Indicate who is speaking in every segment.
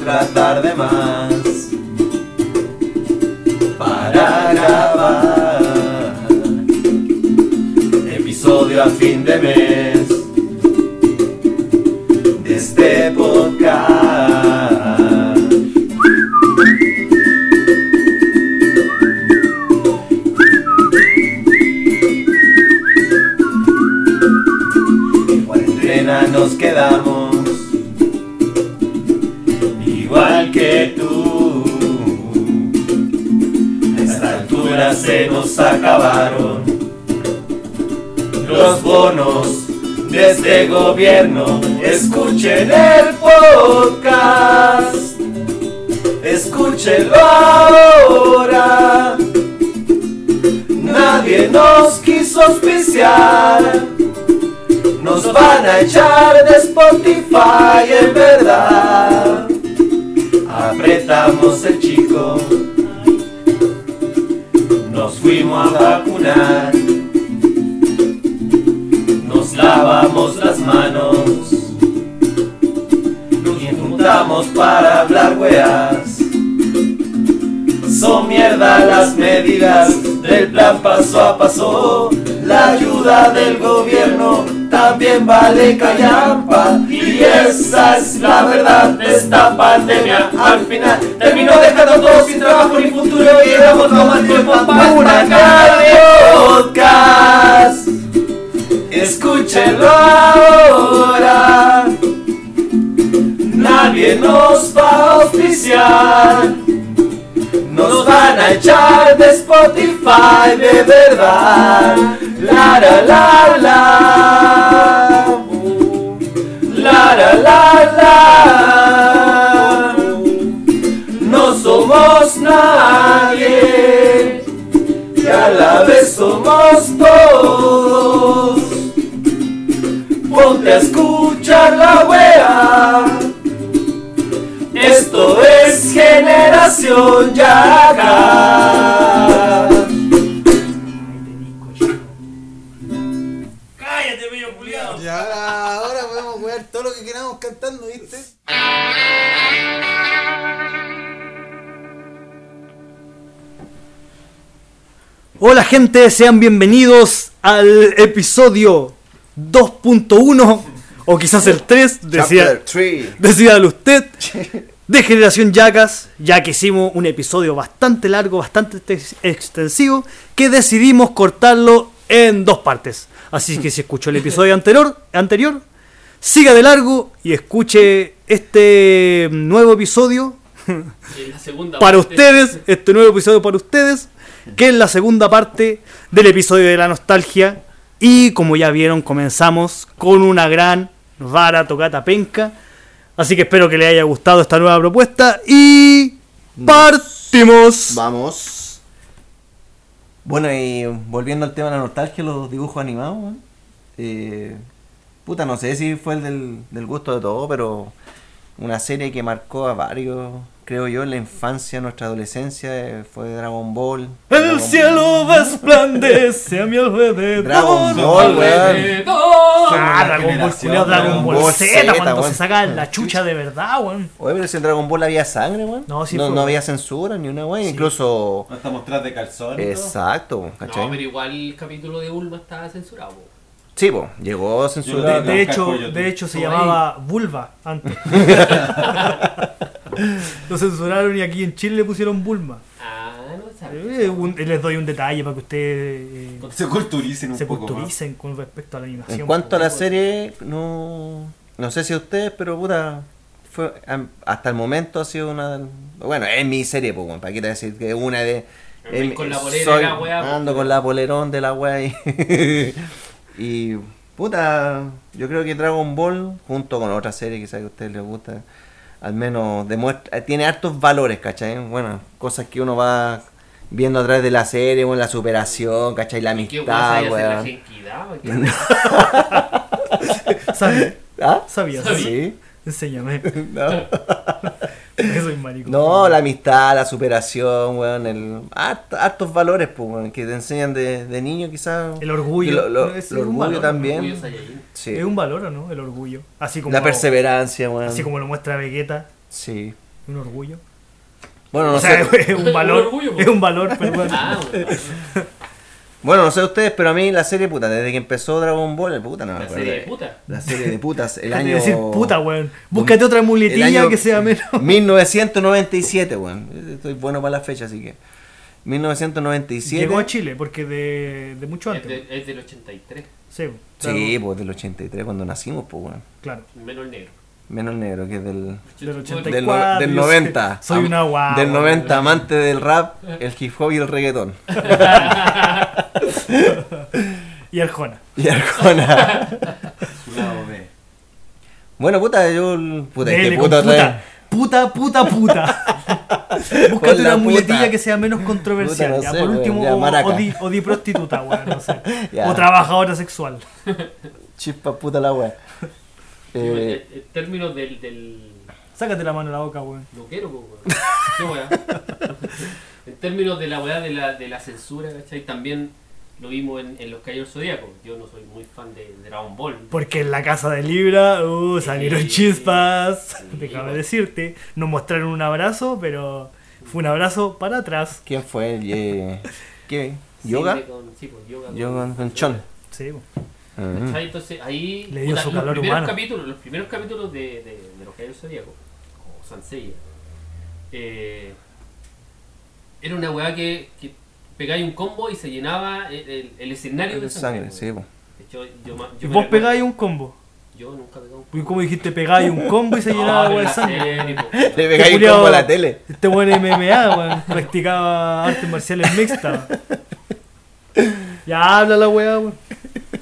Speaker 1: tratar de más para grabar episodio a fin de mes de este podcast. En cuarentena nos quedamos igual que tú. A esta altura se nos acabaron los bonos de este gobierno. Escuchen el podcast, escúchenlo ahora. Nadie nos quiso auspiciar. Nos van a echar de Spotify en verdad. Apretamos el chico. Nos fuimos a vacunar. Nos lavamos las manos. Nos juntamos para hablar weas. Son mierda las medidas del plan paso a paso. La ayuda del gobierno también vale callampa. Y esa es la verdad de esta pandemia. Al final terminó dejando a todos sin trabajo ni futuro. Y éramos lo más tiempo para una podcast. Escúchenlo ahora. Nadie nos va a auspiciar. Nos van a echar de Spotify de verdad. La la la la. La la la la. No somos nadie. Y a la vez somos todos. Ponte a escuchar la wea. Esto es Generación Yaga.
Speaker 2: ¡Cállate, bello culiado!
Speaker 3: Y ahora, ahora podemos jugar todo lo que queramos cantando, ¿viste?
Speaker 4: Hola gente, sean bienvenidos al episodio 2.1 o quizás el 3, decía, decídalo usted, de Generación Yacas, ya que hicimos un episodio bastante largo, bastante ex- extensivo, que decidimos cortarlo en dos partes. Así que si escuchó el episodio anterior, anterior siga de largo y escuche este nuevo episodio
Speaker 2: Y la segunda
Speaker 4: para
Speaker 2: parte-
Speaker 4: ustedes, este nuevo episodio para ustedes, que es la segunda parte del episodio de la nostalgia. Y como ya vieron, comenzamos con una gran vara tocata penca. Así que espero que les haya gustado esta nueva propuesta y partimos.
Speaker 5: Vamos.
Speaker 1: Bueno, y volviendo al tema de la nostalgia, los dibujos animados, weón. Eh, puta, no sé si fue el del, del gusto de todo, pero una serie que marcó a varios, creo yo, en la infancia, nuestra adolescencia, eh, fue Dragon Ball. Dragon-
Speaker 4: El cielo resplandece a mi alrededor.
Speaker 1: Dragon Ball, weón.
Speaker 4: Ah, Dragon Ball, culiao, Dragon Ball
Speaker 1: Dragon
Speaker 4: Z,
Speaker 1: Ball Z,
Speaker 4: cuando
Speaker 1: weón.
Speaker 4: se sacan la chucha de verdad, weón.
Speaker 1: Oye, pero si en Dragon Ball había sangre, weón.
Speaker 4: No, sí
Speaker 1: no,
Speaker 4: fue,
Speaker 1: no
Speaker 4: weón.
Speaker 1: había censura ni una, weón. Incluso.
Speaker 5: No estamos tras de calzón.
Speaker 1: Exacto, weón,
Speaker 2: No,
Speaker 1: ¿cachai?
Speaker 2: pero igual el capítulo de Ulma estaba censurado. po.
Speaker 1: Sí, po, llegó
Speaker 4: De,
Speaker 1: censura.
Speaker 4: de hecho,
Speaker 5: Casco, yo
Speaker 4: de hecho se
Speaker 2: Ahí.
Speaker 4: llamaba Vulva antes. Lo censuraron y aquí en Chile le pusieron Bulma.
Speaker 2: Ah, no sabes.
Speaker 4: Eh, un- les doy un detalle para que ustedes eh,
Speaker 5: Se culturicen un
Speaker 4: se
Speaker 5: poco
Speaker 4: culturicen con respecto a la animación.
Speaker 1: En cuanto a la
Speaker 4: po.
Speaker 1: serie, no, no sé si a ustedes, pero puta, fue, am- hasta el momento ha sido una... Bueno, es mi serie, pues, weón, para qué te voy a decir que es una de...
Speaker 2: Andai
Speaker 1: es mi-
Speaker 2: con la polera
Speaker 1: soy-
Speaker 2: de la weá, pues.
Speaker 1: Ando con la polerón de la wea y, y, puta, yo creo que Dragon Ball, junto con otra serie quizás que a ustedes les gusta, al menos demuestra, eh, tiene hartos valores, ¿cachai? Bueno, cosas que uno va viendo a través de la serie, bueno, la superación, ¿cachai? La
Speaker 2: ¿Qué guasa
Speaker 1: amistad,
Speaker 2: y hacer la
Speaker 1: weón.
Speaker 2: genkidama?
Speaker 4: Sabía,
Speaker 1: ¿Ah?
Speaker 4: sabía, sabía.
Speaker 1: Sí.
Speaker 4: Enséñame.
Speaker 1: No.
Speaker 4: que soy marico.
Speaker 1: No, la amistad, la superación, weón, el, hart- hartos valores, pues, weón, que te enseñan de, de niño quizás.
Speaker 4: El orgullo.
Speaker 1: Lo- lo-
Speaker 4: Es
Speaker 1: el
Speaker 4: un
Speaker 1: orgullo
Speaker 4: valor,
Speaker 1: también.
Speaker 2: Orgullo Saiyajin.
Speaker 1: Sí.
Speaker 4: Es un valor, ¿o ¿no? El orgullo. Así como,
Speaker 1: la perseverancia, weón.
Speaker 4: así como lo muestra Vegeta
Speaker 1: Sí.
Speaker 4: Un orgullo.
Speaker 6: Bueno, no
Speaker 4: o sea,
Speaker 6: sé.
Speaker 4: es un valor.
Speaker 2: Un orgullo, po.
Speaker 4: es un valor, pero bueno.
Speaker 2: Ah, bueno.
Speaker 6: Bueno, no sé ustedes, pero a mí la serie puta, desde que empezó Dragon Ball, el puta no me
Speaker 2: La
Speaker 6: acuerdo.
Speaker 2: serie de puta.
Speaker 6: La serie de putas, el
Speaker 4: Déjate de
Speaker 6: año.
Speaker 4: decir puta, weón. Búscate otra
Speaker 6: el
Speaker 4: muletilla
Speaker 6: año-
Speaker 4: que sea menos.
Speaker 6: 1997, weón. Estoy bueno para la fecha, así que. 1997.
Speaker 4: Llegó a Chile, porque de, de mucho
Speaker 2: Es,
Speaker 4: antes.
Speaker 2: de- es del 83.
Speaker 4: Sí,
Speaker 6: Sí, pues del 83 cuando nacimos, pues weón.
Speaker 4: claro.
Speaker 2: Menos el negro.
Speaker 6: Menos negro que es del.
Speaker 4: Del
Speaker 6: Del,
Speaker 4: 84.
Speaker 6: no- del
Speaker 4: yo
Speaker 6: 90.
Speaker 4: soy una guagua, Eh.
Speaker 6: Del 90, amante del rap, el hip hop y el reggaetón.
Speaker 4: Y Arjona.
Speaker 6: Y Arjona.
Speaker 5: Su lado B.
Speaker 6: bueno, puta, yo. Puta, este es
Speaker 4: Dele
Speaker 6: que
Speaker 4: con
Speaker 6: puta, otra vez.
Speaker 4: puta, puta, puta, puta. Búscate
Speaker 6: Con la
Speaker 4: una muletilla
Speaker 6: puta.
Speaker 4: que sea menos controversial.
Speaker 6: Puta, no
Speaker 4: ya.
Speaker 6: sé,
Speaker 4: Por
Speaker 6: weón,
Speaker 4: último,
Speaker 6: ya,
Speaker 4: o-
Speaker 6: maraca.
Speaker 4: o, di, o di prostituta, weón. No sé.
Speaker 6: Ya.
Speaker 4: O trabajadora sexual.
Speaker 6: Chispa puta la weá. Eh,
Speaker 2: En términos del, del
Speaker 4: Sácate la mano de la boca, weón.
Speaker 2: No quiero, po, weón. Qué weá. En términos de la weá de la, de la censura, ¿cachai? También lo vimos en, en Los Caballeros Zodíacos. Yo no soy muy fan de Dragon Ball.
Speaker 4: Porque en la casa de Libra, uh, salieron
Speaker 2: Sí.
Speaker 4: chispas.
Speaker 2: Sí,
Speaker 4: Déjame
Speaker 2: weón.
Speaker 4: decirte. Nos mostraron un abrazo, pero fue un abrazo para atrás.
Speaker 6: ¿Quién fue? Eh, ¿Qué?
Speaker 2: Sí,
Speaker 6: ¿Yoga?
Speaker 2: de con- sí, pues, yoga.
Speaker 6: Yoga con- con Chon.
Speaker 4: Sí, weón.
Speaker 6: Mm.
Speaker 2: ¿Cachai? Entonces ahí.
Speaker 4: Le dio su calor
Speaker 2: los primeros
Speaker 4: humano.
Speaker 2: Capítulos, los primeros capítulos de, de, de Los Caballeros Zodíacos, o Sansella, eh, era una weá que, que pegáis un combo y se llenaba el, el- el escenario de
Speaker 6: Sangre, sí, po.
Speaker 2: De hecho, yo, ma-
Speaker 4: Y
Speaker 2: yo me
Speaker 4: vos
Speaker 2: recuerdo-
Speaker 4: pegáis un combo.
Speaker 2: Yo nunca pegaba un
Speaker 4: Y como dijiste, pegáis un combo y se llenaba
Speaker 2: pero
Speaker 4: weón, de
Speaker 2: Ah, la
Speaker 4: sangre.
Speaker 2: serie,
Speaker 4: Este
Speaker 2: po.
Speaker 6: Le pegáis un
Speaker 4: culiao-
Speaker 6: combo a la tele.
Speaker 4: Este buen MMA, weón. Practicaba artes marciales mixtas. Ya habla la weá, weón.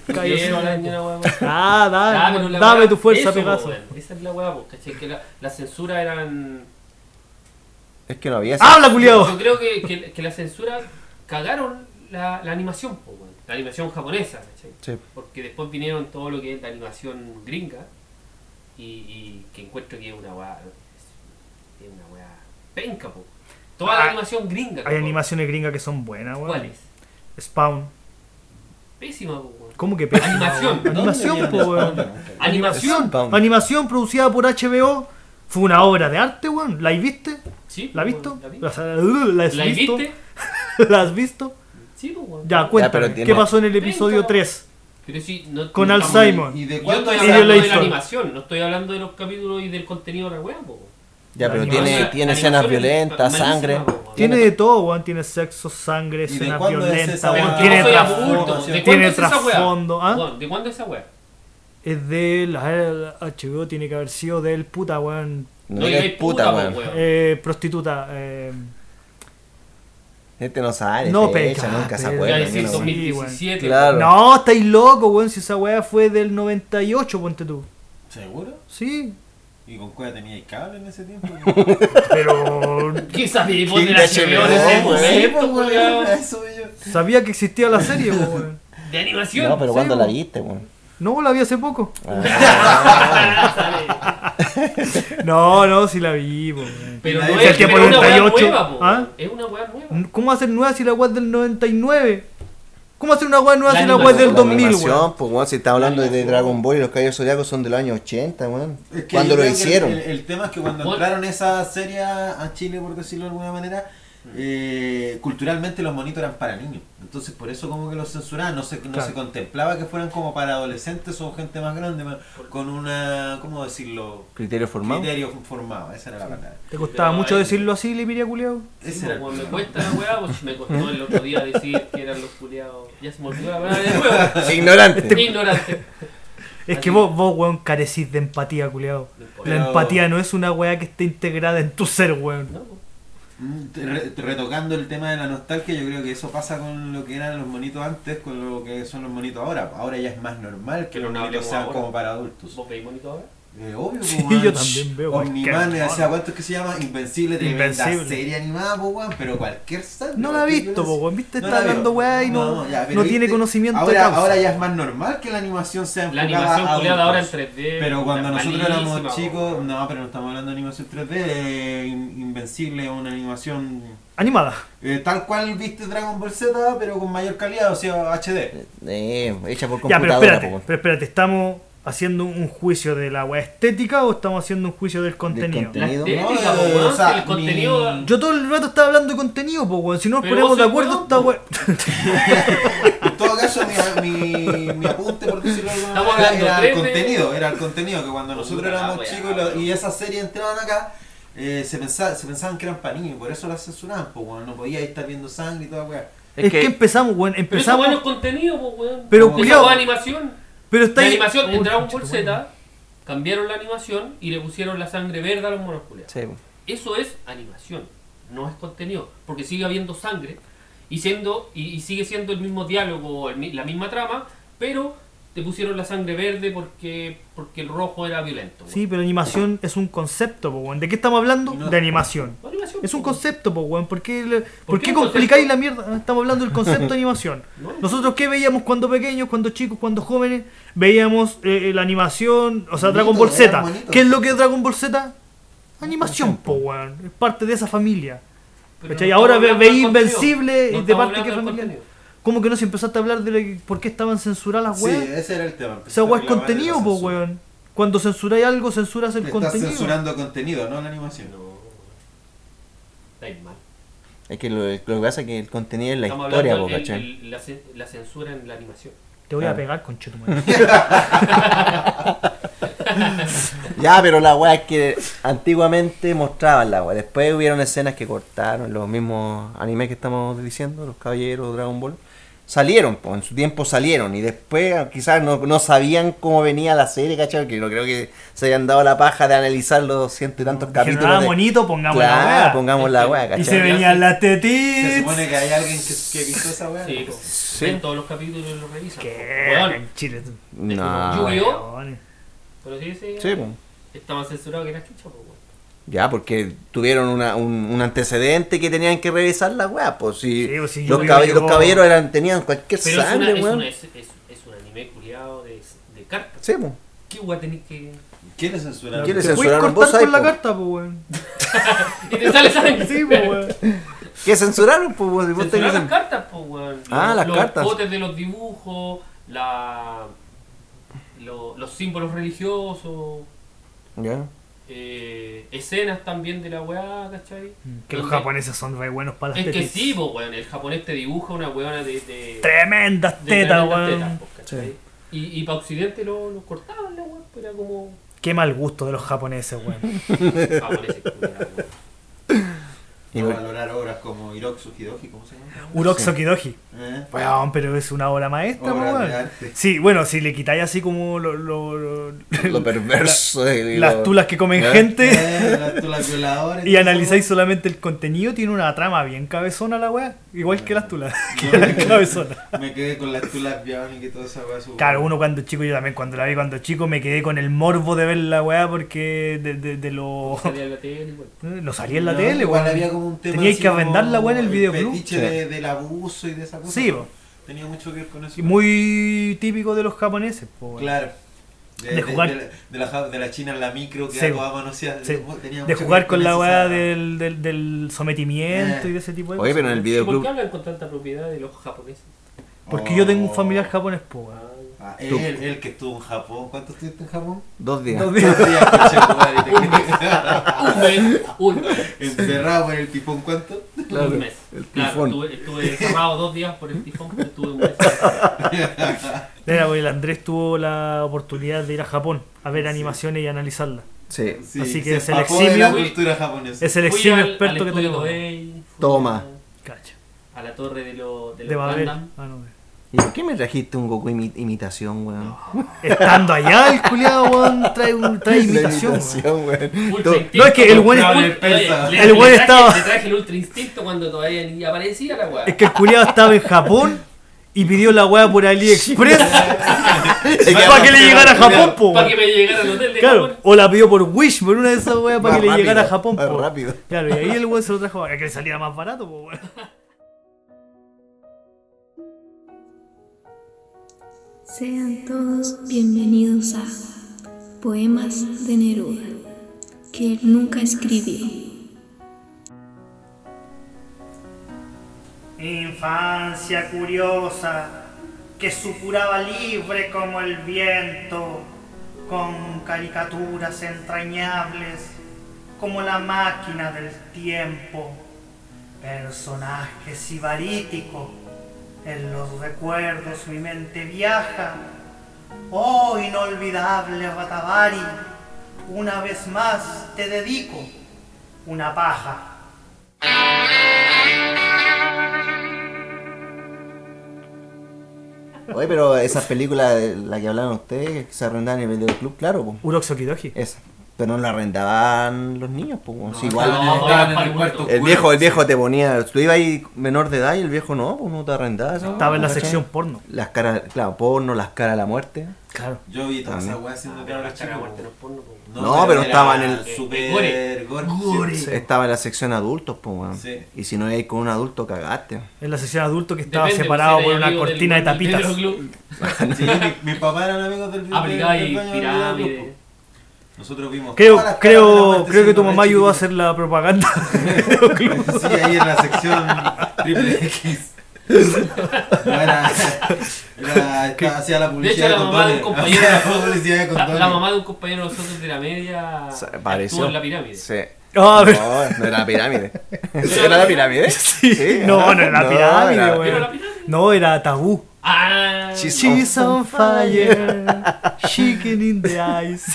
Speaker 4: Cayó
Speaker 2: Quiero
Speaker 4: sin
Speaker 2: la
Speaker 4: algo.
Speaker 2: ñera, weón.
Speaker 4: Ah, dale,
Speaker 2: Ah, pero
Speaker 4: weón.
Speaker 2: la
Speaker 4: dame
Speaker 2: weá-
Speaker 4: tu fuerza,
Speaker 2: eso,
Speaker 4: Pegaso.
Speaker 2: weón. Esa es la weá, po, ¿cachai? Que la, la censura eran.
Speaker 6: Es que no había esa.
Speaker 4: ¡Habla,
Speaker 2: Yo
Speaker 4: culiado!
Speaker 2: creo que, que, que la censura cagaron la, la animación, po, weón. La animación japonesa, ¿cachai?
Speaker 6: Sí.
Speaker 2: Porque después vinieron todo lo que es la animación gringa. Y, y que encuentro que es una weá. Es una weá. Penca, po. Toda
Speaker 4: Ah,
Speaker 2: la animación gringa.
Speaker 4: Hay
Speaker 2: po.
Speaker 4: animaciones gringas que son buenas, weón.
Speaker 2: ¿Cuál es?
Speaker 4: Spawn.
Speaker 2: Pésima, po, weón.
Speaker 4: ¿Cómo que pésima,
Speaker 2: Animación.
Speaker 4: weón? Animación, po, weón.
Speaker 2: Animación.
Speaker 6: Spawn.
Speaker 4: Animación producida por HBO. Fue una obra de arte, weón. ¿La viste?
Speaker 2: Sí,
Speaker 4: ¿La
Speaker 2: po,
Speaker 4: has visto?
Speaker 2: weón, ¿La, vi?
Speaker 4: O sea, uh, ¿La has
Speaker 2: ¿La
Speaker 4: visto?
Speaker 2: viste?
Speaker 4: ¿La has visto?
Speaker 2: Sí, po, weón.
Speaker 4: Ya, cuéntame.
Speaker 6: pero tiene-
Speaker 4: ¿Qué pasó en el episodio
Speaker 2: Venga.
Speaker 4: 3?
Speaker 2: Pero sí, no-
Speaker 4: Con
Speaker 2: no estamos-
Speaker 4: Alzheimer.
Speaker 5: ¿Y de
Speaker 2: Yo
Speaker 5: cuánto
Speaker 2: estoy
Speaker 5: es
Speaker 4: Y
Speaker 2: hablando de la
Speaker 4: Leifert.
Speaker 2: animación, no estoy hablando de los capítulos y del contenido de la wea, po.
Speaker 6: Ya, pero
Speaker 4: La
Speaker 6: tiene,
Speaker 2: animación-
Speaker 6: tiene
Speaker 2: la
Speaker 6: escenas
Speaker 2: animación es
Speaker 6: violentas,
Speaker 2: malísima,
Speaker 6: sangre.
Speaker 2: po.
Speaker 4: Tiene de todo, weón. Tiene sexo, sangre,
Speaker 5: ¿Y de
Speaker 4: escenas
Speaker 5: cuándo es
Speaker 4: violentas,
Speaker 5: esa
Speaker 4: weón.
Speaker 5: weá?
Speaker 4: Tiene
Speaker 5: Yo soy
Speaker 4: trasfondo.
Speaker 5: adulto,
Speaker 2: ¿de cuándo
Speaker 4: Tiene
Speaker 2: es esa wea?
Speaker 4: trasfondo. ¿ah?
Speaker 2: Weón, ¿De cuándo es esa wea?
Speaker 4: Es de la eh, la HBO, tiene que haber sido del puta, weón.
Speaker 6: No digas
Speaker 2: digáis
Speaker 6: puta,
Speaker 2: po,
Speaker 6: weón.
Speaker 4: Eh, prostituta. Eh,
Speaker 6: Este no sabe.
Speaker 4: No,
Speaker 6: fecha,
Speaker 4: peca,
Speaker 6: nunca
Speaker 4: pero-
Speaker 6: se
Speaker 2: Ya
Speaker 6: acuerda.
Speaker 4: Bueno,
Speaker 2: decir
Speaker 6: ni una
Speaker 4: son-
Speaker 6: wea.
Speaker 2: 2017. po.
Speaker 6: Claro.
Speaker 4: No, estáis loco, weón. Si esa weá fue del 98, ponte tú.
Speaker 5: ¿Seguro?
Speaker 4: Sí.
Speaker 5: ¿Y con cuál tenía el cable en ese tiempo?
Speaker 4: Pero
Speaker 2: ¿Qué sabéis pues. vos
Speaker 6: Sí,
Speaker 2: de
Speaker 6: de
Speaker 2: la HBO en ese
Speaker 6: HBO,
Speaker 5: pues,
Speaker 6: weón.
Speaker 1: pues,
Speaker 2: momento, weón?
Speaker 5: Eso yo.
Speaker 4: sabía que existía la serie, weón.
Speaker 2: De animación.
Speaker 6: No, pero
Speaker 4: Sí,
Speaker 6: ¿cuándo
Speaker 4: po.
Speaker 6: la viste, weón?
Speaker 4: No, la vi hace poco.
Speaker 2: Ah,
Speaker 4: No, no, sí la vi, weón.
Speaker 2: pero
Speaker 5: Nadie
Speaker 2: no
Speaker 5: se
Speaker 2: es,
Speaker 5: tiempo
Speaker 2: pero es una wea
Speaker 4: 98,
Speaker 2: nueva, po.
Speaker 4: ¿ah?
Speaker 2: Es una wea nueva.
Speaker 4: ¿Cómo hacer nueva si la web del 99? ¿Cómo hacer una web nueva
Speaker 2: La
Speaker 4: si la web
Speaker 2: Es
Speaker 4: del
Speaker 6: La
Speaker 4: 2000,
Speaker 6: animación,
Speaker 4: weón?
Speaker 6: pues, weón, si está hablando de Dragon Ball y los Caballeros Zodiacos son del año 80, weón. Cuando lo hicieron.
Speaker 5: El, el tema es que cuando
Speaker 2: Bueno.
Speaker 5: entraron esa serie a a Chile, por decirlo de alguna manera,
Speaker 4: Mm.
Speaker 5: eh, culturalmente los monitos eran para niños. Entonces por eso como que los censuraban, no se, no
Speaker 4: Claro.
Speaker 5: se contemplaba que fueran como para adolescentes o gente más grande, más- con una, ¿cómo decirlo?
Speaker 6: Criterio formado.
Speaker 5: Criterio formado, esa era la palabra.
Speaker 4: ¿Te costaba
Speaker 2: Pero
Speaker 4: mucho
Speaker 2: hay-
Speaker 4: decirlo así, Lipiria Culeado?
Speaker 5: Ese
Speaker 2: Sí,
Speaker 5: era el
Speaker 2: po, weón, me
Speaker 5: problema.
Speaker 2: cuesta la weá, pues me costó el otro día decir que eran los culiados. Ya se me olvidó la weá de nuevo.
Speaker 6: Ignorante.
Speaker 4: Este-
Speaker 2: Ignorante.
Speaker 4: Es
Speaker 2: Así.
Speaker 4: que vos, vos, weón, carecís de empatía, culeado.
Speaker 5: Pero-
Speaker 4: La empatía no es una weá que esté integrada en tu ser, weón.
Speaker 2: No, pues. po.
Speaker 5: Mm, te- re- te- Retocando el tema de la nostalgia, yo creo que eso pasa con lo que eran los monitos antes, con lo que son los monitos ahora. Ahora ya es más normal que
Speaker 2: Pero
Speaker 5: los
Speaker 2: no
Speaker 5: monitos
Speaker 2: hablemos
Speaker 5: sean
Speaker 2: ahora.
Speaker 5: como para adultos.
Speaker 2: ¿Vos veis bonito ahora?
Speaker 5: Eh, obvio,
Speaker 4: Sí,
Speaker 5: po, weón.
Speaker 4: yo también veo
Speaker 5: Omniman,
Speaker 4: cualquier
Speaker 5: o sea, ¿cuánto es que se llama? Invencible, tremenda
Speaker 4: Invencible.
Speaker 5: serie animada, po, weón, pero cualquier sal.
Speaker 4: No la he visto, po, weón. Viste,
Speaker 5: No
Speaker 4: está
Speaker 5: la veo.
Speaker 4: hablando weá y no, no,
Speaker 5: ya, pero
Speaker 4: tiene
Speaker 5: viste,
Speaker 4: conocimiento de
Speaker 5: ahora,
Speaker 4: causa.
Speaker 5: ahora ya es más normal que la animación sea
Speaker 2: La
Speaker 5: enfocada
Speaker 2: animación
Speaker 5: a
Speaker 2: culiada ahora en
Speaker 5: adultos.
Speaker 2: 3D.
Speaker 5: Pero cuando
Speaker 2: puta,
Speaker 5: nosotros
Speaker 2: malísima,
Speaker 5: éramos
Speaker 2: po,
Speaker 5: chicos,
Speaker 2: weón.
Speaker 5: no, pero no estamos hablando de animación 3D, eh, In- Invencible es una animación
Speaker 4: Animada.
Speaker 5: eh, tal cual viste Dragon Ball Z, pero con mayor calidad, o sea, HD.
Speaker 6: Eh, hecha por
Speaker 4: Ya, pero
Speaker 6: computadora, po,
Speaker 4: espérate,
Speaker 6: weón.
Speaker 4: pero espérate, estamos haciendo un juicio de la weá estética o estamos haciendo un juicio del contenido?
Speaker 6: contenido.
Speaker 2: La
Speaker 6: No,
Speaker 2: estética,
Speaker 5: eh,
Speaker 2: po, weón,
Speaker 5: o sea,
Speaker 2: que el contenido.
Speaker 5: mi-
Speaker 4: Yo todo el rato estaba hablando de contenido, pues weón. Si no nos
Speaker 2: Pero
Speaker 4: ponemos
Speaker 2: vos
Speaker 4: de
Speaker 2: sos
Speaker 4: acuerdo,
Speaker 2: weón,
Speaker 4: esta
Speaker 2: po.
Speaker 4: weá.
Speaker 5: En todo caso, mi, mi, mi apunte, por decirlo de alguna
Speaker 2: Estamos
Speaker 5: manera,
Speaker 2: hablando
Speaker 5: era
Speaker 2: tres
Speaker 5: el
Speaker 2: de-
Speaker 5: contenido. Era el contenido que cuando nosotros
Speaker 2: Puta la
Speaker 5: éramos
Speaker 2: wea,
Speaker 5: chicos y lo- y esas series entraban acá, eh, se, pensaba, se pensaban que eran para niños, y por eso las censuraban, pues, bueno, no podía estar viendo sangre y toda weá.
Speaker 4: Es, que, empezamos, weón.
Speaker 2: Pero eso
Speaker 4: Empezamos.
Speaker 2: bueno es contenido, po, weón.
Speaker 4: Pero,
Speaker 2: Esa
Speaker 4: culiao.
Speaker 2: weá es animación.
Speaker 4: pero
Speaker 2: La
Speaker 4: está ahí.
Speaker 2: animación en Dragon Ball Z ¿ah? cambiaron la animación y le pusieron la sangre verde a los monos culiados.
Speaker 6: Sí, po.
Speaker 2: Eso es animación, no es contenido, porque sigue habiendo sangre y siendo y, y sigue siendo el mismo diálogo, o el mi- la misma trama, pero te pusieron la sangre verde porque porque el rojo era violento.
Speaker 4: Sí, pero animación es un concepto, po, weón. ¿De qué estamos hablando?
Speaker 5: No.
Speaker 4: De animación.
Speaker 2: weón. Animación,
Speaker 4: Es un
Speaker 2: po,
Speaker 4: concepto, po, weón. ¿Por qué, le- ¿por
Speaker 2: ¿Por qué
Speaker 4: qué
Speaker 2: un concepto?
Speaker 4: complicáis la mierda? Estamos hablando del concepto de animación.
Speaker 2: No.
Speaker 4: Nosotros, ¿qué veíamos cuando pequeños, cuando chicos, cuando jóvenes? Veíamos eh, la animación, o sea, Dragon Ball
Speaker 5: Bonito,
Speaker 4: Z.
Speaker 5: eran bonitos.
Speaker 4: ¿Qué es lo que es Dragon Ball Z? Animación, po, weón. Es parte de esa familia.
Speaker 2: pero
Speaker 4: ¿Cachai?
Speaker 2: no
Speaker 4: Ahora
Speaker 2: estamos
Speaker 4: ve-
Speaker 2: hablando
Speaker 4: ve
Speaker 2: del contenido.
Speaker 4: Invencible y
Speaker 2: No
Speaker 4: de
Speaker 2: estamos
Speaker 4: parte que
Speaker 2: hablando del
Speaker 4: familiar.
Speaker 2: contenido.
Speaker 4: ¿Cómo que no se empezaste a hablar de la- por qué estaban censuradas las
Speaker 5: Sí, eh,
Speaker 4: weas?
Speaker 5: ese era el tema.
Speaker 4: Esa
Speaker 5: empezar
Speaker 4: weá es
Speaker 5: la wea de la
Speaker 4: contenido, po,
Speaker 5: censura.
Speaker 4: weón. Cuando censuráis algo, censuras el
Speaker 5: Te estás
Speaker 4: contenido.
Speaker 5: censurando contenido, no la animación.
Speaker 2: Está ahí mal.
Speaker 6: Es que lo, lo que pasa es que el contenido es la
Speaker 2: Estamos
Speaker 6: historia, po,
Speaker 2: hablando del-
Speaker 6: ¿cachai?
Speaker 2: el- la, cen- la censura en la animación.
Speaker 4: Te voy a
Speaker 5: Ah.
Speaker 6: Claro.
Speaker 4: pegar, conchetum.
Speaker 6: Ya, pero la weá es que antiguamente mostraban la weá. Después hubieron escenas que cortaron, los mismos animes que estamos diciendo, los caballeros, Dragon Ball. Salieron, po, en su tiempo salieron. Y después ah, quizás no, no sabían cómo venía la serie, ¿cachai? Que no creo que se hayan dado la paja de analizar los ciento y tantos capítulos.
Speaker 4: nada
Speaker 6: de-
Speaker 4: bonito, pongamos
Speaker 6: Claro,
Speaker 4: la weá.
Speaker 6: pongamos la weá,
Speaker 4: Y
Speaker 6: ¿cachai?
Speaker 4: se venían las
Speaker 5: Se
Speaker 4: tetis.
Speaker 5: supone que hay alguien que, que visto esa weá.
Speaker 2: Sí, po.
Speaker 6: Sí.
Speaker 2: Ven todos los capítulos y los revisan.
Speaker 4: ¿Qué?
Speaker 2: po. Weón, Ah,
Speaker 4: En Chile. tú.
Speaker 6: No.
Speaker 2: Yu-Gi-Oh.
Speaker 4: Weones.
Speaker 2: pero sí, sí,
Speaker 6: Sí, pues. po.
Speaker 2: está más censurado que la chucha, po, weón.
Speaker 6: Ya, porque tuvieron una- un, un antecedente que tenían que revisar la weá, pues si
Speaker 4: Sí, pues, sí,
Speaker 6: los,
Speaker 4: yo-
Speaker 6: cabe-
Speaker 4: yo-
Speaker 6: los caballeros eran, tenían cualquier
Speaker 2: Pero es, una-
Speaker 6: sangre,
Speaker 2: es
Speaker 6: weón.
Speaker 2: una- es- es- es un anime culiado de, de cartas.
Speaker 6: Sí, pues.
Speaker 2: ¿Qué weá tenés que.?
Speaker 5: ¿Quiere censurar?
Speaker 6: ¿Quiere
Speaker 4: Te puedes
Speaker 6: censuraron vos
Speaker 4: cortar
Speaker 6: ahí,
Speaker 4: con la
Speaker 6: po.
Speaker 4: carta, po, weón.
Speaker 2: Y te sale sangre.
Speaker 4: Sí, po, weón.
Speaker 6: ¿Qué censuraron? Pues, vos- vos
Speaker 2: Censurar
Speaker 6: tenés-
Speaker 2: las cartas, po, weón.
Speaker 6: Ah,
Speaker 2: Los-
Speaker 6: las
Speaker 2: los
Speaker 6: cartas.
Speaker 2: botes de los dibujos, la, lo- los símbolos religiosos,
Speaker 6: Ya.
Speaker 2: eh, escenas también de la weá, ¿cachai?
Speaker 6: Mm,
Speaker 4: Que los
Speaker 2: Donde-
Speaker 4: japoneses son re buenos para las
Speaker 2: Es que
Speaker 4: tetis.
Speaker 2: sí, po, weón. El japonés te dibuja una weona de. de
Speaker 4: Tremendas
Speaker 2: de
Speaker 4: tetas,
Speaker 2: tremendas tetas,
Speaker 4: weón.
Speaker 2: po, ¿cachai? Y, y para Occidente lo, lo cortaban, la weá. Era como. Ah,
Speaker 4: Qué mal gusto de los japoneses, weón.
Speaker 2: japoneses, culiao, weón.
Speaker 6: Y
Speaker 5: No
Speaker 6: por-
Speaker 5: valorar obras como Hiroxu Hidoji, ¿cómo se llama?
Speaker 4: Urok Sokidoji.
Speaker 5: ¿Eh?
Speaker 4: Ah, Weón, pero es una obra maestra, po,
Speaker 5: Obra de
Speaker 4: weón.
Speaker 5: arte.
Speaker 4: Sí, bueno, si le quitáis así como lo- lo- lo-
Speaker 6: lo perverso. y
Speaker 4: las
Speaker 6: lo-
Speaker 4: tulas que comen
Speaker 6: ¿Ya?
Speaker 4: gente
Speaker 5: Eh, las- tú las violadoras.
Speaker 4: y analizáis solamente el contenido, tiene una trama bien cabezona la weá. Igual que las tulas, que eran cabezonas.
Speaker 5: Me quedé con las tulas biónicas y toda esa weá. su-
Speaker 4: Claro, uno cuando chico, yo también cuando la vi cuando chico me quedé con el morbo de ver la weá porque de, de, de lo...
Speaker 2: Salía en la tele, weón.
Speaker 4: No salía en la
Speaker 5: No,
Speaker 4: tele,
Speaker 5: igual
Speaker 4: weón.
Speaker 5: había como un tema.
Speaker 4: Tenía
Speaker 5: así
Speaker 4: que arrendar la
Speaker 5: como
Speaker 4: weá en el videoclub.
Speaker 5: fetiche
Speaker 6: Sí.
Speaker 5: de- del abuso y de esa cosa.
Speaker 4: Sí, po.
Speaker 5: Tenía mucho que ver con eso.
Speaker 4: Y Muy típico de los japoneses, po, weón.
Speaker 5: Claro.
Speaker 4: De jugar-
Speaker 5: De, la, ja- de la China en la micro que
Speaker 4: Sí,
Speaker 5: era
Speaker 4: po.
Speaker 5: toda manoseada.
Speaker 4: Sí.
Speaker 5: Tenía
Speaker 4: De
Speaker 5: mucho que
Speaker 4: jugar
Speaker 5: ver
Speaker 4: con la
Speaker 5: esa-
Speaker 4: weá del, del, del
Speaker 5: Eh.
Speaker 4: sometimiento y de ese tipo de
Speaker 6: Oye,
Speaker 4: cosas.
Speaker 6: pero en el
Speaker 2: ¿Y ¿Por
Speaker 6: videoclub.
Speaker 2: qué hablan con tanta propiedad de los japoneses?
Speaker 4: Porque yo tengo un
Speaker 5: Oh.
Speaker 4: familiar japonés, po, weón.
Speaker 5: Ah, él, él que estuvo en Japón. ¿Cuánto estuviste en Japón?
Speaker 6: Dos días.
Speaker 4: Dos
Speaker 5: Dos días, coche, madre, te quedé-
Speaker 2: Ah, Un mes, un mes.
Speaker 5: Encerrado por el tipón, ¿cuánto?
Speaker 6: Claro,
Speaker 2: un mes.
Speaker 6: el
Speaker 2: Claro,
Speaker 6: tifón.
Speaker 2: estuve, estuve encerrado dos días por el tifón, pero estuve un mes.
Speaker 4: Era, porque el Andrés tuvo la oportunidad de ir a Japón a ver animaciones y analizarlas.
Speaker 6: Sí.
Speaker 5: Sí,
Speaker 4: Así que
Speaker 5: se
Speaker 4: es el
Speaker 5: empapó de la
Speaker 2: eximio.
Speaker 5: cultura japonesa.
Speaker 4: Es el
Speaker 2: Fui
Speaker 4: eximio
Speaker 2: al- al
Speaker 4: experto que
Speaker 2: estudio
Speaker 4: tenemos.
Speaker 2: Toei, fui
Speaker 6: Toma.
Speaker 4: Cacha.
Speaker 2: A, a la torre de, lo, de los
Speaker 4: De Babel.
Speaker 2: Gundam.
Speaker 4: Ah, no.
Speaker 6: ¿Y por qué me trajiste un Goku imi- imitación, weón?
Speaker 4: Estando allá, el culiado, weón, trae, un, trae
Speaker 6: La
Speaker 4: imitación. weón.
Speaker 6: weón.
Speaker 2: Ultra
Speaker 6: Todo-
Speaker 2: Instinto,
Speaker 4: no, es que el
Speaker 2: compraba
Speaker 4: buen-
Speaker 2: el Persa.
Speaker 4: el
Speaker 2: Le- le
Speaker 4: buen
Speaker 2: traje-
Speaker 4: estaba-
Speaker 2: Le traje el ultra instinto cuando todavía ni aparecía la weá.
Speaker 4: Es que el culiado estaba en Japón y pidió la weá por AliExpress para que le llegara a Japón, po.
Speaker 2: Para
Speaker 4: weón.
Speaker 2: que me llegara al hotel de
Speaker 4: Claro,
Speaker 2: Japón.
Speaker 4: o la pidió por Wish, por una de esas weas para
Speaker 6: Más
Speaker 4: que le llegara a
Speaker 6: rápido,
Speaker 4: Japón,
Speaker 6: más
Speaker 4: po.
Speaker 6: rápido.
Speaker 4: Claro, y ahí el weón se lo trajo para que le saliera más barato, po, weón.
Speaker 7: Sean todos bienvenidos a Poemas de Neruda, que él nunca escribió.
Speaker 8: Infancia curiosa que supuraba libre como el viento, con caricaturas entrañables como la máquina del tiempo, personaje sibarítico, en los recuerdos mi mente viaja, oh inolvidable Ratavari, una vez más te dedico una paja.
Speaker 6: Oye, pero esas películas de la que hablaban ustedes, que se arrendaban en el videoclub, claro, pues.
Speaker 4: Uroxo Kidoji.
Speaker 6: Esa. Pero no la arrendaban los niños, pues. weón. Si igual.
Speaker 2: no,
Speaker 5: estaban
Speaker 2: no,
Speaker 5: en el cuarto
Speaker 6: El
Speaker 5: oscuro,
Speaker 6: viejo, el
Speaker 5: sí.
Speaker 6: viejo te ponía. Tú ibas ahí menor de edad y el viejo no, pues no te arrendaba. esa
Speaker 4: Estaba en la
Speaker 6: weá, ¿cachai?
Speaker 4: sección porno.
Speaker 6: Las caras, claro, porno, las caras de la muerte.
Speaker 4: Claro.
Speaker 5: Yo vi toda esa
Speaker 6: También.
Speaker 5: weá
Speaker 2: Ah,
Speaker 5: haciendo que ahora chico.
Speaker 2: Muerte no es porno, po. Eh,
Speaker 6: No, pero estaba en el-
Speaker 5: Super
Speaker 2: Gore.
Speaker 5: gore.
Speaker 2: Gore.
Speaker 5: Sí.
Speaker 6: Estaba en la sección adultos, pues, weón.
Speaker 5: Sí.
Speaker 6: Y si no ibas con un adulto, cagaste.
Speaker 4: En la sección adulto que estaba
Speaker 2: Depende,
Speaker 4: separado
Speaker 2: pues,
Speaker 4: por
Speaker 2: eres
Speaker 4: una
Speaker 2: amigo del-
Speaker 4: cortina de
Speaker 2: del
Speaker 4: tapitas.
Speaker 2: videoclub.
Speaker 5: Sí, mi, mi papá eran amigos del del-
Speaker 2: Aplicaba
Speaker 5: del
Speaker 2: y
Speaker 5: dueño del videoclub,
Speaker 2: pirámide.
Speaker 5: po. Nosotros vimos.
Speaker 4: Creo,
Speaker 5: todas las caras de la
Speaker 4: creo,
Speaker 5: muerte
Speaker 4: creo que
Speaker 5: siendo
Speaker 4: tu mamá
Speaker 5: re
Speaker 4: ayudó a
Speaker 5: chiquititos.
Speaker 4: hacer la propaganda. del videoclub.
Speaker 5: Sí, ahí en la sección triple X. No era. era estaba- hacía la
Speaker 2: De
Speaker 5: publicidad
Speaker 2: hecho, la mamá de un
Speaker 5: condones.
Speaker 2: compañero.
Speaker 5: Hacía la publicidad de
Speaker 2: la,
Speaker 5: condones.
Speaker 2: la mamá de un compañero de nosotros de la media.
Speaker 6: Se-
Speaker 2: Estuvo en la pirámide.
Speaker 6: Sí.
Speaker 4: Ah,
Speaker 6: No,
Speaker 4: pero-
Speaker 6: no era la pirámide. ¿Era la pirámide?
Speaker 4: sí. No, no era la pirámide,
Speaker 6: era-
Speaker 4: weón.
Speaker 2: ¿Era la pirámide?
Speaker 4: No, era tabú.
Speaker 2: Ah,
Speaker 6: She's
Speaker 4: She's on fire. Chicken in the ice.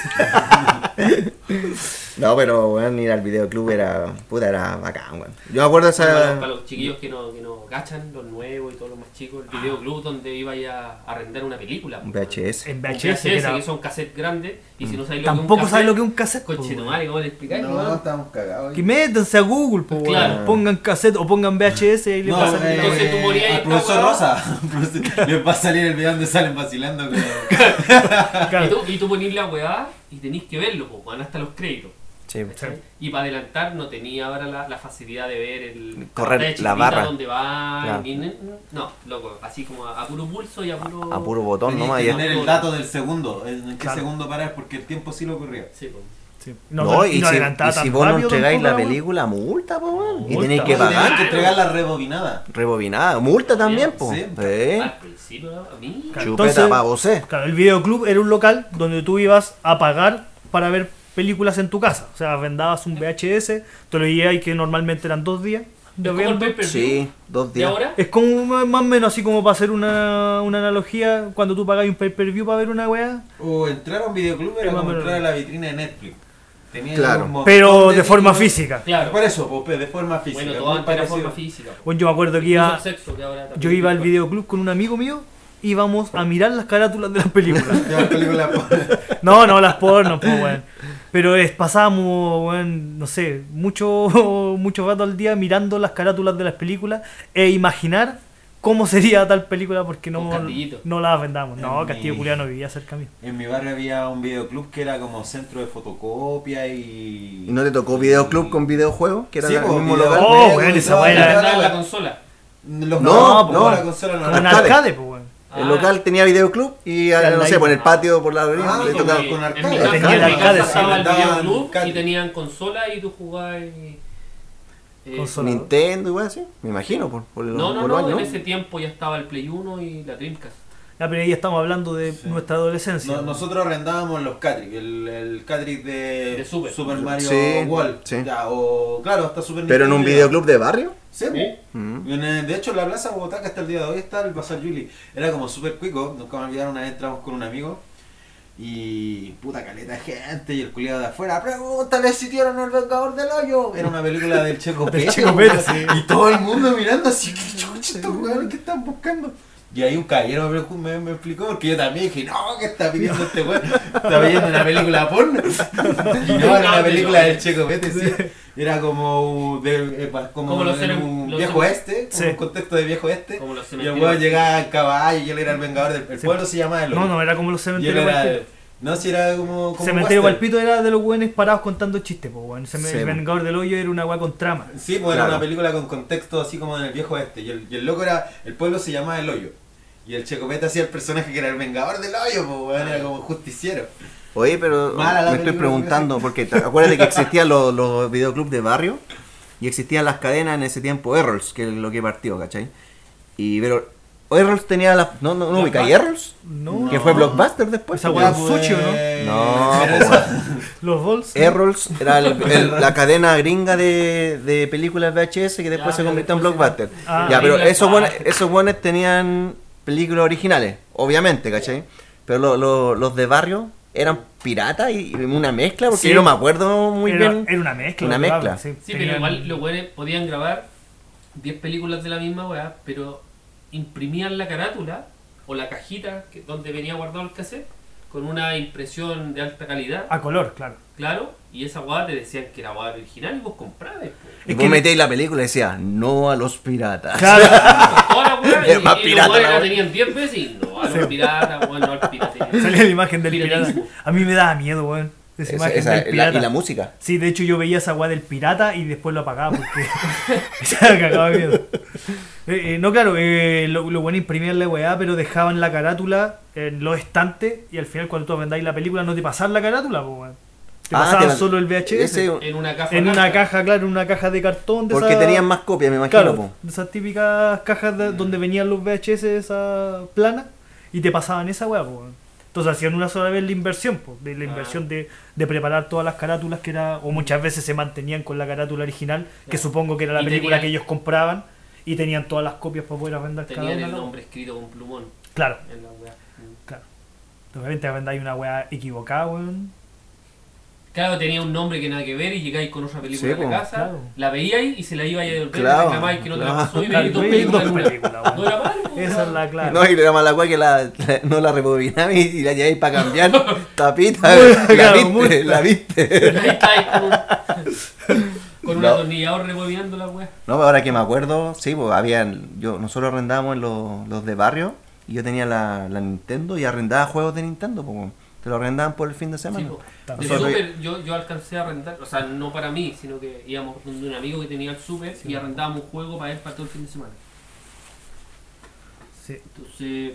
Speaker 6: No, pero weón, ir al videoclub era. Puta, era bacán, weón. Yo me acuerdo
Speaker 2: para,
Speaker 6: esa.
Speaker 2: los, para los chiquillos que no, que no gachan, los nuevos y todos los más chicos, el videoclub donde iba a a arrendar una película.
Speaker 6: Un VHS.
Speaker 4: En
Speaker 2: Un
Speaker 4: VHS, que era-
Speaker 2: que son cassettes grandes, y si no sabes lo
Speaker 4: Tampoco
Speaker 2: que
Speaker 4: sabes lo
Speaker 2: es
Speaker 4: que es un
Speaker 2: un
Speaker 4: cassette. po,
Speaker 2: Coche,
Speaker 4: weón.
Speaker 2: ¿cómo le explicáis?
Speaker 5: No, estábamos cagados.
Speaker 4: que métanse a Google, po, weón.
Speaker 2: Claro.
Speaker 4: pongan cassette o pongan VHS y ahí le
Speaker 5: No,
Speaker 4: pasan
Speaker 5: eh,
Speaker 4: la-
Speaker 2: Entonces tú morías y
Speaker 5: al profesor
Speaker 2: esta
Speaker 5: Rosa. profesor- Le va a salir el video donde salen vacilando con
Speaker 4: Claro.
Speaker 2: Y tú, y tú ponís la weá y tenéis que verlo, po, weón, hasta los créditos.
Speaker 6: Sí.
Speaker 2: ¿cachai? Y para adelantar no tenía ahora la, la facilidad de ver el
Speaker 6: Correr
Speaker 2: pantalla
Speaker 6: la
Speaker 2: chiquitita
Speaker 6: barra.
Speaker 2: donde va.
Speaker 6: Claro.
Speaker 2: y- no, loco, así como a, a puro pulso y a puro.
Speaker 6: A puro botón
Speaker 5: Tenías
Speaker 6: nomás.
Speaker 5: que
Speaker 6: y-
Speaker 5: poner el dato del segundo, en qué
Speaker 4: Claro.
Speaker 5: segundo parar, porque el tiempo sí lo corría.
Speaker 2: Sí, po.
Speaker 4: Sí.
Speaker 6: No,
Speaker 4: No, no,
Speaker 6: y,
Speaker 4: no
Speaker 6: si,
Speaker 4: adelantaba
Speaker 6: y si
Speaker 4: tan
Speaker 6: vos no
Speaker 4: rápido
Speaker 6: entregáis la
Speaker 4: tampoco, weón.
Speaker 6: película, multa, po, weón. Y
Speaker 4: Multa.
Speaker 6: tenéis que
Speaker 5: Y tenías
Speaker 6: pagar.
Speaker 5: que entregar la rebobinada.
Speaker 6: Rebobinada. Multa también, po.
Speaker 5: Sí.
Speaker 6: Sí.
Speaker 2: Al principio, a mí.
Speaker 4: Claro.
Speaker 6: Chupeta
Speaker 4: Ah, Entonces-
Speaker 6: pa' vos, eh.
Speaker 4: Claro, el videoclub era un local donde tú ibas a pagar para ver películas en tu casa. O sea, vendabas un VHS, te lo llevabas y que normalmente eran dos días. de
Speaker 2: Es como el
Speaker 4: venta.
Speaker 2: pay-per-view.
Speaker 6: Sí, dos
Speaker 2: ¿Y
Speaker 6: días.
Speaker 2: ahora?
Speaker 4: Es como más o menos así como para hacer una, una analogía, cuando tú pagáis un pay-per-view para ver una weá,
Speaker 5: O entrar a un videoclub
Speaker 4: Es
Speaker 5: era
Speaker 4: más o
Speaker 5: como
Speaker 4: menos
Speaker 5: entrar a
Speaker 4: lo
Speaker 5: la vitrina de Netflix. Tenías
Speaker 6: Claro.
Speaker 5: un montón
Speaker 4: pero de forma
Speaker 5: títulos.
Speaker 4: física.
Speaker 2: Claro.
Speaker 5: Por eso, Pope, de forma física.
Speaker 2: bueno,
Speaker 5: muy
Speaker 2: todo antes era
Speaker 5: parecido.
Speaker 2: forma física. po.
Speaker 4: Bueno, yo me acuerdo que
Speaker 2: Incluso
Speaker 4: iba,
Speaker 2: el sexo, que ahora también
Speaker 4: yo iba al
Speaker 2: es
Speaker 4: videoclub con un amigo mío, íbamos a mirar las carátulas de las películas.
Speaker 5: Ya, película por-
Speaker 4: No, no, las porno, pues, weón. Pero es, pasábamos, weón, no sé, mucho, mucho rato al día mirando las carátulas de las películas e imaginar cómo sería tal película porque no,
Speaker 2: Con Castillito.
Speaker 4: no las vendamos. No,
Speaker 5: En
Speaker 4: Castillo
Speaker 5: mi-
Speaker 4: Culiano vivía cerca mío.
Speaker 5: En mi barrio había un videoclub que era como centro de fotocopia y.
Speaker 6: ¿Y no te tocó videoclub con videojuegos? Que era
Speaker 5: Sí,
Speaker 6: el
Speaker 5: po,
Speaker 6: mismo
Speaker 5: videojuegos,
Speaker 6: local.
Speaker 4: Oh,
Speaker 5: videojuegos,
Speaker 4: weón, esa
Speaker 5: todo,
Speaker 4: weá era-
Speaker 2: verdad.
Speaker 5: la-
Speaker 2: Andaba en la
Speaker 5: la-
Speaker 2: consola.
Speaker 5: Los
Speaker 6: No,
Speaker 5: no,
Speaker 6: no.
Speaker 5: la consola no.
Speaker 4: Como un
Speaker 5: Ah,
Speaker 6: arcade.
Speaker 4: arcade, pues, weón.
Speaker 2: Ah.
Speaker 6: El local tenía videoclub y
Speaker 4: Claro,
Speaker 6: no
Speaker 4: ahí.
Speaker 6: sé, por el patio, por la avenida,
Speaker 5: Ah,
Speaker 6: le
Speaker 5: ok.
Speaker 6: tocaba.
Speaker 5: con
Speaker 2: en
Speaker 5: arcade.
Speaker 2: mi casa,
Speaker 6: Tenía
Speaker 2: en mi
Speaker 4: el
Speaker 2: casa
Speaker 4: arcade,
Speaker 2: estaba
Speaker 5: sí,
Speaker 2: el
Speaker 5: daban
Speaker 2: videoclub
Speaker 5: arcade.
Speaker 2: y tenían consola y tú jugabas. y, eh,
Speaker 4: Consola.
Speaker 6: Nintendo y weá, así. Me imagino, por, por,
Speaker 2: No, no,
Speaker 6: por
Speaker 2: no,
Speaker 6: los
Speaker 2: en
Speaker 6: años.
Speaker 2: ese tiempo ya estaba el Play 1 y la Dreamcast.
Speaker 4: Ya, pero ahí estamos hablando de nuestra adolescencia.
Speaker 5: No- nosotros arrendábamos los Catrick, el, el Catrick de,
Speaker 2: De Super.
Speaker 5: Mario
Speaker 6: Sí,
Speaker 5: World.
Speaker 6: sí.
Speaker 5: Ya, o, claro, hasta Super
Speaker 6: Pero en un
Speaker 5: Nintendo.
Speaker 6: videoclub de barrio. Mm.
Speaker 5: Sí, po. Y en, eh, De hecho, en la plaza de Bogotá, que hasta el día de hoy está el Bazar Juli. Era como súper cuico. Nunca me olvidaron, una vez entramos con un amigo. Y puta caleta de gente. Y el culiado de afuera, pregúntale si dieron el Vengador del Hoyo. Era una película del Checo Pérez.
Speaker 4: Checo Pérez,
Speaker 5: weón. Y todo el mundo mirando así, que chucha, estos weones que están buscando. Y ahí un caballero me, me- me explicó, porque yo también dije, no, ¿qué está pidiendo este weón? Está pidiendo una película porno. Y no, era una película del Checo Pérez, sí. Era como, de, eh, pa- como,
Speaker 2: Como los
Speaker 5: en
Speaker 2: cele-
Speaker 5: un
Speaker 2: los
Speaker 5: viejo
Speaker 2: cele-
Speaker 5: este, como
Speaker 4: Sí.
Speaker 5: un contexto de viejo este.
Speaker 2: Como los
Speaker 5: Y el
Speaker 2: cementerios.
Speaker 5: weón llegaba a caballo y él era el vengador del el pueblo, se llamaba el
Speaker 4: no,
Speaker 5: Hoyo.
Speaker 4: no, era como los
Speaker 5: Y él
Speaker 4: cementerios
Speaker 5: era el-
Speaker 4: Valpito.
Speaker 5: No, si era como. como
Speaker 4: Cementerio
Speaker 5: western.
Speaker 4: Palpito era de los weones parados contando chistes, pues, weón. Cem-
Speaker 6: Sí,
Speaker 4: El
Speaker 6: po.
Speaker 4: Vengador del Hoyo era una weá con trama.
Speaker 5: Sí, pues era
Speaker 6: Claro.
Speaker 5: una película con contexto así como en el viejo este. Y el, y el loco era. El pueblo se llamaba El Hoyo. Y el Checopete hacía el personaje que era el vengador del hoyo, pues weón,
Speaker 2: Ah,
Speaker 5: era como justiciero.
Speaker 6: Oye, pero
Speaker 5: Mala la
Speaker 6: me estoy
Speaker 5: película,
Speaker 6: preguntando, porque te- acuérdate que existían los, los videoclubs de barrio y existían las cadenas en ese tiempo, Errols, que es lo que partió, ¿cachai? Y pero. Errols tenía las. No, no, no
Speaker 2: Las
Speaker 6: ubica,
Speaker 2: más-
Speaker 6: ¿Errols?
Speaker 4: No,
Speaker 5: No,
Speaker 6: Que fue Blockbuster después.
Speaker 4: Esa
Speaker 6: po,
Speaker 4: weá
Speaker 6: weón.
Speaker 4: es sushi, ¿o no?
Speaker 6: No, pues, po,
Speaker 5: Pero pues, eh, esa-
Speaker 6: weón.
Speaker 4: Los Balls.
Speaker 6: Errols era el- el- la cadena gringa de, de películas VHS que después
Speaker 2: Ya,
Speaker 6: se convirtió en
Speaker 2: después
Speaker 6: Blockbuster.
Speaker 4: Ah.
Speaker 6: ya, pero
Speaker 2: Gringa,
Speaker 6: esos buenos,
Speaker 2: ah.
Speaker 6: esos buenos tenían películas originales, obviamente, ¿cachai? Pero lo- lo- los de barrio eran piratas y una mezcla, porque
Speaker 4: Sí.
Speaker 6: yo no me acuerdo muy
Speaker 4: era,
Speaker 6: bien.
Speaker 4: era una mezcla.
Speaker 6: Una
Speaker 4: claro,
Speaker 6: mezcla.
Speaker 2: Sí,
Speaker 4: tenían-
Speaker 2: pero igual los weones podían grabar 10 películas de la misma weá, pero imprimían la carátula o la cajita que, donde venía guardado el cassette con una impresión de alta calidad,
Speaker 4: A color, claro.
Speaker 2: claro, y esa weá te decían que era weá original y vos comprabas. po.
Speaker 6: Y
Speaker 4: Es
Speaker 6: vos
Speaker 4: que-
Speaker 6: metéis la película y decía, no a los piratas.
Speaker 4: Claro,
Speaker 2: Toda la weá, y,
Speaker 6: Es más
Speaker 2: y
Speaker 6: pirata
Speaker 2: los weones
Speaker 6: la
Speaker 2: la
Speaker 6: weá.
Speaker 2: tenían 10 veces y no, al pirata, weón, no al pirata.
Speaker 4: salía la imagen del pirata.
Speaker 2: Piratismo.
Speaker 4: A mí me daba miedo, weón. Esa,
Speaker 6: Esa-
Speaker 4: imagen
Speaker 6: esa-
Speaker 4: del
Speaker 6: la-
Speaker 4: pirata.
Speaker 6: y la música.
Speaker 4: Sí, de hecho yo veía esa weá del pirata y después lo apagaba porque se cagaba de miedo. Eh, eh, no, claro, eh, lo, lo bueno imprimir la weá, pero dejaban la carátula en los estantes y al final cuando tú vendáis la película no te pasaban la carátula, po, weón. Te
Speaker 6: Ah,
Speaker 4: pasaban
Speaker 6: te-
Speaker 4: solo el VHS.
Speaker 6: ese-
Speaker 2: En una caja.
Speaker 4: en una
Speaker 2: blanca.
Speaker 4: caja, claro, en una caja de cartón. De
Speaker 6: porque
Speaker 4: esa-
Speaker 6: tenían más copias, me imagino.
Speaker 4: Claro,
Speaker 6: po.
Speaker 4: de esas típicas cajas de- donde venían los VHS de esa plana y te pasaban esa weá, po, weón. Entonces hacían una sola vez la inversión, po, de la inversión de, de preparar todas las carátulas que era, o muchas veces se mantenían con la carátula original, que supongo que era la
Speaker 2: Y
Speaker 4: película
Speaker 2: tenían-
Speaker 4: que ellos compraban y tenían todas las copias para poder vender cada
Speaker 2: Tenían
Speaker 4: una.
Speaker 2: el
Speaker 4: ¿no?
Speaker 2: nombre escrito con plumón
Speaker 4: Claro,
Speaker 2: en la weá.
Speaker 4: claro. De repente vendáis una weá equivocada, weón.
Speaker 2: Claro, tenía un nombre que nada que ver y llegáis con otra película a
Speaker 6: Sí,
Speaker 2: la
Speaker 6: po.
Speaker 2: casa,
Speaker 4: Claro.
Speaker 2: la veíais y se la iba a devolver
Speaker 6: Claro,
Speaker 2: y reclamáis que no te la pasó y
Speaker 4: claro.
Speaker 2: veíais dos
Speaker 4: Veíais dos
Speaker 2: películas en una.
Speaker 4: películas, weón.
Speaker 2: No era malo, po,
Speaker 4: Esa es
Speaker 2: weón.
Speaker 4: la clave.
Speaker 6: No, y era mala guay que la, la- no la rebobinaba y, y la lleváis para cambiar tapita.
Speaker 4: Muy-
Speaker 6: la,
Speaker 4: claro,
Speaker 6: viste,
Speaker 4: muy-
Speaker 6: la viste.
Speaker 2: Ahí estáis con, con un
Speaker 6: No.
Speaker 2: atornillador rebobinando la weá.
Speaker 6: No, pero ahora que me acuerdo, sí, pues habían, yo, nosotros arrendábamos en los, los de barrio y yo tenía la, la Nintendo y arrendaba juegos de Nintendo, pues, weón. te lo arrendaban por el fin de
Speaker 2: Sí,
Speaker 6: semana.
Speaker 2: po. De
Speaker 6: Nosotros-
Speaker 2: súper, yo, yo alcancé a arrendar, o sea, no para mí, sino que íbamos donde un amigo que tenía el súper y arrendábamos un juego para él para todo el fin de semana.
Speaker 4: Sí.
Speaker 2: Entonces, pues,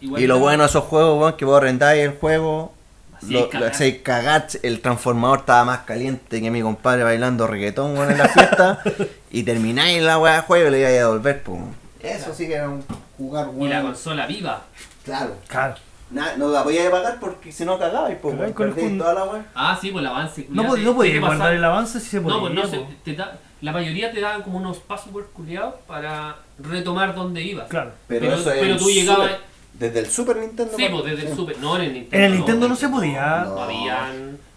Speaker 2: igual
Speaker 6: y lo
Speaker 2: era-
Speaker 6: bueno de esos juegos, weón, que vos arrendáis el juego,
Speaker 2: Así
Speaker 6: lo,
Speaker 2: cagar.
Speaker 6: lo hacéis cagar, el transformador estaba más caliente que mi compadre bailando reggaetón, weón, en la fiesta, y termináis la weá de juego y le ibais a devolver, pues. weón. Eso sí que era un
Speaker 5: Jugar,
Speaker 2: Y la
Speaker 5: weón.
Speaker 2: consola viva.
Speaker 6: Claro.
Speaker 4: Claro.
Speaker 6: Na- no la podía pagar porque si no cagabais, pues
Speaker 4: Cagáis
Speaker 6: weón,
Speaker 4: con el
Speaker 6: perdí
Speaker 4: jun-
Speaker 6: toda la weá.
Speaker 2: Ah, sí, pues el avance. culiao,
Speaker 4: No, pod-
Speaker 2: te-
Speaker 4: no
Speaker 2: te
Speaker 4: podías
Speaker 2: pasaba-
Speaker 4: guardar el avance si se podía.
Speaker 2: No, pues no, se-
Speaker 4: po.
Speaker 2: te da- la mayoría te daban como unos passwords culiados para retomar donde ibas.
Speaker 4: Claro.
Speaker 6: Pero,
Speaker 2: Pero-
Speaker 6: eso es
Speaker 2: pero
Speaker 6: el
Speaker 2: tú llegabas-
Speaker 6: Super- desde el Super Nintendo.
Speaker 2: Sí,
Speaker 6: pa-
Speaker 2: pues desde el
Speaker 6: sí.
Speaker 2: Super. No, en el Nintendo.
Speaker 4: En el Nintendo no se podía.
Speaker 2: No habían.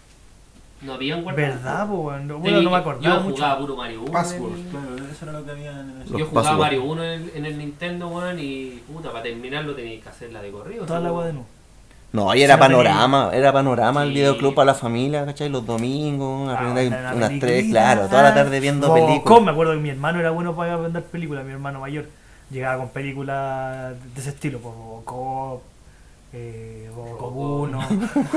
Speaker 2: No habían guardado.
Speaker 4: ¿Verdad, po, weón? No,
Speaker 2: Tenía-
Speaker 4: Bueno, no
Speaker 2: Yo
Speaker 4: me acordaba mucho.
Speaker 2: jugaba puro Mario 1.
Speaker 5: Password.
Speaker 2: en el-
Speaker 5: Claro, eso era lo que había en el...
Speaker 6: Los
Speaker 2: yo jugaba
Speaker 6: password.
Speaker 2: Mario 1 en el, en el Nintendo, weón, y puta, para terminarlo tenías que hacer la de corrido.
Speaker 4: Toda
Speaker 2: así como-
Speaker 4: la agua de nuevo.
Speaker 6: No, ahí era
Speaker 4: Sí, la
Speaker 6: panorama, era panorama el
Speaker 2: Sí.
Speaker 6: videoclub para la familia, ¿cachai? Los domingos, aprendáis
Speaker 4: Ah, era
Speaker 2: Ah,
Speaker 4: una
Speaker 6: unas tres,
Speaker 4: peliculita.
Speaker 6: claro, toda la tarde viendo
Speaker 4: Bocón,
Speaker 6: películas.
Speaker 4: Me acuerdo que mi hermano era bueno para vender películas, mi hermano mayor. Llegaba con películas de ese estilo, pues Bocó, eh, Bocó 1,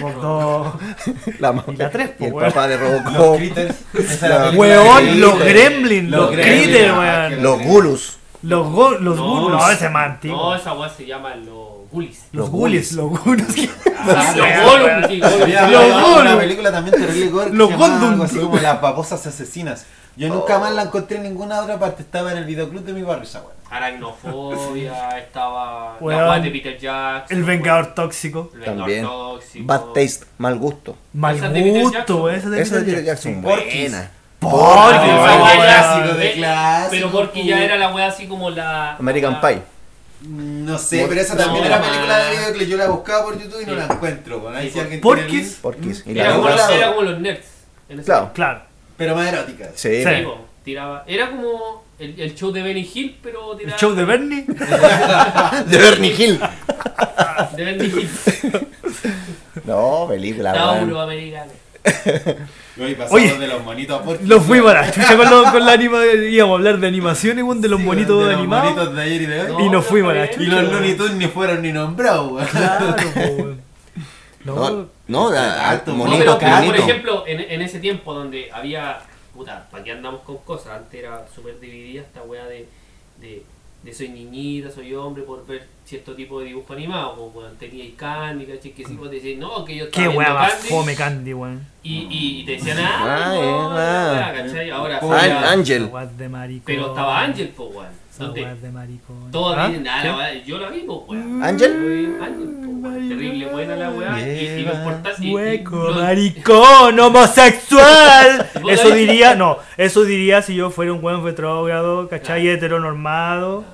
Speaker 4: Bocó 2.
Speaker 6: La ma-
Speaker 4: Y la tres,
Speaker 6: y
Speaker 4: po,
Speaker 6: el
Speaker 4: weón.
Speaker 6: papá de
Speaker 5: Los
Speaker 6: Robocop,
Speaker 5: critters. esa era la película de
Speaker 4: Weón, los
Speaker 5: critters.
Speaker 4: Gremlins, los
Speaker 5: Gremlins,
Speaker 4: Critters,
Speaker 5: ah,
Speaker 4: weón.
Speaker 5: que
Speaker 6: los Gulus,
Speaker 4: Los go- los
Speaker 2: No,
Speaker 4: Ghouls, no, ese es más antiguo.
Speaker 2: No, esa weá se llama los Gullis.
Speaker 4: los
Speaker 6: los
Speaker 4: Ghouls, los Ghouls.
Speaker 2: Ah,
Speaker 4: weá, weá.
Speaker 2: Los Gullis, sí,
Speaker 5: Había
Speaker 2: Gullis.
Speaker 4: Los
Speaker 5: una- una
Speaker 4: Gundam.
Speaker 5: película también terrible gore que
Speaker 4: Los
Speaker 5: se llamaba
Speaker 4: Gundam.
Speaker 5: algo así como las babosas asesinas. Yo nunca más la encontré en ninguna otra parte, estaba en el videoclub de mi barrio esa weón.
Speaker 2: Aracnofobia, estaba.
Speaker 4: Weón.
Speaker 2: la weá de Peter Jackson.
Speaker 4: El Vengador Tóxico.
Speaker 2: El Vengador
Speaker 6: también.
Speaker 2: Tóxico.
Speaker 6: Bad Taste, mal gusto.
Speaker 4: Mal
Speaker 2: Esa es de Peter
Speaker 4: gusto,
Speaker 2: Jackson.
Speaker 4: weón, ese
Speaker 6: Eso de
Speaker 4: es de
Speaker 6: Peter
Speaker 4: Jackson.
Speaker 6: Jackson, buena.
Speaker 4: Porque
Speaker 5: Porque
Speaker 4: esa
Speaker 5: esa
Speaker 4: weá-
Speaker 5: clásico de
Speaker 2: eh,
Speaker 5: clásico.
Speaker 2: Pero porque ya era la weá así como la.
Speaker 6: American
Speaker 2: la-
Speaker 6: Pie.
Speaker 5: No sé, pero esa también
Speaker 2: No,
Speaker 5: era
Speaker 2: ma.
Speaker 5: película de videoclip. Yo la buscaba por YouTube y no
Speaker 2: Sí.
Speaker 5: la encuentro. weón. Ahí si alguien tiene el
Speaker 4: Porquis.
Speaker 5: link.
Speaker 6: Porquis. Y
Speaker 2: Era
Speaker 6: la
Speaker 2: como,
Speaker 5: otra-
Speaker 2: era como los nerds. En ese
Speaker 6: Claro.
Speaker 4: Claro.
Speaker 5: Pero más erótica.
Speaker 6: Sí,
Speaker 4: Sí.
Speaker 2: tiempo. Tiraba. Era como el, el show de Benny Hill, pero
Speaker 4: El
Speaker 2: tiraba.
Speaker 4: show de Bernie.
Speaker 6: de Bernie Hill.
Speaker 2: de Benny Hill.
Speaker 6: No, película, weón.
Speaker 2: Afroamericano.
Speaker 5: Oye, pasamos
Speaker 4: Oye.
Speaker 5: de los monitos a Porky.
Speaker 4: Los fuimos a la chucha con, lo- con la anima. Íbamos a hablar de animaciones, weón, de los
Speaker 5: Sí, weón,
Speaker 4: bonitos
Speaker 5: de los
Speaker 4: animados.
Speaker 5: monitos de ayer y de hoy.
Speaker 4: Y nos fuimos a la
Speaker 5: Y los Looney Tunes ni fueron ni nombrados, weón.
Speaker 4: Claro, po, weón.
Speaker 6: No,
Speaker 4: No,
Speaker 6: no, da-
Speaker 5: Alto,
Speaker 2: No,
Speaker 6: monito,
Speaker 2: pero, pero, por
Speaker 6: monito.
Speaker 2: ejemplo, en, en ese tiempo donde había. Puta, ¿para qué andamos con cosas? Antes era súper dividida esta weá de, de de soy niñita, soy hombre, por ver cierto tipo de dibujo animado, como cuando teníais Candy, ¿cachai? Que sí, vos decís, no, que yo estaba
Speaker 4: Qué
Speaker 2: viendo
Speaker 4: weá más
Speaker 2: Candy,
Speaker 4: fome Candy, weón.
Speaker 2: y, y, y te decían,
Speaker 6: Ah,
Speaker 2: ah, no,
Speaker 6: eh,
Speaker 2: la
Speaker 6: ah.
Speaker 2: weá, ¿cachai? Ahora,
Speaker 6: Ah,
Speaker 2: ahora-
Speaker 6: Ángel.
Speaker 4: Weas de maricón.
Speaker 2: pero estaba Ángel, po, weón.
Speaker 4: Esas
Speaker 2: Donde
Speaker 4: weas de maricón.
Speaker 2: Todos
Speaker 4: ¿Ah?
Speaker 2: dicen, ah, la weá, yo la vi, po, weón.
Speaker 6: ¿Ángel?
Speaker 2: Fue Ángel, po, weón. Terrible buena la weá. Y, y lo importante. y- y-
Speaker 4: Hueco,
Speaker 2: lo-
Speaker 4: maricón, homosexual.
Speaker 2: ¿Y vos
Speaker 4: Eso
Speaker 2: la viste?
Speaker 4: diría, no, eso diría si yo fuera un buen retrógrado, ¿cachai? Heteronormado.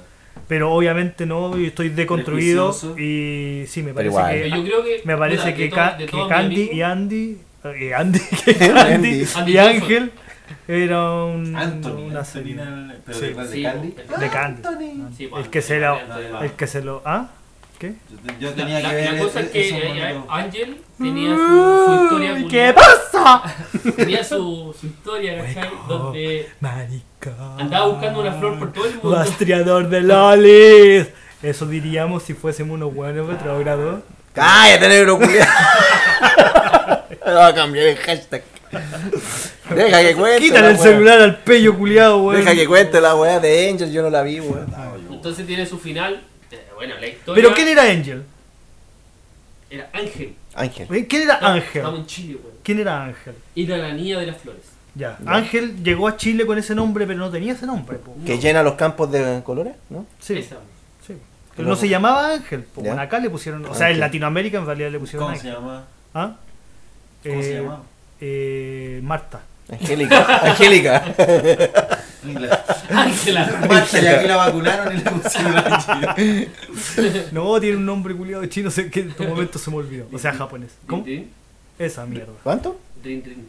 Speaker 4: Pero obviamente no, yo estoy deconstruido.
Speaker 5: Prejuicioso.
Speaker 4: Y sí, me
Speaker 6: Pero
Speaker 4: parece
Speaker 6: igual.
Speaker 4: que.
Speaker 2: Eh, Yo creo que.
Speaker 4: Me parece
Speaker 2: puta,
Speaker 4: que,
Speaker 2: de
Speaker 4: Ca-
Speaker 2: todo- de
Speaker 4: que
Speaker 2: todos mis
Speaker 4: Candy
Speaker 2: amigos-
Speaker 4: y Andy, eh, Andy, que Candy
Speaker 2: Andy
Speaker 4: y
Speaker 2: Johnson.
Speaker 4: Ángel era un,
Speaker 5: Anthony.
Speaker 4: una
Speaker 5: Anthony,
Speaker 4: serie.
Speaker 5: no, no, pero
Speaker 4: Sí.
Speaker 5: después
Speaker 2: Sí,
Speaker 5: de Candy.
Speaker 2: po,
Speaker 4: de Candy.
Speaker 2: Sí, po,
Speaker 4: El que se la-
Speaker 2: Anthony,
Speaker 5: el
Speaker 2: va.
Speaker 4: El que se lo. ¿Ah? ¿Qué?
Speaker 5: Yo, te- yo
Speaker 2: La,
Speaker 5: tenía
Speaker 2: la-
Speaker 5: que ver
Speaker 2: la cosa es
Speaker 5: ese-
Speaker 2: que
Speaker 5: esos
Speaker 2: eh, eh,
Speaker 5: momentos.
Speaker 2: Ángel tenía su, su historia
Speaker 4: Uy,
Speaker 2: culiada,
Speaker 4: Mm, ¿Qué pasa?
Speaker 2: tenía su, su historia, ¿cachai?
Speaker 4: Hueco.
Speaker 2: Donde
Speaker 4: Maricón.
Speaker 2: andaba buscando una flor por todo el mundo.
Speaker 4: Rastreador de lolis. Eso diríamos si fuésemos unos buenos retrógrados.
Speaker 6: ¡Cállate, negro culiao! Voy a cambiar el hashtag. Deja que cuente.
Speaker 4: Quítale
Speaker 6: la
Speaker 4: el
Speaker 6: weá.
Speaker 4: celular al pello culiado, weón.
Speaker 6: Deja que cuente la weá de Angel, yo no la vi, weón.
Speaker 5: Ah,
Speaker 2: Entonces tiene su final. eh, Bueno, la historia
Speaker 4: Pero ¿quién era Angel? ¿Eh?
Speaker 2: era Ángel.
Speaker 6: Ángel.
Speaker 4: ¿Quién era
Speaker 2: Estamos
Speaker 4: Ángel?
Speaker 2: en Chile, weón.
Speaker 4: ¿Quién era Ángel?
Speaker 2: Era la niña de las flores.
Speaker 4: Ya. Ángel llegó a Chile con ese nombre, pero no tenía ese nombre. po.
Speaker 6: Que llena los campos de colores, ¿no?
Speaker 4: Sí.
Speaker 2: Esa.
Speaker 4: Sí. Pero no se llamaba Ángel, po.
Speaker 6: ¿Ya?
Speaker 4: Bueno, acá le pusieron, o sea, en
Speaker 6: Ángel.
Speaker 4: Latinoamérica en realidad le pusieron
Speaker 5: ¿Cómo se
Speaker 4: Ángel.
Speaker 5: llama?
Speaker 4: ¿Ah?
Speaker 5: ¿Cómo se
Speaker 4: Eh,
Speaker 5: llama?
Speaker 4: eh, Marta.
Speaker 6: Angélica. Angélica.
Speaker 2: Ángela.
Speaker 5: Marta, y aquí la vacunaron y la pusieron a
Speaker 4: No, tiene un nombre culiado chino, sé que en estos momentos se me olvidó. O sea, japonés. ¿Cómo?
Speaker 2: Rin,
Speaker 4: Esa mierda.
Speaker 6: ¿Cuánto?
Speaker 2: rin, rin.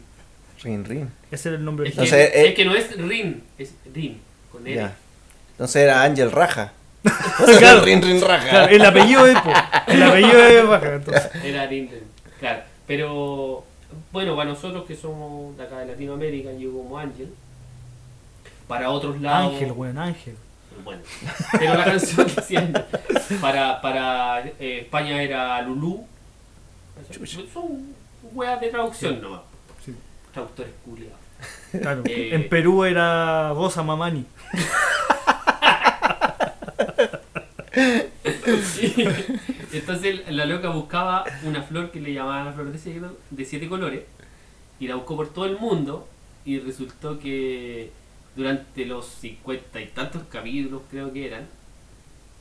Speaker 6: Rin, rin.
Speaker 4: Ese era el nombre
Speaker 2: Es
Speaker 4: del
Speaker 2: que,
Speaker 6: No sé, eh.
Speaker 2: es que no es Rin, es Rin. Con R.
Speaker 6: Ya. Entonces era Ángel Raja.
Speaker 4: Claro.
Speaker 6: Rin, rin, raja.
Speaker 4: Claro, el apellido es po. El apellido es baja, entonces.
Speaker 2: Era Rin, rin. Claro. Pero bueno, para nosotros que somos de acá de Latinoamérica, yo como Ángel. Para otros lados.
Speaker 4: Ángel, weón, Ángel.
Speaker 2: Bueno, pero la canción diciendo para, para eh, España era Lulú. Son weas de traducción nomás.
Speaker 4: Sí.
Speaker 2: Traductores culiados.
Speaker 4: Claro.
Speaker 2: Eh.
Speaker 4: En Perú era Rosa Mamani.
Speaker 2: Entonces la loca buscaba una flor que le llamaban la flor de siete, de siete colores y la buscó por todo el mundo y resultó que durante los cincuenta y tantos capítulos creo que eran,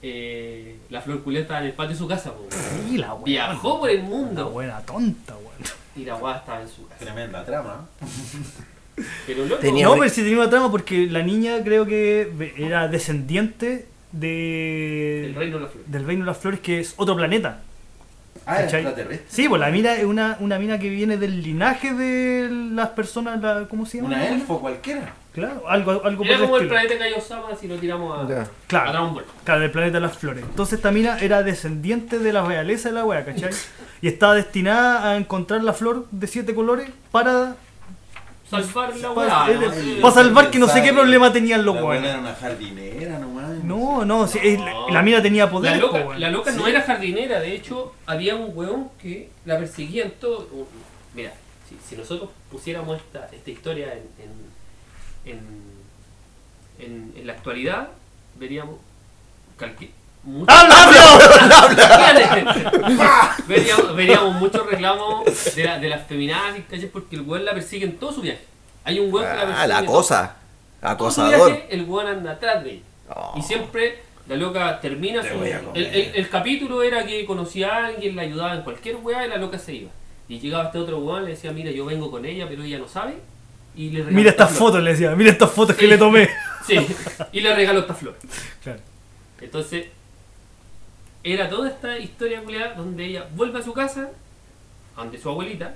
Speaker 2: eh, la flor culiada estaba en el patio de su casa. po.
Speaker 4: Sí, la weón.
Speaker 2: Viajó por el
Speaker 4: Una
Speaker 2: mundo
Speaker 4: buena tonta, weón.
Speaker 2: y la weá estaba en su casa.
Speaker 5: Tremenda trama.
Speaker 2: Pero loco,
Speaker 6: Tenía-
Speaker 4: No,
Speaker 6: Ahora-
Speaker 4: pero sí tenía una trama porque la niña creo que era descendiente de...
Speaker 2: el reino de la flor.
Speaker 4: del Reino de las Flores, que es otro planeta.
Speaker 5: Ah, era
Speaker 4: ¿Cachai?
Speaker 5: extraterrestre.
Speaker 4: Sí, pues la mina es una, una mina que viene del linaje de las personas, la- ¿cómo se llama?
Speaker 5: Una elfo cualquiera.
Speaker 4: Claro, algo, algo por
Speaker 2: Era
Speaker 4: el
Speaker 2: como el
Speaker 4: estilo.
Speaker 2: planeta Kaiosama si lo tiramos a,
Speaker 6: Ya.
Speaker 2: a
Speaker 4: Claro,
Speaker 2: Dragon Ball.
Speaker 4: claro, el planeta de las flores. Entonces esta mina era descendiente de la realeza de la wea, ¿cachai? Y estaba destinada a encontrar la flor de siete colores para,
Speaker 2: Salvar la
Speaker 4: para,
Speaker 2: weá.
Speaker 4: eh,
Speaker 2: ¿no? Sí.
Speaker 4: para salvar que no sé
Speaker 5: Pensaba
Speaker 4: qué
Speaker 5: que
Speaker 4: problema tenían los
Speaker 5: la buena
Speaker 4: weones.
Speaker 5: era una jardinera nomás.
Speaker 4: No, no, sí, es- la mina tenía
Speaker 2: La
Speaker 4: poder.
Speaker 2: loca, la loca no era jardinera, de hecho, había un weón que la perseguía en todo. un- Mira, si, si nosotros pusiéramos esta, esta historia en, en, en, en- en la actualidad, veríamos. calque- mucho-
Speaker 4: ¡Habla,
Speaker 2: veríamos, veríamos muchos reclamos de, la- de las feminazis, ¿cachai? Porque el weón la persigue en todo su viaje. Hay un weón que la persigue.
Speaker 6: Ah, la
Speaker 2: en todo-
Speaker 6: cosa.
Speaker 2: todo su
Speaker 6: Acosador.
Speaker 2: viaje, el weón anda atrás de ella.
Speaker 6: Oh.
Speaker 2: Y siempre la loca termina
Speaker 5: Te
Speaker 2: su-
Speaker 5: voy a
Speaker 2: el,
Speaker 5: comer.
Speaker 2: el- el capítulo era que conocía a alguien, la ayudaba en cualquier weá y la loca se iba. Y llegaba este otro weón y le decía, mira, yo vengo con ella, pero ella no sabe. Y le regaló
Speaker 4: Mira estas
Speaker 2: flor.
Speaker 4: fotos, le decía, mira estas fotos que
Speaker 2: Sí.
Speaker 4: le tomé.
Speaker 2: Sí, y le regaló esta flor.
Speaker 4: Claro.
Speaker 2: Entonces, era toda esta historia culiada donde ella vuelve a su casa, ante su abuelita.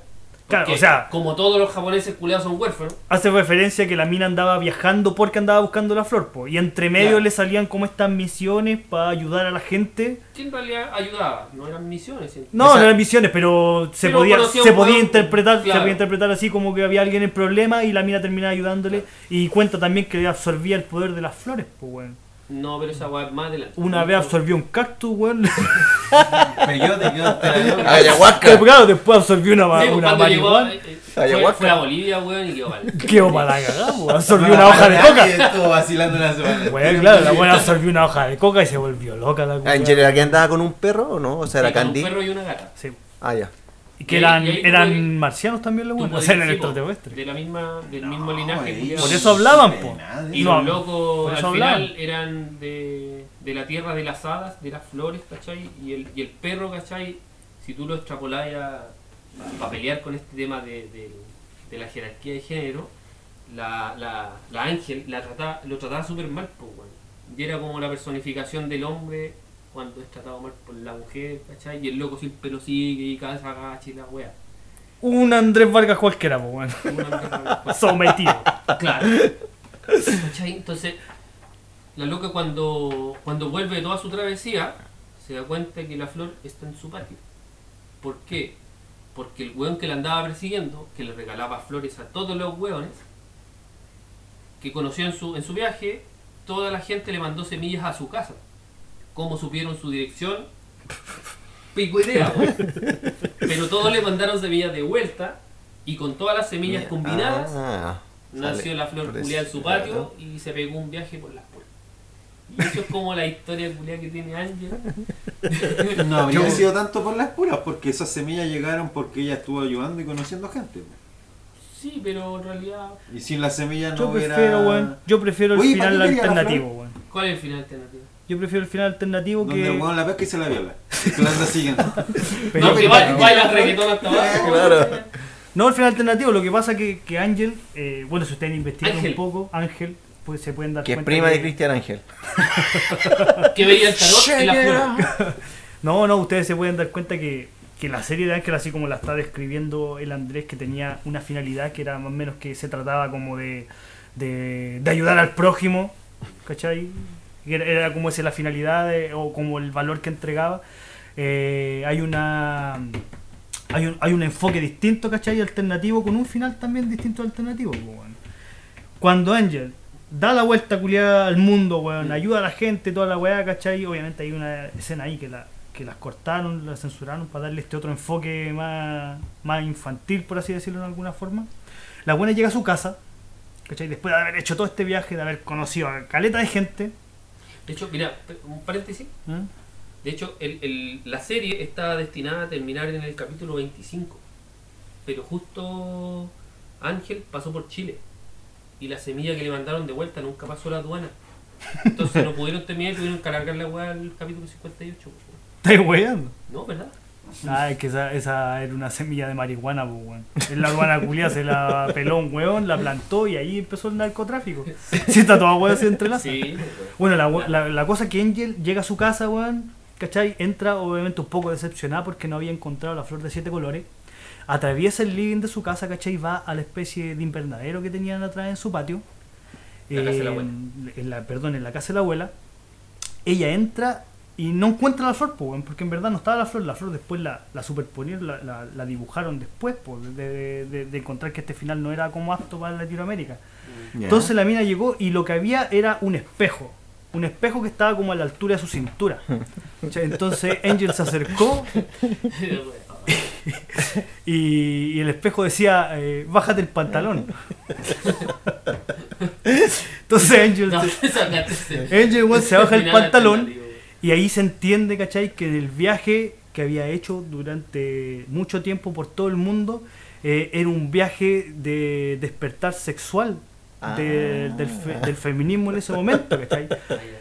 Speaker 4: Claro,
Speaker 2: porque
Speaker 4: o sea-
Speaker 2: Como todos los japoneses culiados son huérfanos.
Speaker 4: hace referencia a que la mina andaba viajando porque andaba buscando la flor, po. y entre medio
Speaker 2: Claro.
Speaker 4: le salían como estas misiones para ayudar a la gente.
Speaker 2: Que en realidad ayudaba, no eran misiones. en-
Speaker 4: No, no eran misiones, pero se
Speaker 2: Pero
Speaker 4: podía,
Speaker 2: conocía
Speaker 4: se
Speaker 2: un
Speaker 4: podía
Speaker 2: weón,
Speaker 4: interpretar, se
Speaker 2: claro.
Speaker 4: podía interpretar así como que había alguien en problema y la mina terminaba ayudándole. Y cuenta también que absorbía el poder de las flores, pues bueno.
Speaker 2: No, pero esa weá es más adelante.
Speaker 4: Una vez absorbió un cactus, weón.
Speaker 5: Peyote, que no
Speaker 6: Ayahuasca.
Speaker 4: Claro, después absorbió una,
Speaker 2: Sí,
Speaker 4: ma-
Speaker 2: pues,
Speaker 4: una
Speaker 2: cuando llegó,
Speaker 4: marihuana.
Speaker 2: eh, eh, fue,
Speaker 6: Ayahuasca.
Speaker 2: fue a Bolivia, weón, y quedó mal.
Speaker 4: Quedó para la cagada, weón. Absorbió una hoja de coca.
Speaker 5: Estuvo vacilando una semana.
Speaker 4: Weón, claro, la weón absorbió una hoja de coca y se volvió loca la weá.
Speaker 6: Angela, ¿que andaba con un perro o no? O sea, era
Speaker 2: Y con
Speaker 6: Candy.
Speaker 2: Un perro y una gata.
Speaker 4: Sí.
Speaker 6: Ah, ya.
Speaker 4: Y que
Speaker 2: Y ahí-
Speaker 4: eran,
Speaker 2: y ahí tú podías-
Speaker 4: eran marcianos también los
Speaker 2: Tú
Speaker 4: weón. O
Speaker 2: podías-
Speaker 4: sea, eran
Speaker 2: sí, po,
Speaker 4: extraterrestres.
Speaker 2: De la misma, del mismo
Speaker 5: No,
Speaker 2: linaje.
Speaker 5: eh,
Speaker 2: culiao.
Speaker 4: Por eso hablaban,
Speaker 5: sí,
Speaker 4: po.
Speaker 5: nada,
Speaker 2: Y
Speaker 4: no,
Speaker 2: los locos
Speaker 4: por eso
Speaker 2: al
Speaker 4: hablaban.
Speaker 2: final eran de, de la tierra de las hadas, de las flores, ¿cachai? Y el, y el perro, ¿cachai? Si tú lo extrapolás a, para pelear con este tema de, de- de la jerarquía de género, la, la, la ángel la trataba, lo trataba súper mal, po, weón. Y era como la personificación del hombre cuando es tratado mal por la mujer, ¿cachai? Y el loco siempre lo sigue y caza gacha y la wea.
Speaker 4: Un Andrés Vargas cualquiera, po, weón.
Speaker 2: Una-
Speaker 4: Sometido.
Speaker 2: Claro. ¿Cachai? Entonces, la loca cuando, cuando vuelve de toda su travesía, se da cuenta que la flor está en su patio. ¿Por qué? Porque el weón que la andaba persiguiendo, que le regalaba flores a todos los weones, que conoció en su, en su viaje, toda la gente le mandó semillas a su casa. ¿Cómo supieron su dirección? Pico idea, weón. Pero todos le mandaron semillas de vuelta y con todas las semillas combinadas
Speaker 6: Ah,
Speaker 2: Nació
Speaker 6: Sale.
Speaker 2: la flor
Speaker 6: Parece-
Speaker 2: culiá en su patio
Speaker 6: claro.
Speaker 2: y se pegó un viaje por las puertas. Y eso es como la historia culiá que tiene Ángel.
Speaker 5: No habría sido tanto por las puras, porque esas semillas llegaron porque ella estuvo ayudando y conociendo gente. po.
Speaker 2: Sí, pero en realidad,
Speaker 5: Y sin las semillas no
Speaker 4: Yo
Speaker 5: hubiera.
Speaker 4: prefiero, weón. Yo prefiero el
Speaker 5: Oye,
Speaker 4: final
Speaker 5: ¿para qué quería la
Speaker 4: alternativo, weón.
Speaker 2: ¿cuál es el final alternativo?
Speaker 4: Yo prefiero el final alternativo
Speaker 5: Donde el
Speaker 4: que.
Speaker 5: weón la pesca y se la viola. Que la anda siguiendo.
Speaker 4: Pero-
Speaker 2: no, que baila, baila reggaetón hasta abajo.
Speaker 6: Claro.
Speaker 4: No, el final alternativo, lo que pasa es que, que Ángel, eh, bueno, si ustedes investigan un
Speaker 2: Ángel.
Speaker 4: poco, Ángel, pues se pueden dar
Speaker 6: Que es
Speaker 4: cuenta.
Speaker 6: prima
Speaker 4: que-
Speaker 6: de Cristian Ángel.
Speaker 2: Que veía el tarot y la flor.
Speaker 4: No, no, ustedes se pueden dar cuenta que, que la serie de Ángel, así como la está describiendo el Andrés, que tenía una finalidad que era más o menos que se trataba como de, de, de ayudar al prójimo, ¿cachai? Que Era, era como esa la finalidad de- o como el valor que entregaba. Eh, hay una... Hay un, hay un enfoque distinto, ¿cachai? Alternativo, con un final también distinto alternativo. pues, po, weón. Cuando Ángel da la vuelta culiada al mundo, weón, ayuda a la gente, toda la weá, ¿cachai? Obviamente hay una escena ahí que, la, que las cortaron, las censuraron para darle este otro enfoque más, más infantil, por así decirlo de alguna forma. La buena llega a su casa, ¿cachai? Después de haber hecho todo este viaje, de haber conocido a caleta de gente.
Speaker 2: De hecho, mira, un paréntesis.
Speaker 4: ¿eh?
Speaker 2: De hecho, el, el- la serie está destinada a terminar en el capítulo 25. Pero justo Ángel pasó por Chile. Y la semilla que le mandaron de vuelta nunca pasó la aduana. Entonces no pudieron terminar y tuvieron que alargar la weá al capítulo 58. pues.
Speaker 4: ¿Estáis weando?
Speaker 2: No, ¿verdad?
Speaker 4: Ah, es que esa, esa era una semilla de marihuana, pues, weón. Es la aduana culia se la peló un weón, la plantó y ahí empezó el narcotráfico. Sí, está toda weón se entrelaza.
Speaker 2: Sí.
Speaker 4: Bueno, la, we- la- la cosa es que Angel llega a su casa, weón, ¿cachai? Entra obviamente un poco decepcionada porque no había encontrado la flor de siete colores. Atraviesa el living de su casa, ¿cachai? Va a la especie de invernadero que tenían atrás en su patio.
Speaker 2: La casa de la
Speaker 4: Eh,
Speaker 2: abuela.
Speaker 4: en- en la- perdón, en la casa de la abuela. Ella entra y no encuentra la flor, po, weón, porque en verdad no estaba la flor. La flor después la, la superponieron, la, la- la dibujaron después, po, de, de- de encontrar que este final no era como apto para Latinoamérica. Entonces la mina llegó y lo que había era un espejo. Un espejo que estaba como a la altura de su cintura. ¿Cachai? Entonces Angel se acercó y, y el espejo decía, eh, bájate el pantalón. Entonces Angel,
Speaker 2: No,
Speaker 4: se-
Speaker 2: sacaste ese.
Speaker 4: Angel weón, se baja el
Speaker 2: Final
Speaker 4: pantalón
Speaker 2: alternativo.
Speaker 4: y ahí se entiende, ¿cachai? Que en el viaje que había hecho durante mucho tiempo por todo el mundo eh, era un viaje de despertar sexual. de-
Speaker 6: Ah.
Speaker 4: del, fe- del feminismo en ese momento, ¿cachai?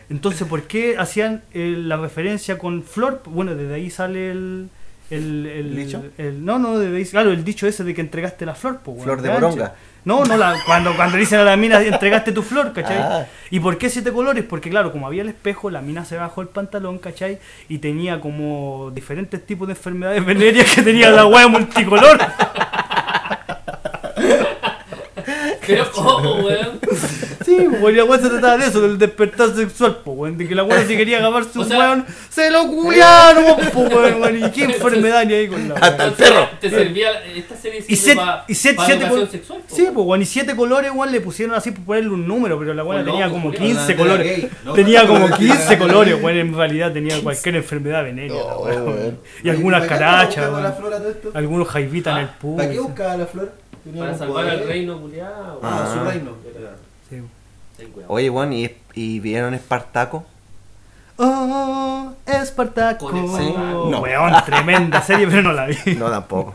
Speaker 4: Entonces, ¿por qué hacían eh, la referencia con Flor? Bueno, desde ahí sale el. el, el-
Speaker 6: ¿Dicho?
Speaker 4: el- no, no, desde ahí- claro, el dicho ese de que entregaste la flor, po, weón,
Speaker 6: Flor de
Speaker 4: gancho.
Speaker 6: moronga.
Speaker 4: No, no, la, cuando, cuando dicen a la mina, entregaste tu flor, ¿cachai?
Speaker 6: Ah.
Speaker 4: ¿Y por qué siete colores? Porque claro, como había el espejo, la mina se bajó el pantalón, ¿cachai? Y tenía como diferentes tipos de enfermedades venéreas que tenía la hueá multicolor.
Speaker 2: Pero ojo, weón.
Speaker 4: Sí, Sí, pues la weá se trataba de eso, del despertar sexual, pues weón. De que la weá si quería acabarse
Speaker 2: O
Speaker 4: un
Speaker 2: sea-
Speaker 4: weón, se lo culiaron, pues weón, weón. Y qué enfermedad ni ahí con la weá.
Speaker 6: Hasta el
Speaker 2: Entonces,
Speaker 6: perro.
Speaker 2: Te servía, esta serie sirve
Speaker 4: Y set-
Speaker 2: pa-
Speaker 4: y set-
Speaker 2: pa
Speaker 4: siete
Speaker 2: educación
Speaker 4: col-
Speaker 2: sexual. po,
Speaker 4: Sí,
Speaker 2: weón.
Speaker 4: pues weón. Y siete colores, weón, le pusieron así por ponerle un número, pero la weá
Speaker 2: Pues no,
Speaker 4: tenía
Speaker 2: pues,
Speaker 4: como
Speaker 2: culiao.
Speaker 4: 15
Speaker 5: Era
Speaker 4: colores.
Speaker 5: gay, ¿no?
Speaker 4: Tenía como 15 colores, weón. En realidad tenía cualquier enfermedad venérea, la weá, weón. Y algunas carachas,
Speaker 5: ¿Para qué andaba buscando la
Speaker 4: weón.
Speaker 5: flor a todo esto?
Speaker 4: Algunos jaivitas en el
Speaker 5: ¿Para qué
Speaker 4: público.
Speaker 5: buscaba la flor? Tenía
Speaker 2: Para
Speaker 5: un
Speaker 2: salvar
Speaker 5: poder.
Speaker 2: al reino culiado.
Speaker 5: Ah,
Speaker 6: Ah.
Speaker 5: su reino.
Speaker 4: Sí.
Speaker 6: Oye, weón, ¿y, y vieron Espartaco?
Speaker 4: Oh, Espartaco.
Speaker 2: Con el-
Speaker 6: Sí. No.
Speaker 4: Weón, tremenda serie, pero no la vi.
Speaker 6: No, tampoco.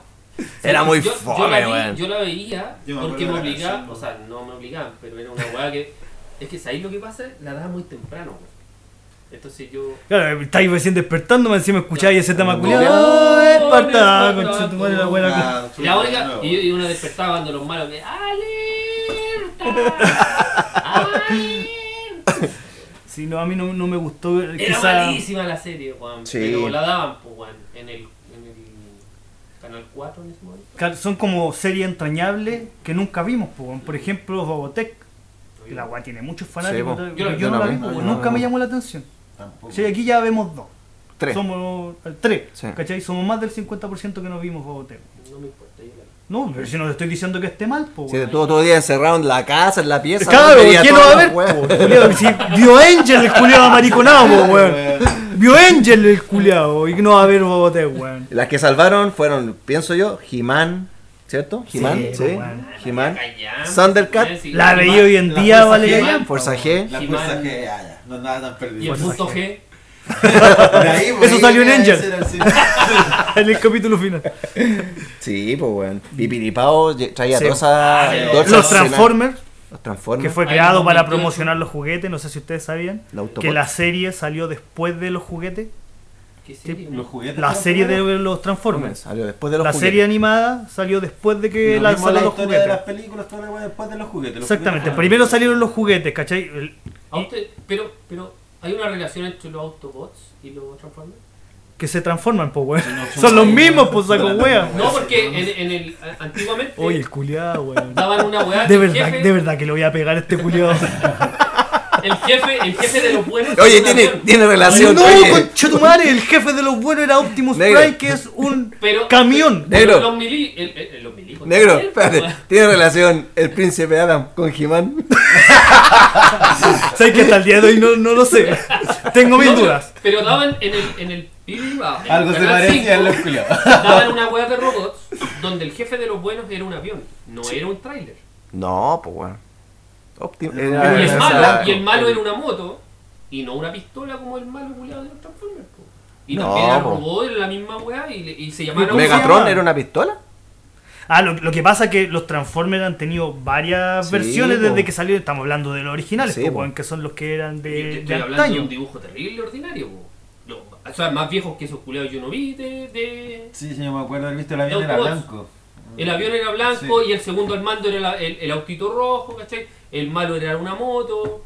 Speaker 6: Era muy
Speaker 2: yo, yo
Speaker 6: fome,
Speaker 2: la vi-
Speaker 6: weón.
Speaker 2: Yo la veía
Speaker 5: Yo me
Speaker 2: porque
Speaker 5: acuerdo
Speaker 2: me
Speaker 5: de la
Speaker 2: obligaban,
Speaker 5: canción,
Speaker 2: o sea, no me obligaban, pero era una weá que. Es que sabéis lo que pasa, la daba muy temprano. weón. Entonces yo.
Speaker 4: Claro, estáis recién despertando, encima escucháis ese tema
Speaker 2: No.
Speaker 4: culiado.
Speaker 2: No,
Speaker 4: ¡Oh, Espartaco!
Speaker 2: Espartaco.
Speaker 4: conchetumare, la buena cosa.
Speaker 5: Ah,
Speaker 2: Y la
Speaker 5: sí,
Speaker 2: única,
Speaker 5: nuevo.
Speaker 2: y, y uno despertaba cuando los malos que. ¡Alerta! ¡Alerta!
Speaker 4: Sí, no, a mí no, no me gustó. eh,
Speaker 2: Era
Speaker 4: quizá-
Speaker 2: malísima la serie, Juan.
Speaker 6: Sí.
Speaker 2: Pero la daban, pues, Juan, en el, en el Canal 4 en ese momento.
Speaker 4: Claro, Son como series entrañables que nunca vimos, po, weón. por ejemplo, Robotech. que La weá tiene muchos fanáticos.
Speaker 6: Sí, po.
Speaker 4: pero
Speaker 2: Yo la-
Speaker 4: yo,
Speaker 2: yo
Speaker 4: no
Speaker 6: la
Speaker 4: la vi,
Speaker 6: vi,
Speaker 4: po,
Speaker 6: no,
Speaker 4: weón.
Speaker 6: yo
Speaker 4: nunca
Speaker 6: no.
Speaker 4: me llamó la atención.
Speaker 5: Tampoco.
Speaker 4: Sí, aquí ya vemos dos.
Speaker 6: Tres.
Speaker 4: Somos eh, tres,
Speaker 6: Sí.
Speaker 4: ¿cachai? Somos más del 50% que no vimos Robotech.
Speaker 2: No me importa, yo la
Speaker 4: No, pero si no te estoy diciendo que esté mal, pues.
Speaker 6: Si te estuvo todo el día encerrado en la casa, en la pieza.
Speaker 4: Claro,
Speaker 6: veía
Speaker 4: ¿quién no va
Speaker 6: todas
Speaker 4: a ver?
Speaker 6: las weas.
Speaker 4: po, culiao? Si vio Angel el culiado mariconado, po, weón. Vio Angel el culiado y no va a ver Boboté, weón.
Speaker 6: Las que salvaron fueron, pienso yo, He-Man, ¿cierto? He-Man,
Speaker 4: Sí, pues,
Speaker 6: sí.
Speaker 4: weón.
Speaker 6: He-Man.
Speaker 2: Callan,
Speaker 6: Thundercat,
Speaker 2: pues, sí,
Speaker 4: La
Speaker 2: y
Speaker 4: veía
Speaker 2: más-
Speaker 4: hoy en
Speaker 5: la
Speaker 4: día,
Speaker 5: fuerza
Speaker 4: vale.
Speaker 2: G,
Speaker 4: ya, ya,
Speaker 6: Forza
Speaker 4: po.
Speaker 6: G.
Speaker 5: La fuerza que. Ah, ya. No andaba tan
Speaker 2: Y
Speaker 5: perdido.
Speaker 2: el punto G.
Speaker 5: Por ahí, por
Speaker 4: Eso
Speaker 5: ahí,
Speaker 4: salió en
Speaker 5: ya,
Speaker 4: Angel.
Speaker 5: ese era el cine.
Speaker 4: En el capítulo final.
Speaker 6: Sí, pues weón. Y Piripao lle- traía
Speaker 4: Sí. Ah,
Speaker 6: todas esas...
Speaker 2: sí.
Speaker 6: todas esas
Speaker 4: Los
Speaker 6: escenas.
Speaker 4: Transformers,
Speaker 6: Los Transformers.
Speaker 4: que fue
Speaker 2: Ahí
Speaker 4: creado
Speaker 2: nos
Speaker 4: para
Speaker 2: metió
Speaker 4: promocionar los juguetes, no sé si ustedes sabían.
Speaker 6: La Autobot.
Speaker 4: Que la serie salió después de los juguetes.
Speaker 2: ¿Qué serie?
Speaker 5: Los juguetes.
Speaker 4: La
Speaker 5: eran
Speaker 4: serie de
Speaker 5: primero.
Speaker 4: los Transformers.
Speaker 6: Salió después de los
Speaker 4: La
Speaker 6: juguetes.
Speaker 4: serie animada salió después de que
Speaker 5: Lo mismo
Speaker 4: lanzaron
Speaker 5: la
Speaker 4: los
Speaker 5: historia de
Speaker 4: juguetes.
Speaker 5: las películas, Ah. toda la wea después de los juguetes. Los
Speaker 4: Exactamente,
Speaker 5: juguetes
Speaker 4: primero
Speaker 5: fueron-
Speaker 4: salieron los juguetes, ¿cachai? El-
Speaker 2: ¿A usted- pero, pero, ¿hay una relación entre los Autobots y los Transformers?
Speaker 4: Que se transforman, po, weón.
Speaker 5: No,
Speaker 4: Son los mismos, pues, saco weón.
Speaker 2: No, porque en, en el, a- antiguamente
Speaker 4: Oye, el culiado, weón.
Speaker 2: daban una weá que
Speaker 4: De
Speaker 2: el
Speaker 4: verdad,
Speaker 2: jefe-
Speaker 4: de verdad que lo voy a pegar a este culiado.
Speaker 2: El jefe, el jefe de los buenos.
Speaker 6: Oye,
Speaker 2: tenía
Speaker 6: tiene,
Speaker 2: una
Speaker 6: tiene relación.
Speaker 4: no,
Speaker 6: oye.
Speaker 4: conchetumare, el jefe de los buenos era Optimus
Speaker 6: Negro.
Speaker 4: Prime, que es un
Speaker 2: Pero-
Speaker 4: camión.
Speaker 2: pero
Speaker 6: Negro.
Speaker 2: Los mili, el, el- el- los milicos.
Speaker 6: Negro,
Speaker 2: también, pues,
Speaker 6: espérate.
Speaker 2: weón.
Speaker 6: Tiene relación el príncipe Adam con He-Man.
Speaker 4: ¿Sabes que hasta el día de hoy no, no lo sé? Tengo mis
Speaker 2: No, pero-
Speaker 4: dudas.
Speaker 2: Pero daban en el. En el PIB, ah, en
Speaker 5: Algo
Speaker 2: el
Speaker 5: se
Speaker 2: canal
Speaker 5: parecía a
Speaker 2: 5,
Speaker 5: los culiados.
Speaker 2: Daban una weá de robots donde el jefe de los buenos era un avión, no era un tráiler.
Speaker 6: No, pues weón. Optim-
Speaker 5: Ah,
Speaker 2: Y el,
Speaker 5: esa
Speaker 2: malo,
Speaker 5: era-
Speaker 2: y el malo era una moto y no una pistola como el malo culiado de los Transformers. po. Y
Speaker 6: No,
Speaker 2: también era
Speaker 6: po.
Speaker 2: robot, era la misma weá y, le- y se llamaba
Speaker 6: Megatron
Speaker 4: llama?
Speaker 6: era una pistola.
Speaker 4: Ah, lo, lo que pasa es que los Transformers han tenido varias
Speaker 6: Sí,
Speaker 4: versiones
Speaker 6: po.
Speaker 4: desde que salieron. Estamos hablando de los originales,
Speaker 6: Sí,
Speaker 4: po,
Speaker 6: po.
Speaker 4: weón, que son los que eran
Speaker 2: Yo te
Speaker 4: de, de
Speaker 2: estoy hablando de
Speaker 4: antaño.
Speaker 2: un dibujo terrible ordinario. po. Lo- o sea, más viejos que esos culiados yo no vi de, de-
Speaker 5: Sí, sí, yo me acuerdo haber visto el avión
Speaker 2: Los
Speaker 5: era
Speaker 2: dos.
Speaker 5: blanco.
Speaker 2: El avión era blanco
Speaker 5: Sí.
Speaker 2: y el segundo al mando era la- el, el autito rojo, ¿cachai? El malo era una moto.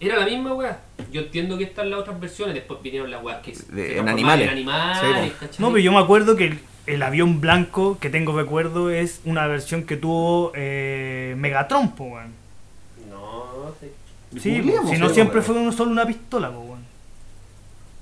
Speaker 2: Era la misma weá. Yo entiendo que están las otras versiones, después vinieron las weas que se-
Speaker 6: De-
Speaker 2: se
Speaker 6: en
Speaker 2: transformaban
Speaker 6: animales.
Speaker 2: en animales,
Speaker 6: Sí, po.
Speaker 2: ¿cachai?
Speaker 4: No, pero yo me acuerdo que el, el avión blanco que tengo recuerdo es una versión que tuvo eh, Megatron, po, weón.
Speaker 2: No, sí.
Speaker 4: Sí, po,
Speaker 6: Juliamos,
Speaker 4: si no
Speaker 6: sí,
Speaker 4: siempre
Speaker 6: weón.
Speaker 4: fue uno solo una pistola, po, weón.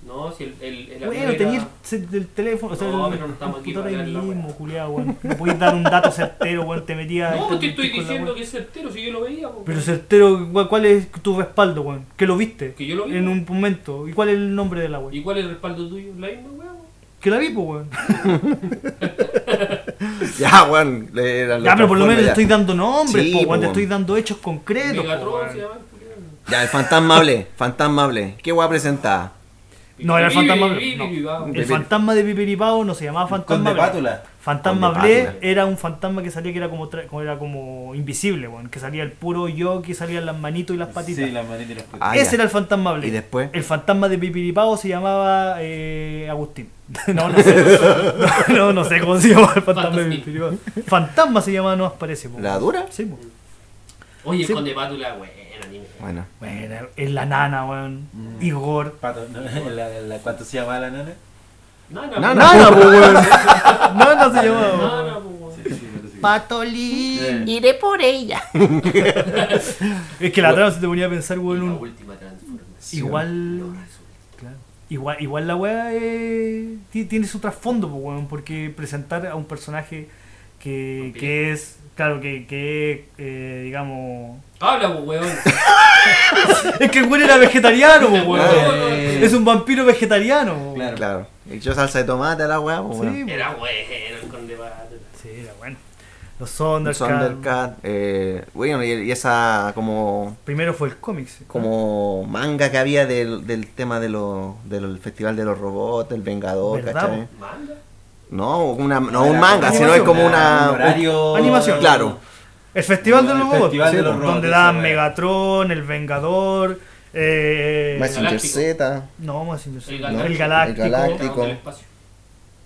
Speaker 2: No, si el, el, el avión
Speaker 4: Bueno,
Speaker 2: era-
Speaker 4: tenía el, ce- el teléfono, o sea,
Speaker 2: No,
Speaker 4: el
Speaker 2: pero no estamos aquí
Speaker 4: computador
Speaker 2: para
Speaker 4: ahí
Speaker 2: hablar la
Speaker 4: mismo, culiado, weón. No podías dar un dato certero, weón, te metías...
Speaker 2: No,
Speaker 4: te
Speaker 2: te estoy
Speaker 4: metís con la
Speaker 2: diciendo
Speaker 4: weón.
Speaker 2: que es certero, si yo lo veía. po.
Speaker 4: Pero certero, weón, ¿cuál es tu respaldo, weón? ¿Que lo viste?
Speaker 2: Que yo lo vi.
Speaker 4: En un momento. ¿Y cuál es el nombre de la weón?
Speaker 2: ¿Y cuál es el respaldo tuyo? La misma weá. po.
Speaker 4: Que la vi, pues, weón.
Speaker 6: Ya, weón. le- era
Speaker 4: Ya, Ah, pero por lo menos
Speaker 6: ya.
Speaker 4: te estoy dando nombres,
Speaker 6: Sí,
Speaker 4: po,
Speaker 6: po,
Speaker 4: weón. Te
Speaker 6: weón.
Speaker 4: estoy dando hechos concretos, po,
Speaker 2: Megatron se
Speaker 4: weón.
Speaker 2: llama el culiao.
Speaker 6: Ya, el fantasmable. Fantasmable. ¿Qué weá presentaba?
Speaker 4: No, era el
Speaker 2: Vivi,
Speaker 4: fantasma.
Speaker 2: vivi, vivi,
Speaker 4: No.
Speaker 2: vamos.
Speaker 4: El fantasma de Pipiripao no se llamaba
Speaker 5: Con
Speaker 4: fantasma.
Speaker 5: de
Speaker 4: Blé.
Speaker 5: pátula.
Speaker 4: Fantasma
Speaker 6: Con de
Speaker 4: Blé
Speaker 6: pátula.
Speaker 4: era un fantasma que salía que era como, tra- como- era como invisible, weón, que salía el puro yo, que salían las manitos y las patitas.
Speaker 5: Sí, las manitas y las patitas.
Speaker 6: Ah,
Speaker 4: Ese
Speaker 6: ya.
Speaker 4: era el fantasma Blé.
Speaker 6: ¿Y después?
Speaker 4: El fantasma de Pipiripao se llamaba eh, Agustín. No, no sé. no, no, no sé cómo se llamaba el fantasma de
Speaker 2: Fantasmín.
Speaker 4: Pipiripao. Fantasma se llamaba, no más parece. po.
Speaker 6: ¿La dura?
Speaker 4: Sí, po.
Speaker 2: Oye, el
Speaker 4: Sí.
Speaker 2: Conde Pátula, buen anime.
Speaker 6: Bueno.
Speaker 4: Bueno, es la nana, weón.
Speaker 6: Mm.
Speaker 4: Igor.
Speaker 5: Pato, ¿no? la, la, ¿Cuánto se llamaba la nana?
Speaker 2: Nana,
Speaker 6: Nana.
Speaker 2: po.
Speaker 4: Nana, po, weón. Nana se llamaba. weón.
Speaker 2: Nana, po, weón.
Speaker 5: Sí, sí, pero sí.
Speaker 8: Patolín.
Speaker 6: Eh,
Speaker 9: Iré por ella.
Speaker 4: Es que la trama se te ponía a pensar, weón,
Speaker 2: La
Speaker 4: un-
Speaker 2: última transformación.
Speaker 4: igual.
Speaker 2: lo resulta.
Speaker 4: Claro. Igual, igual la weá eh, ti- tiene su trasfondo, po, weón, porque presentar a un personaje que,
Speaker 2: Vampiro.
Speaker 4: que es, claro, que, que es, eh, digamos...
Speaker 2: Habla, pues, weón.
Speaker 4: Es que el weón era vegetariano, po, weón.
Speaker 5: Eh,
Speaker 4: Es un vampiro vegetariano. po.
Speaker 5: Claro.
Speaker 6: Claro. Y yo salsa de tomate a la weá, pues
Speaker 4: Sí,
Speaker 6: bueno.
Speaker 4: po.
Speaker 2: Era bueno el conde Battle.
Speaker 4: Sí, era bueno. Los Thundercats.
Speaker 6: Thundercat, eh, bueno, y, y esa como
Speaker 4: Primero fue el cómics.
Speaker 6: como manga que había del, del tema de lo- del festival de los robots, el Vengador,
Speaker 4: ¿Verdad,
Speaker 6: ¿cachai?
Speaker 2: Manda.
Speaker 6: No, una, no
Speaker 5: era
Speaker 6: un manga,
Speaker 4: como
Speaker 6: sino es como
Speaker 5: una-
Speaker 6: una...
Speaker 5: un horario-
Speaker 4: Animación.
Speaker 6: Claro.
Speaker 4: El Festival de
Speaker 5: El
Speaker 4: los Robots.
Speaker 5: Festival de
Speaker 4: sí,
Speaker 5: los
Speaker 4: po,
Speaker 5: Robots,
Speaker 4: donde
Speaker 5: esa
Speaker 4: daban
Speaker 5: weá.
Speaker 4: Megatron, el Vengador. Eh,
Speaker 6: Messenger
Speaker 2: Galáctico.
Speaker 6: Z.
Speaker 4: no, más el,
Speaker 2: El
Speaker 4: Galáctico.
Speaker 2: Galáctico.
Speaker 4: el Galáctico.
Speaker 6: El Galáctico.
Speaker 2: Dragón del espacio.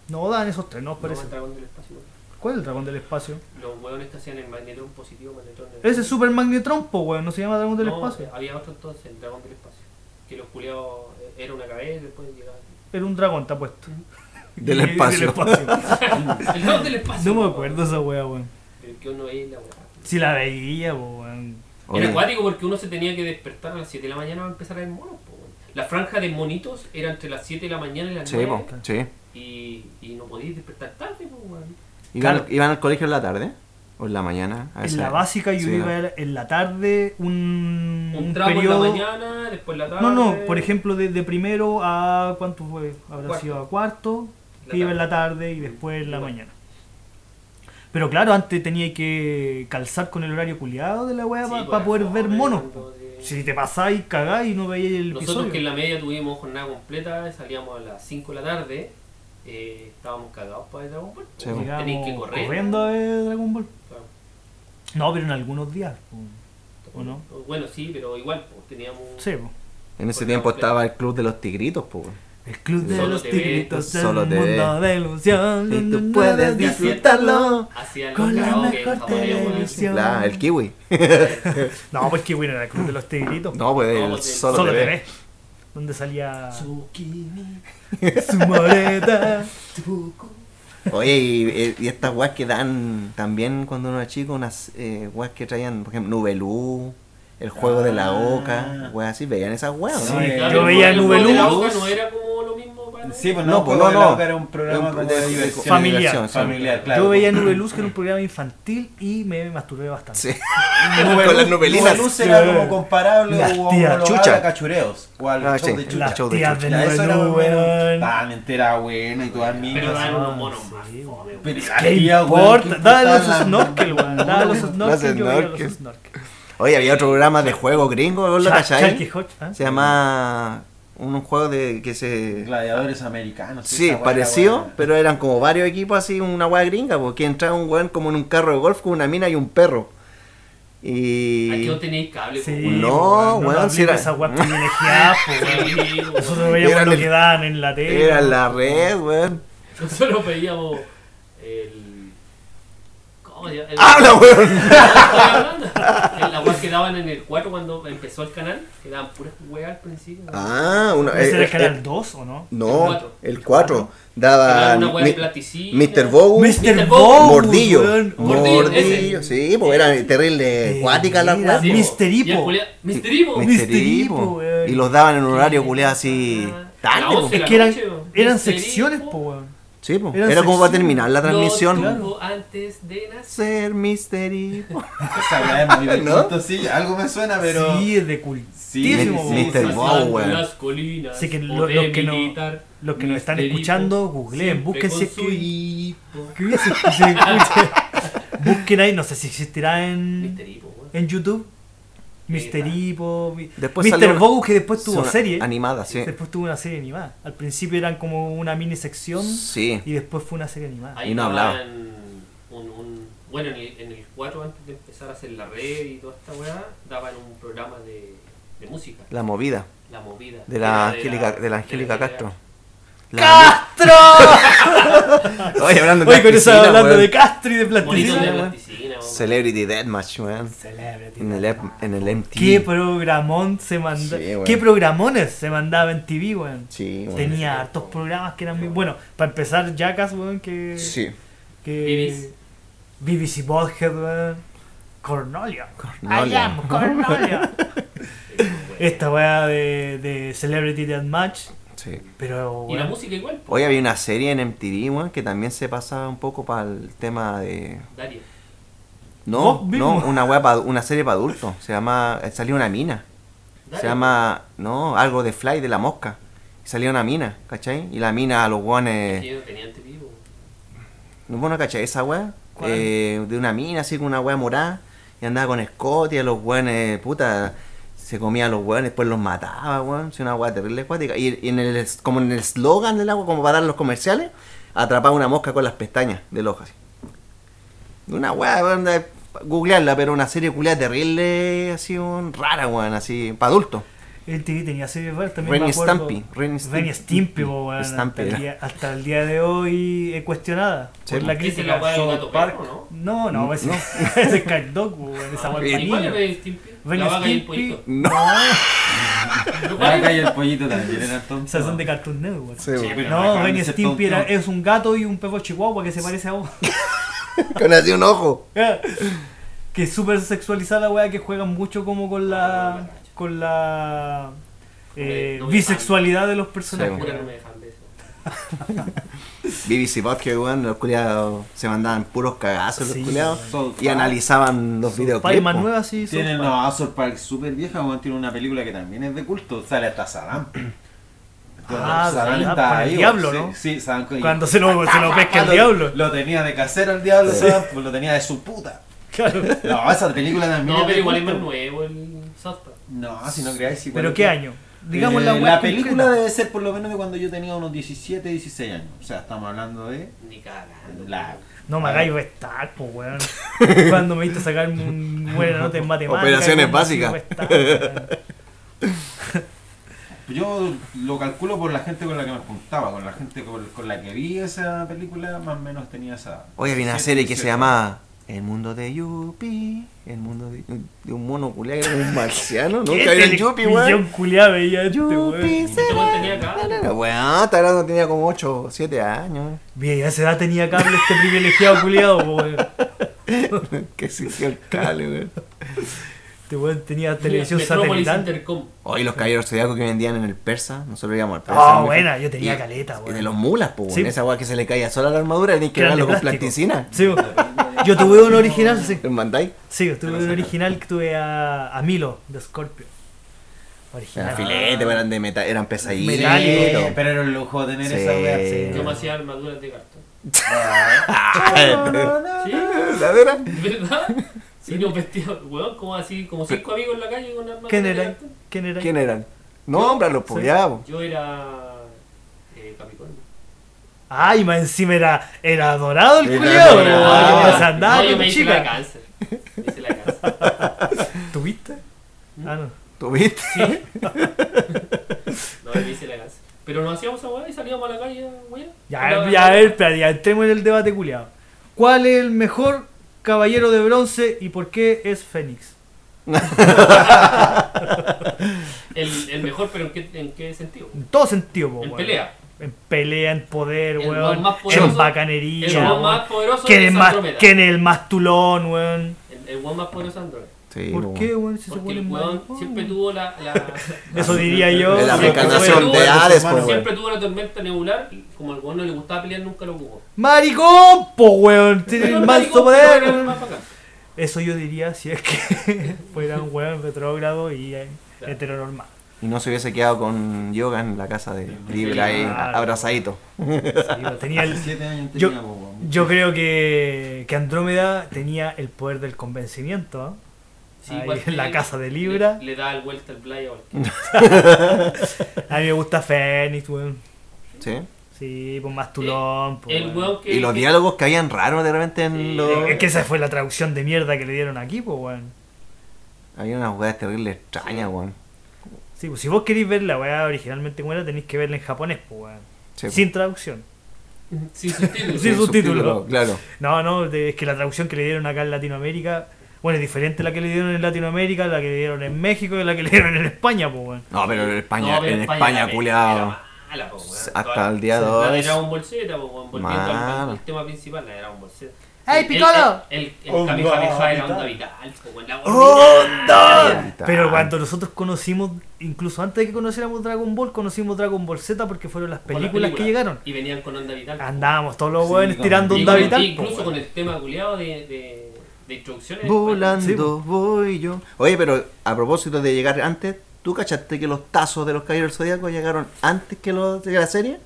Speaker 4: No, dan esos tres, no parece.
Speaker 2: No, el dragón del espacio.
Speaker 4: ¿Cuál es el dragón del espacio?
Speaker 2: Los hueones que hacían el magnetón positivo, magnetón negativo.
Speaker 4: Ese es Super Magnetron, po, weón. No se llama dragón del
Speaker 2: No, eh,
Speaker 4: espacio.
Speaker 2: Había otro entonces, el dragón del espacio. Que los culiados eh, era una cabeza y después llegaba.
Speaker 4: Era un dragón, te puesto.
Speaker 6: Del espacio.
Speaker 2: El dragón del espacio.
Speaker 4: no me acuerdo esa wea, weón.
Speaker 2: El que uno veía en la hueá.
Speaker 4: Si la veía, po, weón.
Speaker 6: Oye.
Speaker 2: Era acuático porque uno se tenía que despertar a las 7 de la mañana para empezar a ver monos. po, weón. La franja de monitos era entre las 7 de la mañana y las
Speaker 6: Sí,
Speaker 2: 9.
Speaker 6: po, sí.
Speaker 2: y, y no podías despertar tarde. po, weón.
Speaker 6: ¿Iban,
Speaker 4: Claro.
Speaker 6: iban al colegio en la tarde? ¿O en la mañana? A
Speaker 4: En
Speaker 6: esa
Speaker 4: la
Speaker 6: hora.
Speaker 4: básica yo
Speaker 6: Ah, Sí,
Speaker 4: iba a ver en la tarde un,
Speaker 2: Un
Speaker 4: un
Speaker 2: trago
Speaker 4: periodo...
Speaker 2: en la mañana, después en la tarde.
Speaker 4: No, no, por ejemplo, de, de primero a... ¿Cuánto fue? Habrá
Speaker 2: Cuarto.
Speaker 4: sido a cuarto,
Speaker 2: La
Speaker 4: que iba en la tarde y después en la
Speaker 2: Igual.
Speaker 4: mañana. Pero claro, antes tenía que calzar con el horario culiado de la weá
Speaker 2: Sí,
Speaker 4: para
Speaker 2: pues,
Speaker 4: poder
Speaker 2: no,
Speaker 4: ver
Speaker 2: no,
Speaker 4: monos.
Speaker 2: no,
Speaker 4: po.
Speaker 2: sí.
Speaker 4: Si te pasáis, cagáis y no veíais el
Speaker 2: Nosotros
Speaker 4: episodio.
Speaker 2: que en la media tuvimos jornada completa, salíamos a las 5 de la tarde, eh, estábamos cagados para el Dragon Ball.
Speaker 6: Sí,
Speaker 2: po.
Speaker 4: Llegamos
Speaker 2: Tenéis que correr.
Speaker 4: corriendo a ver Dragon Ball.
Speaker 2: Claro.
Speaker 4: No, pero en algunos días. po. ¿O no?
Speaker 2: Bueno, sí, pero igual, pues teníamos.
Speaker 4: Sí, po.
Speaker 6: En ese
Speaker 2: Porque
Speaker 6: tiempo
Speaker 2: no,
Speaker 6: estaba el club de los tigritos, pues.
Speaker 4: El club de
Speaker 2: Solo
Speaker 4: los
Speaker 2: te ve,
Speaker 4: tigritos es un
Speaker 6: solo te ve.
Speaker 4: mundo de ilusión.
Speaker 6: Y tú
Speaker 4: No
Speaker 6: puedes
Speaker 4: nada
Speaker 6: disfrutarlo
Speaker 2: Hacían los
Speaker 4: con la
Speaker 2: karaoke
Speaker 4: mejor
Speaker 2: japonés, weón.
Speaker 4: televisión.
Speaker 6: La, el kiwi.
Speaker 4: No, pues que bueno, era el club de los tigritos.
Speaker 6: No, pues
Speaker 2: No,
Speaker 6: el
Speaker 2: pues, el
Speaker 6: solo,
Speaker 4: Solo
Speaker 6: TV.
Speaker 4: TV. Donde salía
Speaker 2: Tsukimi,
Speaker 4: su moreta.
Speaker 2: Tsuku.
Speaker 6: Oye, y, y estas weas que dan también cuando uno era chico, unas eh, weas que traían, por ejemplo, Nubelú, el juego de la oca, weas así, veían esas weas, ¿no?
Speaker 5: Sí,
Speaker 2: Claro,
Speaker 4: yo
Speaker 2: el
Speaker 4: veía
Speaker 2: juego de la
Speaker 4: Nubeluz.
Speaker 2: boca no era como lo mismo para.
Speaker 5: Sí, pues no,
Speaker 6: No, pues, no,
Speaker 5: Juego de
Speaker 6: no.
Speaker 5: la Boca era un programa como de diversión.
Speaker 4: Familiar.
Speaker 6: Familiar.
Speaker 5: Familiar, claro.
Speaker 4: Yo veía Nube Luz, que era un programa infantil, y me masturbé bastante.
Speaker 6: Sí.
Speaker 5: Nube
Speaker 6: Con las
Speaker 5: Luz-
Speaker 6: novelitas.
Speaker 5: Nube Luz era como comparable
Speaker 4: Las
Speaker 5: o
Speaker 4: tías
Speaker 5: homologable
Speaker 6: chucha.
Speaker 5: a cachureos. O al
Speaker 6: Ah,
Speaker 5: show
Speaker 6: sí.
Speaker 5: de chucha.
Speaker 4: Las
Speaker 6: Chau de
Speaker 4: tías
Speaker 6: chucha.
Speaker 4: de
Speaker 5: Ya, eso
Speaker 4: Nube
Speaker 5: era
Speaker 4: Luz,
Speaker 5: bueno.
Speaker 4: weón.
Speaker 5: Totalmente era bueno y todas
Speaker 2: Pero
Speaker 5: niñas.
Speaker 2: daban
Speaker 4: Ah,
Speaker 2: unos monos
Speaker 4: sí,
Speaker 2: más. fome, weón.
Speaker 5: Pero es
Speaker 4: ¿Qué importa? Dale los snorkel, weón. Dale los snorkel, yo veía los
Speaker 6: snorkel.
Speaker 4: snorkel.
Speaker 6: Oye, había otro programa de juego gringo, ¿vos lo
Speaker 4: Char-
Speaker 6: cacháis?
Speaker 4: Charky Hodge, ¿eh?
Speaker 6: Se llama un juego de que se...
Speaker 5: Gladiadores americanos.
Speaker 6: Sí,
Speaker 5: esa weá
Speaker 6: parecido,
Speaker 5: era buena.
Speaker 6: pero eran como varios equipos así, una weá gringa, porque entraba un weón como en un carro de golf con una mina y un perro.
Speaker 2: Aquí
Speaker 6: Y.
Speaker 2: no tenéis cable,
Speaker 4: Sí,
Speaker 2: po,
Speaker 6: No,
Speaker 4: weón,
Speaker 6: weón,
Speaker 4: no
Speaker 6: si era-
Speaker 4: esa weá privilegiada, po, weón.
Speaker 2: weón.
Speaker 4: Nosotros veíamos
Speaker 6: Eran
Speaker 4: lo
Speaker 6: el-
Speaker 4: que daban en la tele.
Speaker 6: Era la red, weón.
Speaker 2: Nosotros veíamos el. ¿Cómo se llama? El-
Speaker 6: ¡Habla, Ah, weón!
Speaker 2: Estoy hablando. El- La weá que daban en el 4 cuando empezó el canal, que daban puras weas al principio.
Speaker 6: Ah, una.
Speaker 4: ¿Ese
Speaker 6: eh,
Speaker 4: era
Speaker 6: eh,
Speaker 4: el canal 2 o no?
Speaker 6: No,
Speaker 2: cuatro.
Speaker 6: el 4.
Speaker 2: Daban
Speaker 6: Daba.
Speaker 2: una wea de
Speaker 6: mi-
Speaker 2: platicina.
Speaker 6: Mr. Bow.
Speaker 4: Mr.
Speaker 2: Bow,
Speaker 4: Bow,
Speaker 6: Mordillo.
Speaker 4: weón.
Speaker 2: Mordillo,
Speaker 6: Mordillo.
Speaker 2: ese.
Speaker 6: Sí, pues era terrible acuática la pues.
Speaker 4: Mira,
Speaker 6: weá.
Speaker 2: Sí,
Speaker 6: po.
Speaker 4: Mr.
Speaker 2: y el
Speaker 4: Hippo.
Speaker 2: culea- Mr. Hippo.
Speaker 4: Mr.
Speaker 6: Mr.
Speaker 4: Hippo,
Speaker 6: Hippo.
Speaker 4: weón.
Speaker 6: pues. Y los daban en un horario culeado así.
Speaker 2: A las
Speaker 6: Tarde,
Speaker 2: 11 de Ah. la
Speaker 6: po.
Speaker 4: Es que eran,
Speaker 2: noche, weón.
Speaker 4: eran
Speaker 2: Mr.
Speaker 4: secciones,
Speaker 2: Hippo.
Speaker 4: po, weón.
Speaker 6: Sí, po.
Speaker 4: Eran
Speaker 6: Era como para
Speaker 4: secciones.
Speaker 6: terminar la
Speaker 2: Lo
Speaker 6: transmisión.
Speaker 2: tuvo antes de nacer.
Speaker 6: Ser Mr. Hippo.
Speaker 5: Esa weá es muy de
Speaker 6: ¿No?
Speaker 5: culto, sí. Algo me suena, pero.
Speaker 4: Sí, es de cultísimo,
Speaker 5: Sí,
Speaker 4: weón.
Speaker 5: Mr.
Speaker 6: Mr. Bow,
Speaker 2: Pasando
Speaker 6: weón.
Speaker 2: las colinas.
Speaker 4: Así que
Speaker 2: o
Speaker 4: lo-
Speaker 2: de
Speaker 4: los que no-
Speaker 2: militar,
Speaker 4: Los que nos están
Speaker 2: Mr. Hippo,
Speaker 4: escuchando, googleen,
Speaker 2: siempre
Speaker 4: búsquense
Speaker 2: con su
Speaker 4: que,
Speaker 2: hipo.
Speaker 4: que hubiese- que se escuche. Busquen ahí, no sé si existirá
Speaker 2: Mr.
Speaker 4: en,
Speaker 2: Hippo, weón.
Speaker 4: en YouTube. Mister
Speaker 2: Sí,
Speaker 4: Hippo, mi-
Speaker 6: Después
Speaker 4: Mr.
Speaker 6: salió-
Speaker 4: Bogus que después tuvo
Speaker 6: Son
Speaker 4: serie.
Speaker 6: Animada, sí.
Speaker 4: Después tuvo una serie animada. Al principio eran como una mini sección
Speaker 6: Sí.
Speaker 4: y después fue una serie animada.
Speaker 2: Ahí
Speaker 6: Y no
Speaker 2: daban
Speaker 6: hablaba.
Speaker 2: un- un- bueno, en el, en el 4, antes de empezar a hacer la red y toda esta weá, daban un programa de, de música,
Speaker 6: La movida
Speaker 2: La Movida.
Speaker 6: de la
Speaker 2: Era
Speaker 6: Angélica, de la Angélica
Speaker 2: de la-
Speaker 6: Castro. ¡Castro! Oye, hablando de
Speaker 4: Oye, con eso
Speaker 6: plasticina,
Speaker 4: hablando
Speaker 6: weón.
Speaker 4: de Castro y de
Speaker 2: Monitos de
Speaker 4: plasticina. weón.
Speaker 2: plasticina, weón.
Speaker 6: Celebrity Deathmatch, weón.
Speaker 4: Celebrity.
Speaker 6: En el, em- en el MTV.
Speaker 4: ¿Qué Pues, programón se mandaba?
Speaker 6: Sí, weón.
Speaker 4: ¿Qué programones se mandaba en TV, weón?
Speaker 6: Sí, weón.
Speaker 4: Tenía hartos programas que eran muy buenos. Para empezar, Jackass, weón, que.
Speaker 6: Sí.
Speaker 4: que
Speaker 2: Vivis.
Speaker 4: BBC Bothead, weón. Cornolio. I
Speaker 6: Cornolio.
Speaker 4: am Cornolio. Esta weá de, de Celebrity Deathmatch.
Speaker 6: Sí.
Speaker 4: Pero,
Speaker 2: Y la
Speaker 4: weón.
Speaker 2: música igual, po.
Speaker 6: Hoy había una serie en MTV, weón, que también se pasaba un poco para el tema de.
Speaker 2: Daria.
Speaker 6: No,
Speaker 4: Vos
Speaker 6: no,
Speaker 4: mismo.
Speaker 6: una, wea pa- una serie para adultos. Se llama. eh, Salió una mina. Se
Speaker 2: Daria.
Speaker 6: llama. No, algo de Fly, de la mosca. Y salía una mina, ¿cachai? Y la mina a los guanes.
Speaker 2: Que yo no tenía antes vivo.
Speaker 6: No, bueno, ¿cachai? Esa wea
Speaker 4: ¿Cuál?
Speaker 6: eh, de una mina, así con una wea morada. Y andaba con Scott y a los weones, puta, se comía a los weones, después los mataba, weón. Sí, una wea terrible acuática. Y, y en el, es- como en el eslogan del agua, como para dar los comerciales, atrapaba una mosca con las pestañas del ojo, así. Una wea, weón, de- googlearla, pero una serie culia terrible, así, weón, rara, weón, así, para adultos.
Speaker 4: El TV tenía series raras también.
Speaker 6: Ren
Speaker 4: me
Speaker 6: y
Speaker 4: acuerdo.
Speaker 6: Stampy. Ren y
Speaker 4: Ren y Stimpy, po, weón,
Speaker 6: Stampy,
Speaker 4: hasta, el
Speaker 6: era.
Speaker 4: día, hasta el día de hoy eh, cuestionada
Speaker 6: Sí,
Speaker 4: por
Speaker 2: Esa
Speaker 4: la
Speaker 2: es
Speaker 4: crítica.
Speaker 2: la weá del
Speaker 4: South
Speaker 2: gato
Speaker 4: Park.
Speaker 2: perro, ¿no? Ah,
Speaker 4: No, no, ese, ese es Cat Dog, po, weón, esa weá es
Speaker 2: Igual
Speaker 4: niños.
Speaker 2: es Stimpy.
Speaker 4: Ren
Speaker 2: La vaca y
Speaker 4: y
Speaker 2: el pollito.
Speaker 4: Stimpy.
Speaker 6: No,
Speaker 5: La vaca y el pollito también eran tontos.
Speaker 4: Esas son de Cartoon Network. weón.
Speaker 6: sí, weón.
Speaker 5: pero
Speaker 4: No,
Speaker 5: dejaron
Speaker 4: Ren
Speaker 5: de
Speaker 4: y
Speaker 5: ser
Speaker 4: Stimpy era-
Speaker 5: tontos.
Speaker 4: es un gato y un perro chihuahua que se parece a vos.
Speaker 6: con así un ojo.
Speaker 4: que es súper sexualizada la weá, que juegan mucho como con la. con la. eh,
Speaker 2: No me- no me
Speaker 4: bisexualidad de los
Speaker 6: Sí,
Speaker 4: personajes.
Speaker 2: Pura no
Speaker 4: weón.
Speaker 2: me dejan ver eso.
Speaker 6: BBC Podcast, weón, los culiados se mandaban puros cagazos los
Speaker 4: Sí,
Speaker 6: culiados
Speaker 5: South
Speaker 6: y
Speaker 5: Park.
Speaker 6: analizaban los
Speaker 4: Spider-Man
Speaker 6: videoclips. po.
Speaker 4: nueva sí, South
Speaker 5: Tienen
Speaker 4: Park.
Speaker 5: no, a South Park súper vieja, weón. Tiene una película que también es de culto. Sale hasta Saddam.
Speaker 4: Ah, Saddam con el
Speaker 5: weón,
Speaker 4: diablo,
Speaker 5: sí,
Speaker 4: ¿no?
Speaker 5: Sí, Saddam con
Speaker 4: Cuando se lo, se lo pesca
Speaker 5: Ah,
Speaker 4: el
Speaker 5: lo-
Speaker 4: diablo.
Speaker 5: Lo tenía de casero el diablo, Saddam, pues lo tenía de su puta.
Speaker 4: Claro.
Speaker 5: No, esa película también
Speaker 2: No,
Speaker 5: es de
Speaker 2: pero igual es
Speaker 5: culto.
Speaker 2: más nuevo el South Park.
Speaker 5: No, si no creáis igual.
Speaker 4: ¿Pero
Speaker 5: es
Speaker 4: qué
Speaker 5: que-
Speaker 4: año? Digamos
Speaker 5: Eh,
Speaker 4: la weá
Speaker 5: película
Speaker 4: concreta.
Speaker 5: debe ser por lo menos de cuando yo tenía unos 17, 16 años. O sea, estamos hablando de
Speaker 2: Ni cagando.
Speaker 5: la...
Speaker 4: No me hagáis restar, po, weón. Cuando me diste sacar un buena nota en matemáticas.
Speaker 6: Operaciones
Speaker 4: weón, así
Speaker 6: básicas.
Speaker 4: restar, weón.
Speaker 5: Yo lo calculo por la gente con la que me juntaba, con la gente con, con la que vi esa película, más o menos tenía esa...
Speaker 6: Hoy había una
Speaker 5: 17,
Speaker 6: serie que se
Speaker 5: 18.
Speaker 6: llamaba El mundo de Yuppie, el mundo de, de un mono culiado, era un marciano, nunca había
Speaker 4: Este
Speaker 6: un Yuppie,
Speaker 4: millón
Speaker 6: weón.
Speaker 4: culiado veía este,
Speaker 6: Yuppie,
Speaker 4: weón.
Speaker 2: Este weón tenía
Speaker 6: será.
Speaker 2: acá.
Speaker 6: Pero, Weón, esta grande tenía como 8 o 7 años.
Speaker 4: Bien, a esa edad tenía cable este privilegiado culiado, po, weón.
Speaker 6: que existió el cale, weón.
Speaker 4: Este weón tenía televisión
Speaker 2: Metrópolis
Speaker 4: satelital.
Speaker 2: Intercom.
Speaker 6: Hoy los caballeros zodiacos que vendían en el persa, nosotros íbamos al persa.
Speaker 4: Ah,
Speaker 6: muy
Speaker 4: buena,
Speaker 6: fe-
Speaker 4: yo tenía
Speaker 6: y-
Speaker 4: caleta,
Speaker 6: Y
Speaker 4: weón.
Speaker 6: de los mulas, pues,
Speaker 4: Sí.
Speaker 6: esa weá que se le caía sola la armadura, tenía que
Speaker 4: Eran de
Speaker 6: darlo con
Speaker 4: plástico.
Speaker 6: plasticina.
Speaker 4: Sí, weón. yo tuve un original, sí.
Speaker 6: ¿En Bandai?
Speaker 4: Sí, yo tuve un original que tuve a, a Milo de Scorpio.
Speaker 6: Eran
Speaker 4: Original.
Speaker 6: filetes, eran de metal, eran pesaditos.
Speaker 4: Metálico.
Speaker 5: Sí, pero era un lujo tener
Speaker 6: Sí.
Speaker 5: esa wea.
Speaker 4: Eh.
Speaker 6: Sí.
Speaker 2: Yo me hacía armaduras de cartón. ¿Sí?
Speaker 6: ¿Verdadera?
Speaker 2: ¿Verdad? Y nos vestíamos, weón, como así, como cinco amigos en la calle con armaduras
Speaker 4: ¿Quién
Speaker 2: de
Speaker 4: era?
Speaker 2: cartón.
Speaker 4: ¿Quién era?
Speaker 6: ¿Quién eran? Nómbralos, pues, ya, po.
Speaker 2: Yo era eh, Capricornio.
Speaker 4: Ay, más encima era, era dorado el
Speaker 5: Era
Speaker 4: culiado.
Speaker 5: dorado.
Speaker 4: O sea, andaba
Speaker 2: no, yo
Speaker 4: con
Speaker 2: me hice la de
Speaker 4: chica.
Speaker 2: cáncer. Me hice la de cáncer.
Speaker 4: ¿Tuviste?
Speaker 2: ¿Mm?
Speaker 4: Ah, no.
Speaker 6: ¿Tú viste?
Speaker 2: No, yo me hice la de cáncer. Pero nos hacíamos esa weá y salíamos a la calle, weón.
Speaker 4: Ya, ya, a ver, espérate, ya entremos en el debate culiado. ¿Cuál es el mejor caballero de bronce y por qué es Fénix?
Speaker 2: El, el mejor, pero ¿en qué, en qué sentido?
Speaker 4: En todo sentido, po,
Speaker 2: En
Speaker 4: weón.
Speaker 2: pelea.
Speaker 4: En pelea, en poder,
Speaker 2: El
Speaker 4: weón.
Speaker 2: más poderoso-
Speaker 4: en bacanería.
Speaker 2: El weón
Speaker 4: weón.
Speaker 2: más poderoso
Speaker 4: ¿Quién es
Speaker 2: es
Speaker 4: más,
Speaker 2: Andrómeda.
Speaker 4: quién es el más tulón, weón?
Speaker 2: El, el weón más poderoso es Andrómeda.
Speaker 6: Sí,
Speaker 4: ¿Por
Speaker 6: po.
Speaker 4: qué, weón? Si se
Speaker 2: Porque el
Speaker 4: vuelven
Speaker 2: weón
Speaker 4: maricones.
Speaker 2: siempre tuvo la... la
Speaker 4: Eso diría yo.
Speaker 6: Es la
Speaker 4: si es que
Speaker 6: reencarnación
Speaker 4: fuera-
Speaker 6: de Hades, po,
Speaker 5: hermanos.
Speaker 6: weón.
Speaker 2: Siempre tuvo la tormenta nebular y como al weón no le gustaba pelear, nunca lo ocupó.
Speaker 4: ¡Maricón, po, weón! Tiene el manso poder.
Speaker 2: Era el más bacán.
Speaker 4: Eso yo diría si es que fuera un weón retrógrado y eh,
Speaker 2: Claro.
Speaker 4: heteronormal.
Speaker 6: Y no se hubiese quedado con yoga en la casa de Libra ahí,
Speaker 4: Claro.
Speaker 6: a- abrazadito.
Speaker 4: Sí, weón, tenía el-
Speaker 5: 17 años
Speaker 4: Yo-
Speaker 5: tenía, po, weón.
Speaker 4: yo creo que, que Andrómeda tenía el poder del convencimiento. ¿ah?
Speaker 2: Sí,
Speaker 4: Ahí
Speaker 2: igual
Speaker 4: en la
Speaker 2: le-
Speaker 4: casa de Libra.
Speaker 2: Le, le da el vuelta al playa.
Speaker 4: A mí me gusta Fénix, weón.
Speaker 6: ¿Sí?
Speaker 4: Sí, pues más tulón. pues,
Speaker 2: Eh, El
Speaker 4: weón.
Speaker 2: weón que.
Speaker 6: Y los diálogos que habían raros de repente en
Speaker 2: Sí.
Speaker 6: los...
Speaker 4: Es que esa fue la traducción de mierda que le dieron aquí, pues, weón.
Speaker 6: Había unas weas terribles extrañas, weón.
Speaker 4: Sí, pues si vos queréis ver la weá originalmente como era, tenéis que verla en japonés, pues, weón.
Speaker 6: Sí, po.
Speaker 4: Sin traducción.
Speaker 2: Sin subtítulos.
Speaker 4: Sí. sin subtítulo.
Speaker 6: Claro.
Speaker 4: No, no, de- es que la traducción que le dieron acá en Latinoamérica, bueno, es diferente a la que le dieron en Latinoamérica, la que le dieron en México y la que le dieron en España, pues, weón.
Speaker 6: No, pero en España,
Speaker 2: No, pero
Speaker 6: en España,
Speaker 2: era-
Speaker 6: culiado.
Speaker 2: era mala, po, weón.
Speaker 6: Hasta el día de
Speaker 2: La
Speaker 6: hoy.
Speaker 2: de Dragon Ball Z, po, pues, weón, volviendo al-
Speaker 6: Mal.
Speaker 2: al tema principal, la de Dragon Ball Z.
Speaker 10: ¡Ey, Piccolo!
Speaker 2: El, el, el, el
Speaker 5: Onda
Speaker 2: Cabify era la
Speaker 5: Vital.
Speaker 2: onda vital. po, weón, la
Speaker 4: ¡Oh,
Speaker 2: ¡Onda!
Speaker 4: Pero cuando nosotros conocimos, incluso antes de que conociéramos Dragon Ball, conocimos Dragon Ball Z porque fueron las películas, que llegaron.
Speaker 2: Y venían con onda vital.
Speaker 4: Andábamos todos los hueones
Speaker 5: con-
Speaker 4: tirando
Speaker 2: Y
Speaker 4: onda
Speaker 2: con-
Speaker 4: vital. po,
Speaker 2: Incluso
Speaker 4: pues, weón.
Speaker 2: con el tema culiado de, de, de introducciones.
Speaker 4: Sí,
Speaker 6: Volando
Speaker 4: po.
Speaker 6: voy yo. Oye, pero a propósito de llegar antes, ¿tú cachaste que los tazos de los Caballeros del Zodíaco llegaron antes que los de la serie?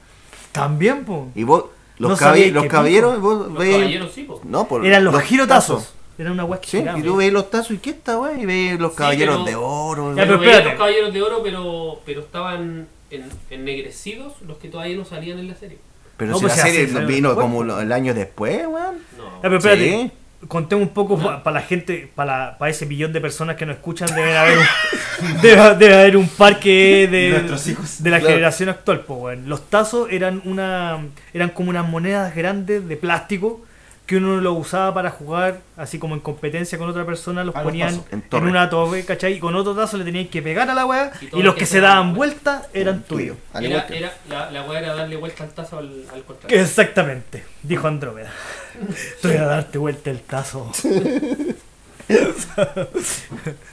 Speaker 4: También, pues. po.
Speaker 6: Y vos, los,
Speaker 4: No
Speaker 6: caballe-
Speaker 4: sabía
Speaker 6: los
Speaker 4: que
Speaker 6: caballeros, vos
Speaker 2: Los
Speaker 6: veis-
Speaker 2: caballeros, sí, po.
Speaker 6: No, por
Speaker 4: Eran los, girotazos. Era una hueá que
Speaker 6: Sí,
Speaker 4: giraba.
Speaker 6: y tú veis los tazos y qué está, güey, y veis los caballeros
Speaker 2: pero-
Speaker 6: de oro.
Speaker 4: Ya, pero
Speaker 6: güey.
Speaker 2: Pero veía
Speaker 4: espérate.
Speaker 2: los caballeros de oro, pero, pero estaban en- ennegrecidos los que todavía no salían en la serie.
Speaker 6: Pero
Speaker 4: No,
Speaker 6: si
Speaker 4: pues
Speaker 6: la
Speaker 4: se
Speaker 6: serie
Speaker 4: hace,
Speaker 6: nos
Speaker 4: pero-
Speaker 6: vino
Speaker 4: bueno.
Speaker 6: como lo- el año después, güey.
Speaker 2: No.
Speaker 4: Ya, pero espérate,
Speaker 6: Sí.
Speaker 4: contemos un poco para la gente, para ese millón de personas que nos escuchan, deben haber un, debe, debe haber un parque de,
Speaker 5: Nuestros hijos.
Speaker 4: de la
Speaker 6: Claro.
Speaker 4: generación actual. po, weón. Los tazos eran una eran como unas monedas grandes de plástico que uno lo usaba para jugar, así como en competencia con otra persona, los
Speaker 5: A los
Speaker 4: ponían
Speaker 5: tazos,
Speaker 6: Ah, en
Speaker 4: en
Speaker 6: torre.
Speaker 4: una torre, ¿cachai? Y con otro tazo le tenían que pegar a la weá
Speaker 2: Y todo
Speaker 4: y
Speaker 2: lo
Speaker 4: los
Speaker 2: que
Speaker 4: que
Speaker 2: se
Speaker 4: se
Speaker 2: daba
Speaker 4: daban
Speaker 2: vuelta.
Speaker 4: vuelta eran tuyos.
Speaker 6: Al
Speaker 2: Era,
Speaker 6: igual que-
Speaker 2: era, la, la weá era darle vuelta al tazo al, al contrario.
Speaker 4: Exactamente, dijo Andrómeda. Te voy a darte vuelta el tazo.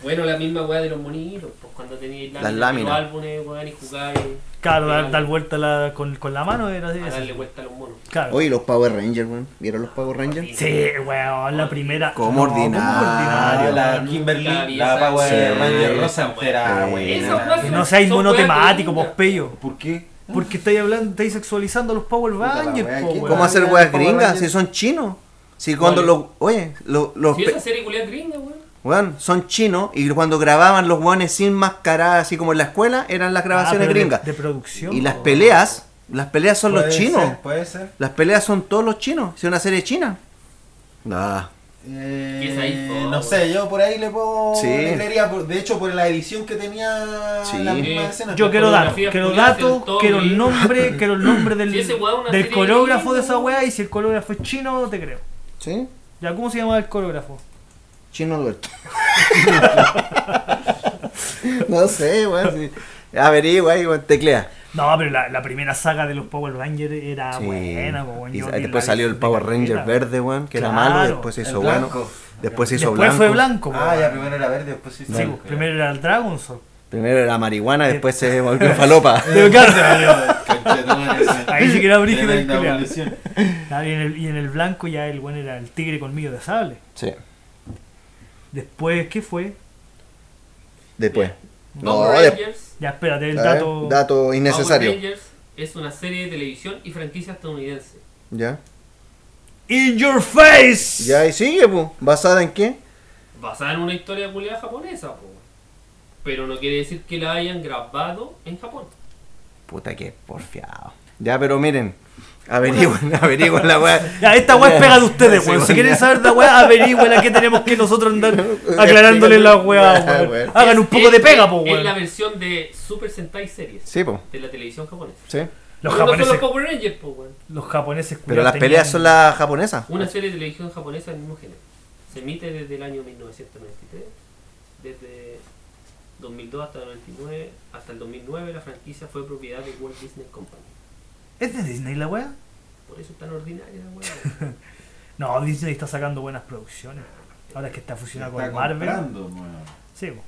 Speaker 2: Bueno, la misma weá de los monitos, pues cuando teníais
Speaker 6: Las
Speaker 2: láminas,
Speaker 6: láminas.
Speaker 2: los álbumes, weón, y jugabais
Speaker 4: Claro, dar, dar vuelta la- con, con la mano era así.
Speaker 2: a darle vuelta a los monos.
Speaker 4: Claro.
Speaker 6: Oye, los Power Rangers, güey. ¿Vieron los Power Rangers?
Speaker 4: Sí, weón, la primera.
Speaker 6: Como
Speaker 4: No,
Speaker 6: ordinario.
Speaker 5: Ah, la
Speaker 2: Nunca
Speaker 5: Kimberly,
Speaker 2: vi
Speaker 5: la
Speaker 2: esa
Speaker 5: Power
Speaker 6: serie,
Speaker 5: Ranger
Speaker 6: esa
Speaker 5: Rosa entera,
Speaker 6: weá.
Speaker 5: güey.
Speaker 2: Esa weá
Speaker 4: Que
Speaker 2: son-
Speaker 4: no seáis
Speaker 2: son weas de
Speaker 4: monotemático,
Speaker 2: gringa.
Speaker 4: pues pello.
Speaker 5: ¿Por qué?
Speaker 4: Porque estáis hablando, estáis sexualizando a los Power
Speaker 5: la
Speaker 4: Rangers,
Speaker 5: wea,
Speaker 4: po,
Speaker 5: ¿quién-
Speaker 4: weón. Ah,
Speaker 6: ¿Cómo hacer
Speaker 5: Power
Speaker 6: weas gringas
Speaker 5: Rangers.
Speaker 6: si son chinos? Si cuando
Speaker 2: Vale.
Speaker 6: los. Oye, lo- los.
Speaker 2: Si
Speaker 6: pe-
Speaker 2: esa serie culiada gringa, weón.
Speaker 6: Weón, son chinos y cuando grababan los weones sin mascarada, así como en la escuela, eran las
Speaker 4: Ah,
Speaker 6: grabaciones
Speaker 4: pero de-
Speaker 6: gringas.
Speaker 4: De, producción.
Speaker 6: y las
Speaker 4: po.
Speaker 6: peleas, las peleas son los
Speaker 5: Puede
Speaker 6: chinos.
Speaker 5: ser, Puede ser.
Speaker 6: Las peleas son todos los chinos. Es una serie china. Ah,
Speaker 5: Eh,
Speaker 2: ¿Qué es ahí? Oh,
Speaker 5: no sé, yo por ahí le puedo.
Speaker 6: Sí.
Speaker 5: le leería por- de hecho, por la edición que tenía
Speaker 6: Sí.
Speaker 5: la misma
Speaker 2: Eh,
Speaker 5: escena.
Speaker 4: Yo
Speaker 2: Las
Speaker 4: quiero datos,
Speaker 2: coreografías
Speaker 4: quiero
Speaker 2: culiadas en
Speaker 4: datos,
Speaker 2: todo
Speaker 4: quiero el
Speaker 2: gringo.
Speaker 4: nombre, quiero el nombre del,
Speaker 2: Si ese weón es una
Speaker 4: del
Speaker 2: serie
Speaker 4: coreógrafo
Speaker 2: gringa,
Speaker 4: de esa
Speaker 2: weón.
Speaker 4: weá y si el coreógrafo es chino, te creo.
Speaker 6: ¿sí?
Speaker 4: Ya, ¿cómo se llama el coreógrafo?
Speaker 6: Chino Alberto. no sé, weón. sí. Averigua ahí, weón. Teclea.
Speaker 4: No, pero la, la primera saga de los Power Rangers era
Speaker 6: Sí.
Speaker 4: buena, po, weón.
Speaker 6: Y
Speaker 4: Yo vi
Speaker 6: después
Speaker 4: la
Speaker 6: salió el
Speaker 4: de
Speaker 6: Power Ranger
Speaker 4: carpeta.
Speaker 6: verde, weón, que era
Speaker 4: Claro,
Speaker 6: malo, después se
Speaker 5: el
Speaker 6: hizo bueno.
Speaker 5: blanco.
Speaker 6: Después se hizo
Speaker 4: Después
Speaker 6: blanco.
Speaker 4: fue blanco, po,
Speaker 5: Ah,
Speaker 4: weón.
Speaker 5: ya primero era verde, después se hizo
Speaker 4: Sí,
Speaker 5: blanco,
Speaker 4: pues,
Speaker 5: ya.
Speaker 4: primero era el Dragon Sword.
Speaker 6: Primero era marihuana, después se volvió falopa.
Speaker 5: Conchetumare, weón.
Speaker 4: Ahí sí que era brígido el
Speaker 5: Tremenda
Speaker 4: culiao.
Speaker 5: evolución.
Speaker 4: Claro, y, en el, y en el blanco ya el buen era el tigre colmillo de sable.
Speaker 6: sí,
Speaker 4: Después, ¿qué fue?
Speaker 6: después. No,
Speaker 2: Power
Speaker 6: de-
Speaker 2: Rangers,
Speaker 4: Ya, espérate, el
Speaker 6: a ver,
Speaker 4: dato...
Speaker 6: dato
Speaker 2: Power
Speaker 6: innecesario.
Speaker 2: Rangers es una serie de televisión y franquicia estadounidense.
Speaker 6: Ya.
Speaker 4: ¡In your face!
Speaker 6: Ya, y sigue, pu. ¿Basada en qué?
Speaker 2: Basada en una historia culiada japonesa, po, weón. Pero no quiere decir que la hayan grabado en Japón.
Speaker 6: Puta que porfiado. Ya, pero miren. Averigüen, averigüen la weá.
Speaker 4: Ya, esta weá es pega de ustedes,
Speaker 6: Sí,
Speaker 4: weón. Si
Speaker 6: weón,
Speaker 4: quieren
Speaker 6: ya.
Speaker 4: saber la weá, averigüen que tenemos que nosotros andar aclarándole la weá,
Speaker 6: Ya,
Speaker 4: weón.
Speaker 6: weón.
Speaker 4: Hagan un poco
Speaker 2: Es-
Speaker 4: de pega, po,
Speaker 2: Este Es la
Speaker 4: weón.
Speaker 2: versión de Super Sentai Series
Speaker 6: Sí, po.
Speaker 2: de la televisión japonesa.
Speaker 6: Sí.
Speaker 2: Pero
Speaker 4: Los
Speaker 2: no son
Speaker 4: japoneses,
Speaker 2: los Power Rangers, po, weón.
Speaker 4: los japoneses
Speaker 6: Pero
Speaker 4: culiados
Speaker 6: las
Speaker 4: tenían-
Speaker 6: peleas son las japonesas.
Speaker 4: Ah.
Speaker 2: Una serie de televisión japonesa del mismo género. Se emite desde el año 1993. Desde 2002 hasta, 99, hasta el 2009 la franquicia fue propiedad de Walt Disney Company.
Speaker 4: ¿Es de Disney la weá?
Speaker 2: Por eso es tan ordinaria la weá.
Speaker 4: No, Disney está sacando buenas producciones. Ahora es que está
Speaker 5: Está
Speaker 4: fusionado con Marvel.
Speaker 5: comprando, weón.
Speaker 4: Sí, po.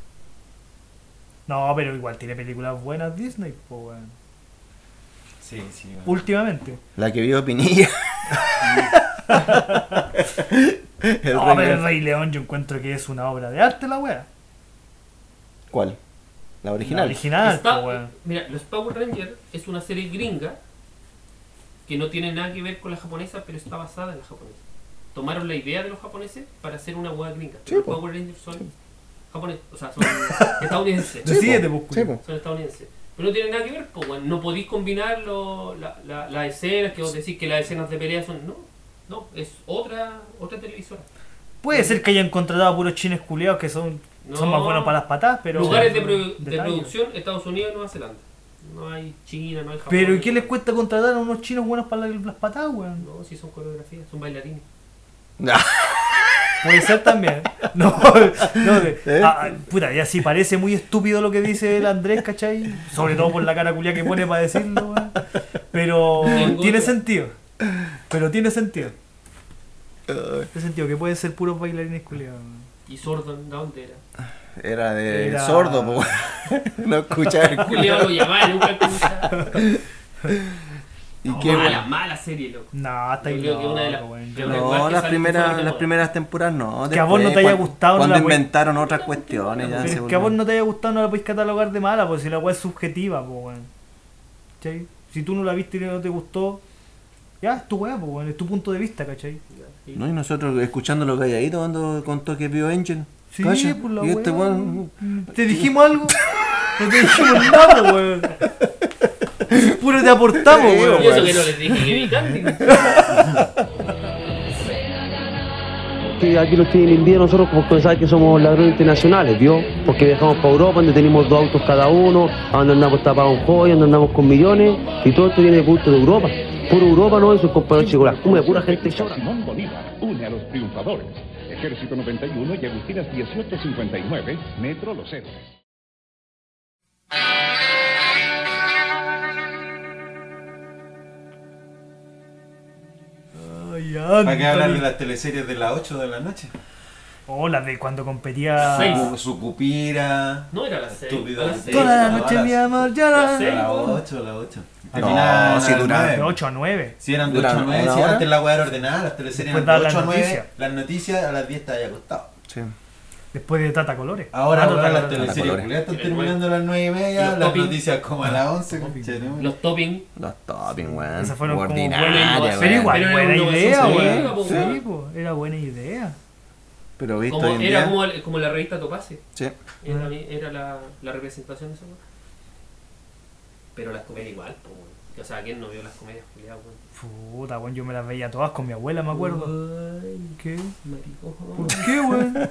Speaker 4: No, pero igual tiene películas buenas Disney, po, weón.
Speaker 5: Sí, sí, weón.
Speaker 4: Últimamente.
Speaker 6: La que vio Pinilla. El
Speaker 4: No, pero
Speaker 6: Rey León.
Speaker 4: el Rey León yo encuentro que es una obra de arte la wea.
Speaker 6: ¿Cuál?
Speaker 4: La
Speaker 6: La original.
Speaker 4: original,
Speaker 2: Está-
Speaker 4: po, weón.
Speaker 2: mira, los Power Rangers es una serie gringa que no tiene nada que ver con la japonesa, pero está basada en la japonesa. Tomaron la idea de los japoneses para hacer una hueá gringa.
Speaker 6: Sí,
Speaker 2: los
Speaker 6: po.
Speaker 2: Power Rangers son japoneses, o sea, son estadounidenses.
Speaker 4: Decídete, po,
Speaker 6: Sí,
Speaker 4: culiao.
Speaker 6: po.
Speaker 2: Son estadounidenses. Pero no tiene nada que ver, po, weón. no podéis combinar lo- la- la- las escenas, que vos decís que las escenas de pelea son... No, no, es otra otra televisora.
Speaker 4: Puede ser que hayan contratado a puros chines culiados que son, son más
Speaker 2: No.
Speaker 4: buenos para las patadas, pero.
Speaker 2: Lugares de, produ- de
Speaker 4: Detalles.
Speaker 2: producción, Estados Unidos y Nueva Zelanda. No hay China, no hay Japón.
Speaker 4: Pero ¿y qué les cuesta contratar a unos chinos buenos para las las patadas, weón?
Speaker 2: No, si son coreografías, son bailarines.
Speaker 4: Puede ser también. No, no, de-
Speaker 6: ¿Eh?
Speaker 4: ah, ah, puta, ya sí parece muy estúpido lo que dice el Andrés, ¿cachai? Sobre todo por la cara culia que pone para decirlo, weón. Pero
Speaker 2: Tengo
Speaker 4: tiene
Speaker 2: otra.
Speaker 4: sentido. Pero tiene sentido. En el sentido que pueden ser puros bailarines culiados.
Speaker 2: ¿Y Sordon de dónde era?
Speaker 6: Ah. Era de
Speaker 4: Era-
Speaker 6: sordo, po. no escuchaba el
Speaker 2: Julio
Speaker 6: culiao.
Speaker 2: lo llamaba, nunca escuchaba.
Speaker 6: ¿Y
Speaker 2: No,
Speaker 6: qué,
Speaker 2: mala,
Speaker 6: weón?
Speaker 2: mala serie, loco.
Speaker 4: No, está
Speaker 2: Yo
Speaker 4: ahí
Speaker 2: creo que una de las-
Speaker 4: loco, weón.
Speaker 2: de las-
Speaker 6: No,
Speaker 2: Igual que
Speaker 6: las
Speaker 2: sale
Speaker 6: primeras,
Speaker 2: Sordon de
Speaker 6: las
Speaker 2: moda.
Speaker 6: primeras temporadas no.
Speaker 4: Que a vos no te haya
Speaker 6: cuan-
Speaker 4: gustado, no
Speaker 6: Cuando
Speaker 4: la voy-
Speaker 6: inventaron otras cuestiones, ya
Speaker 4: Pero es
Speaker 6: se
Speaker 4: que a vos
Speaker 6: volvieron-
Speaker 4: no te haya gustado, no la podéis catalogar de mala, porque si la weá es subjetiva, po, weón. ¿Cachai? Si tú no la viste y no te gustó, ya es tu weá, po, weón, es tu punto de vista, ¿cachai?
Speaker 6: No, y nosotros escuchando los calladitos cuando contó que vio Angel.
Speaker 4: Sí,
Speaker 6: Calla.
Speaker 4: por la
Speaker 6: y este
Speaker 4: weá.
Speaker 6: weón.
Speaker 4: ¿Te dijimos algo? No te dijimos nada, po, weón. Puro te aportamos,
Speaker 6: Sí,
Speaker 4: weón.
Speaker 2: Y eso que no les dije que vi Candy.
Speaker 11: Sí, aquí los tienen en día, nosotros como pensáis que somos ladrones internacionales, ¿vio? Porque viajamos para Europa, donde tenemos dos autos cada uno, a donde andamos tapados en joyas, donde andamos con millones, y todo esto viene de punto de Europa. Puro Europa, ¿no? Y sus compañeros chicos, la cumbia, pura gente chora.
Speaker 12: Simón Bolívar une a los triunfadores. Ejército 91 y Agustinas 1859, Metro Los Héroes.
Speaker 4: Ay,
Speaker 5: ¿Para qué hablar de
Speaker 4: Anthony.
Speaker 5: las teleseries de las 8 de la noche?
Speaker 4: Oh, la de cuando competía.
Speaker 2: Seis.
Speaker 5: Su- Su cupira.
Speaker 2: No era la serie.
Speaker 5: Estúpido.
Speaker 2: a las seis.
Speaker 4: Toda la
Speaker 5: No,
Speaker 4: noche,
Speaker 5: las-
Speaker 4: mi amor, llora.
Speaker 2: las
Speaker 5: A
Speaker 2: seis.
Speaker 5: las 8, a las 8.
Speaker 6: No, si duraban
Speaker 4: De 8 a 9.
Speaker 5: Si eran de 8
Speaker 6: Duran
Speaker 5: a 9,
Speaker 6: una
Speaker 5: si
Speaker 6: hora.
Speaker 5: antes la weá era ordenada, las teleseries
Speaker 4: Después
Speaker 5: eran
Speaker 4: daban
Speaker 5: de 8 a
Speaker 4: las
Speaker 5: 9,
Speaker 4: noticias.
Speaker 5: las noticias a las 10 te había acostado.
Speaker 6: Sí.
Speaker 4: Después de Tata Colores.
Speaker 5: Ahora,
Speaker 4: Ah, Tata
Speaker 5: ahora las
Speaker 4: Colores.
Speaker 5: teleseries
Speaker 6: Colores.
Speaker 5: culiadas están
Speaker 2: Y el
Speaker 5: terminando a las 9 y
Speaker 2: Y
Speaker 5: media,
Speaker 2: los
Speaker 5: las
Speaker 2: topping.
Speaker 5: noticias como a las 11. conchetumare.
Speaker 2: Los topping.
Speaker 6: Los topping, weón.
Speaker 4: Esas fueron como
Speaker 6: Ordinaria,
Speaker 2: buenas innovaciones.
Speaker 4: Pero
Speaker 6: weón.
Speaker 4: igual,
Speaker 2: Pero era
Speaker 4: buena
Speaker 2: una
Speaker 4: idea,
Speaker 2: innovación
Speaker 4: weón.
Speaker 2: científica, po,
Speaker 4: Sí, po, era buena idea.
Speaker 6: Pero visto
Speaker 2: Como,
Speaker 6: hoy en
Speaker 2: era
Speaker 6: día.
Speaker 2: como, el- como la revista Topase.
Speaker 6: Sí.
Speaker 2: Era, era la, la representación de esa weá. Pero las comedias igual, po, weón. O sea, ¿quién no vio las comedias culiadas, weón?
Speaker 4: Puta, weón, yo me las veía todas con mi abuela, me acuerdo.
Speaker 2: Ay,
Speaker 4: ¿Qué?
Speaker 2: maricón.
Speaker 4: ¿Por qué, weón?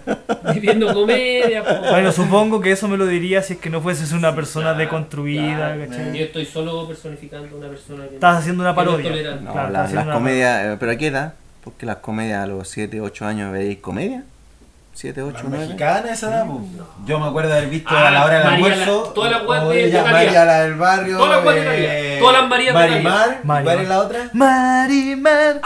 Speaker 2: Viviendo comedia, po.
Speaker 4: Bueno, supongo que eso me lo diría si es que no fueses una persona
Speaker 2: claro,
Speaker 4: deconstruida,
Speaker 2: claro.
Speaker 4: ¿cachai?
Speaker 2: Yo estoy solo personificando a una persona que.
Speaker 4: Estás haciendo una
Speaker 2: que no es
Speaker 4: parodia.
Speaker 2: tolerante.
Speaker 6: No,
Speaker 4: Claro,
Speaker 6: la-
Speaker 4: estás haciendo
Speaker 6: las
Speaker 4: una-
Speaker 6: comedias. eh, ¿Pero a qué edad? Porque las comedias a los 7, 8 años veis comedia. 7, 8,
Speaker 5: Las
Speaker 6: 9.
Speaker 5: mexicanas esa edad, po. Yo me acuerdo de haber visto
Speaker 2: Ah,
Speaker 5: a la hora del
Speaker 2: María la-
Speaker 5: almuerzo.
Speaker 2: todas las weas
Speaker 5: como
Speaker 2: de- de
Speaker 5: ella,
Speaker 2: Talía.
Speaker 5: María la del barrio.
Speaker 2: Todas las weas de
Speaker 5: eh,
Speaker 2: Talía. Todas las Marías de
Speaker 5: Marimar. ¿y
Speaker 4: Marimar.
Speaker 5: ¿Cuál es la otra?
Speaker 4: Marimar,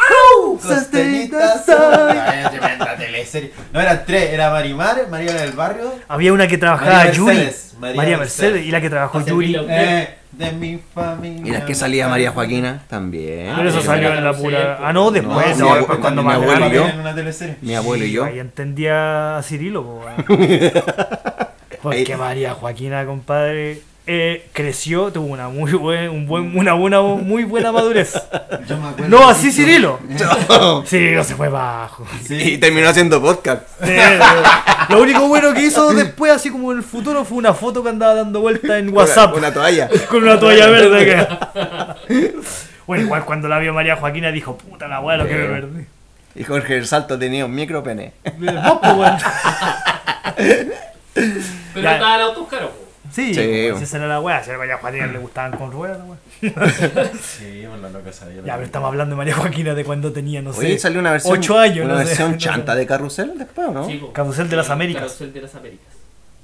Speaker 4: sostenida
Speaker 5: Costellitas.
Speaker 4: soy.
Speaker 5: Ay, tremenda teleserie. No eran tres, era Marimar, María la del barrio.
Speaker 4: Había una que trabajaba
Speaker 5: María
Speaker 4: Yuri.
Speaker 5: Mercedes,
Speaker 4: María,
Speaker 5: María
Speaker 4: Mercedes.
Speaker 5: Mercedes.
Speaker 4: Y la que trabajó
Speaker 2: Hace
Speaker 4: Yuri.
Speaker 2: fila.
Speaker 5: eh, de mi familia.
Speaker 6: Y las que salía María Joaquina también. Eh,
Speaker 4: Pero eso
Speaker 2: Ah,
Speaker 4: salió
Speaker 2: sí,
Speaker 4: en la
Speaker 2: sí,
Speaker 4: pura.
Speaker 2: sí.
Speaker 4: Ah, no,
Speaker 5: No,
Speaker 4: después,
Speaker 5: sí,
Speaker 4: no,
Speaker 6: mi
Speaker 4: después
Speaker 6: abue-
Speaker 4: cuando
Speaker 6: mi
Speaker 4: más
Speaker 6: abuelo
Speaker 4: grande.
Speaker 6: y yo.
Speaker 5: En una teleserie.
Speaker 6: Mi abuelo y yo.
Speaker 4: Ahí entendía a Cirilo, po, weón. Porque María Joaquina, compadre, eh, creció, tuvo una muy buen, un buen, una buena, muy buena madurez.
Speaker 5: Yo me acuerdo
Speaker 4: No,
Speaker 5: de
Speaker 4: así
Speaker 5: esto.
Speaker 4: Cirilo. Cirilo se fue bajo.
Speaker 6: Y terminó haciendo podcast.
Speaker 4: Sí, Lo único bueno que hizo después, así como en el futuro, fue una foto que andaba dando vuelta en WhatsApp
Speaker 6: Una, una toalla.
Speaker 4: con una toalla verde. que- Bueno, igual cuando la vio María Joaquina dijo, puta la weá, lo que me perdí.
Speaker 6: Y Jorge el Salto tenía un micro pene.
Speaker 4: No, pues, weón.
Speaker 2: Pero
Speaker 4: Ya.
Speaker 2: estaba el auto caro, po.
Speaker 4: Sí,
Speaker 6: Sí,
Speaker 4: pues,
Speaker 6: weón.
Speaker 4: esa era la weá. Si a María Joaquina le gustaban con ruedas, la weá.
Speaker 5: Sí, bueno, la loca sabía.
Speaker 4: Ya, pero estamos hablando de María Joaquina de cuando tenía, no sé.
Speaker 6: Oye, salió una versión.
Speaker 4: Ocho años,
Speaker 6: Una
Speaker 4: no sé.
Speaker 6: versión
Speaker 4: No sé.
Speaker 6: chanta de carrusel después, ¿o ¿no?
Speaker 2: Sí, po.
Speaker 4: Carrusel de las Américas.
Speaker 2: Carrusel de las Américas.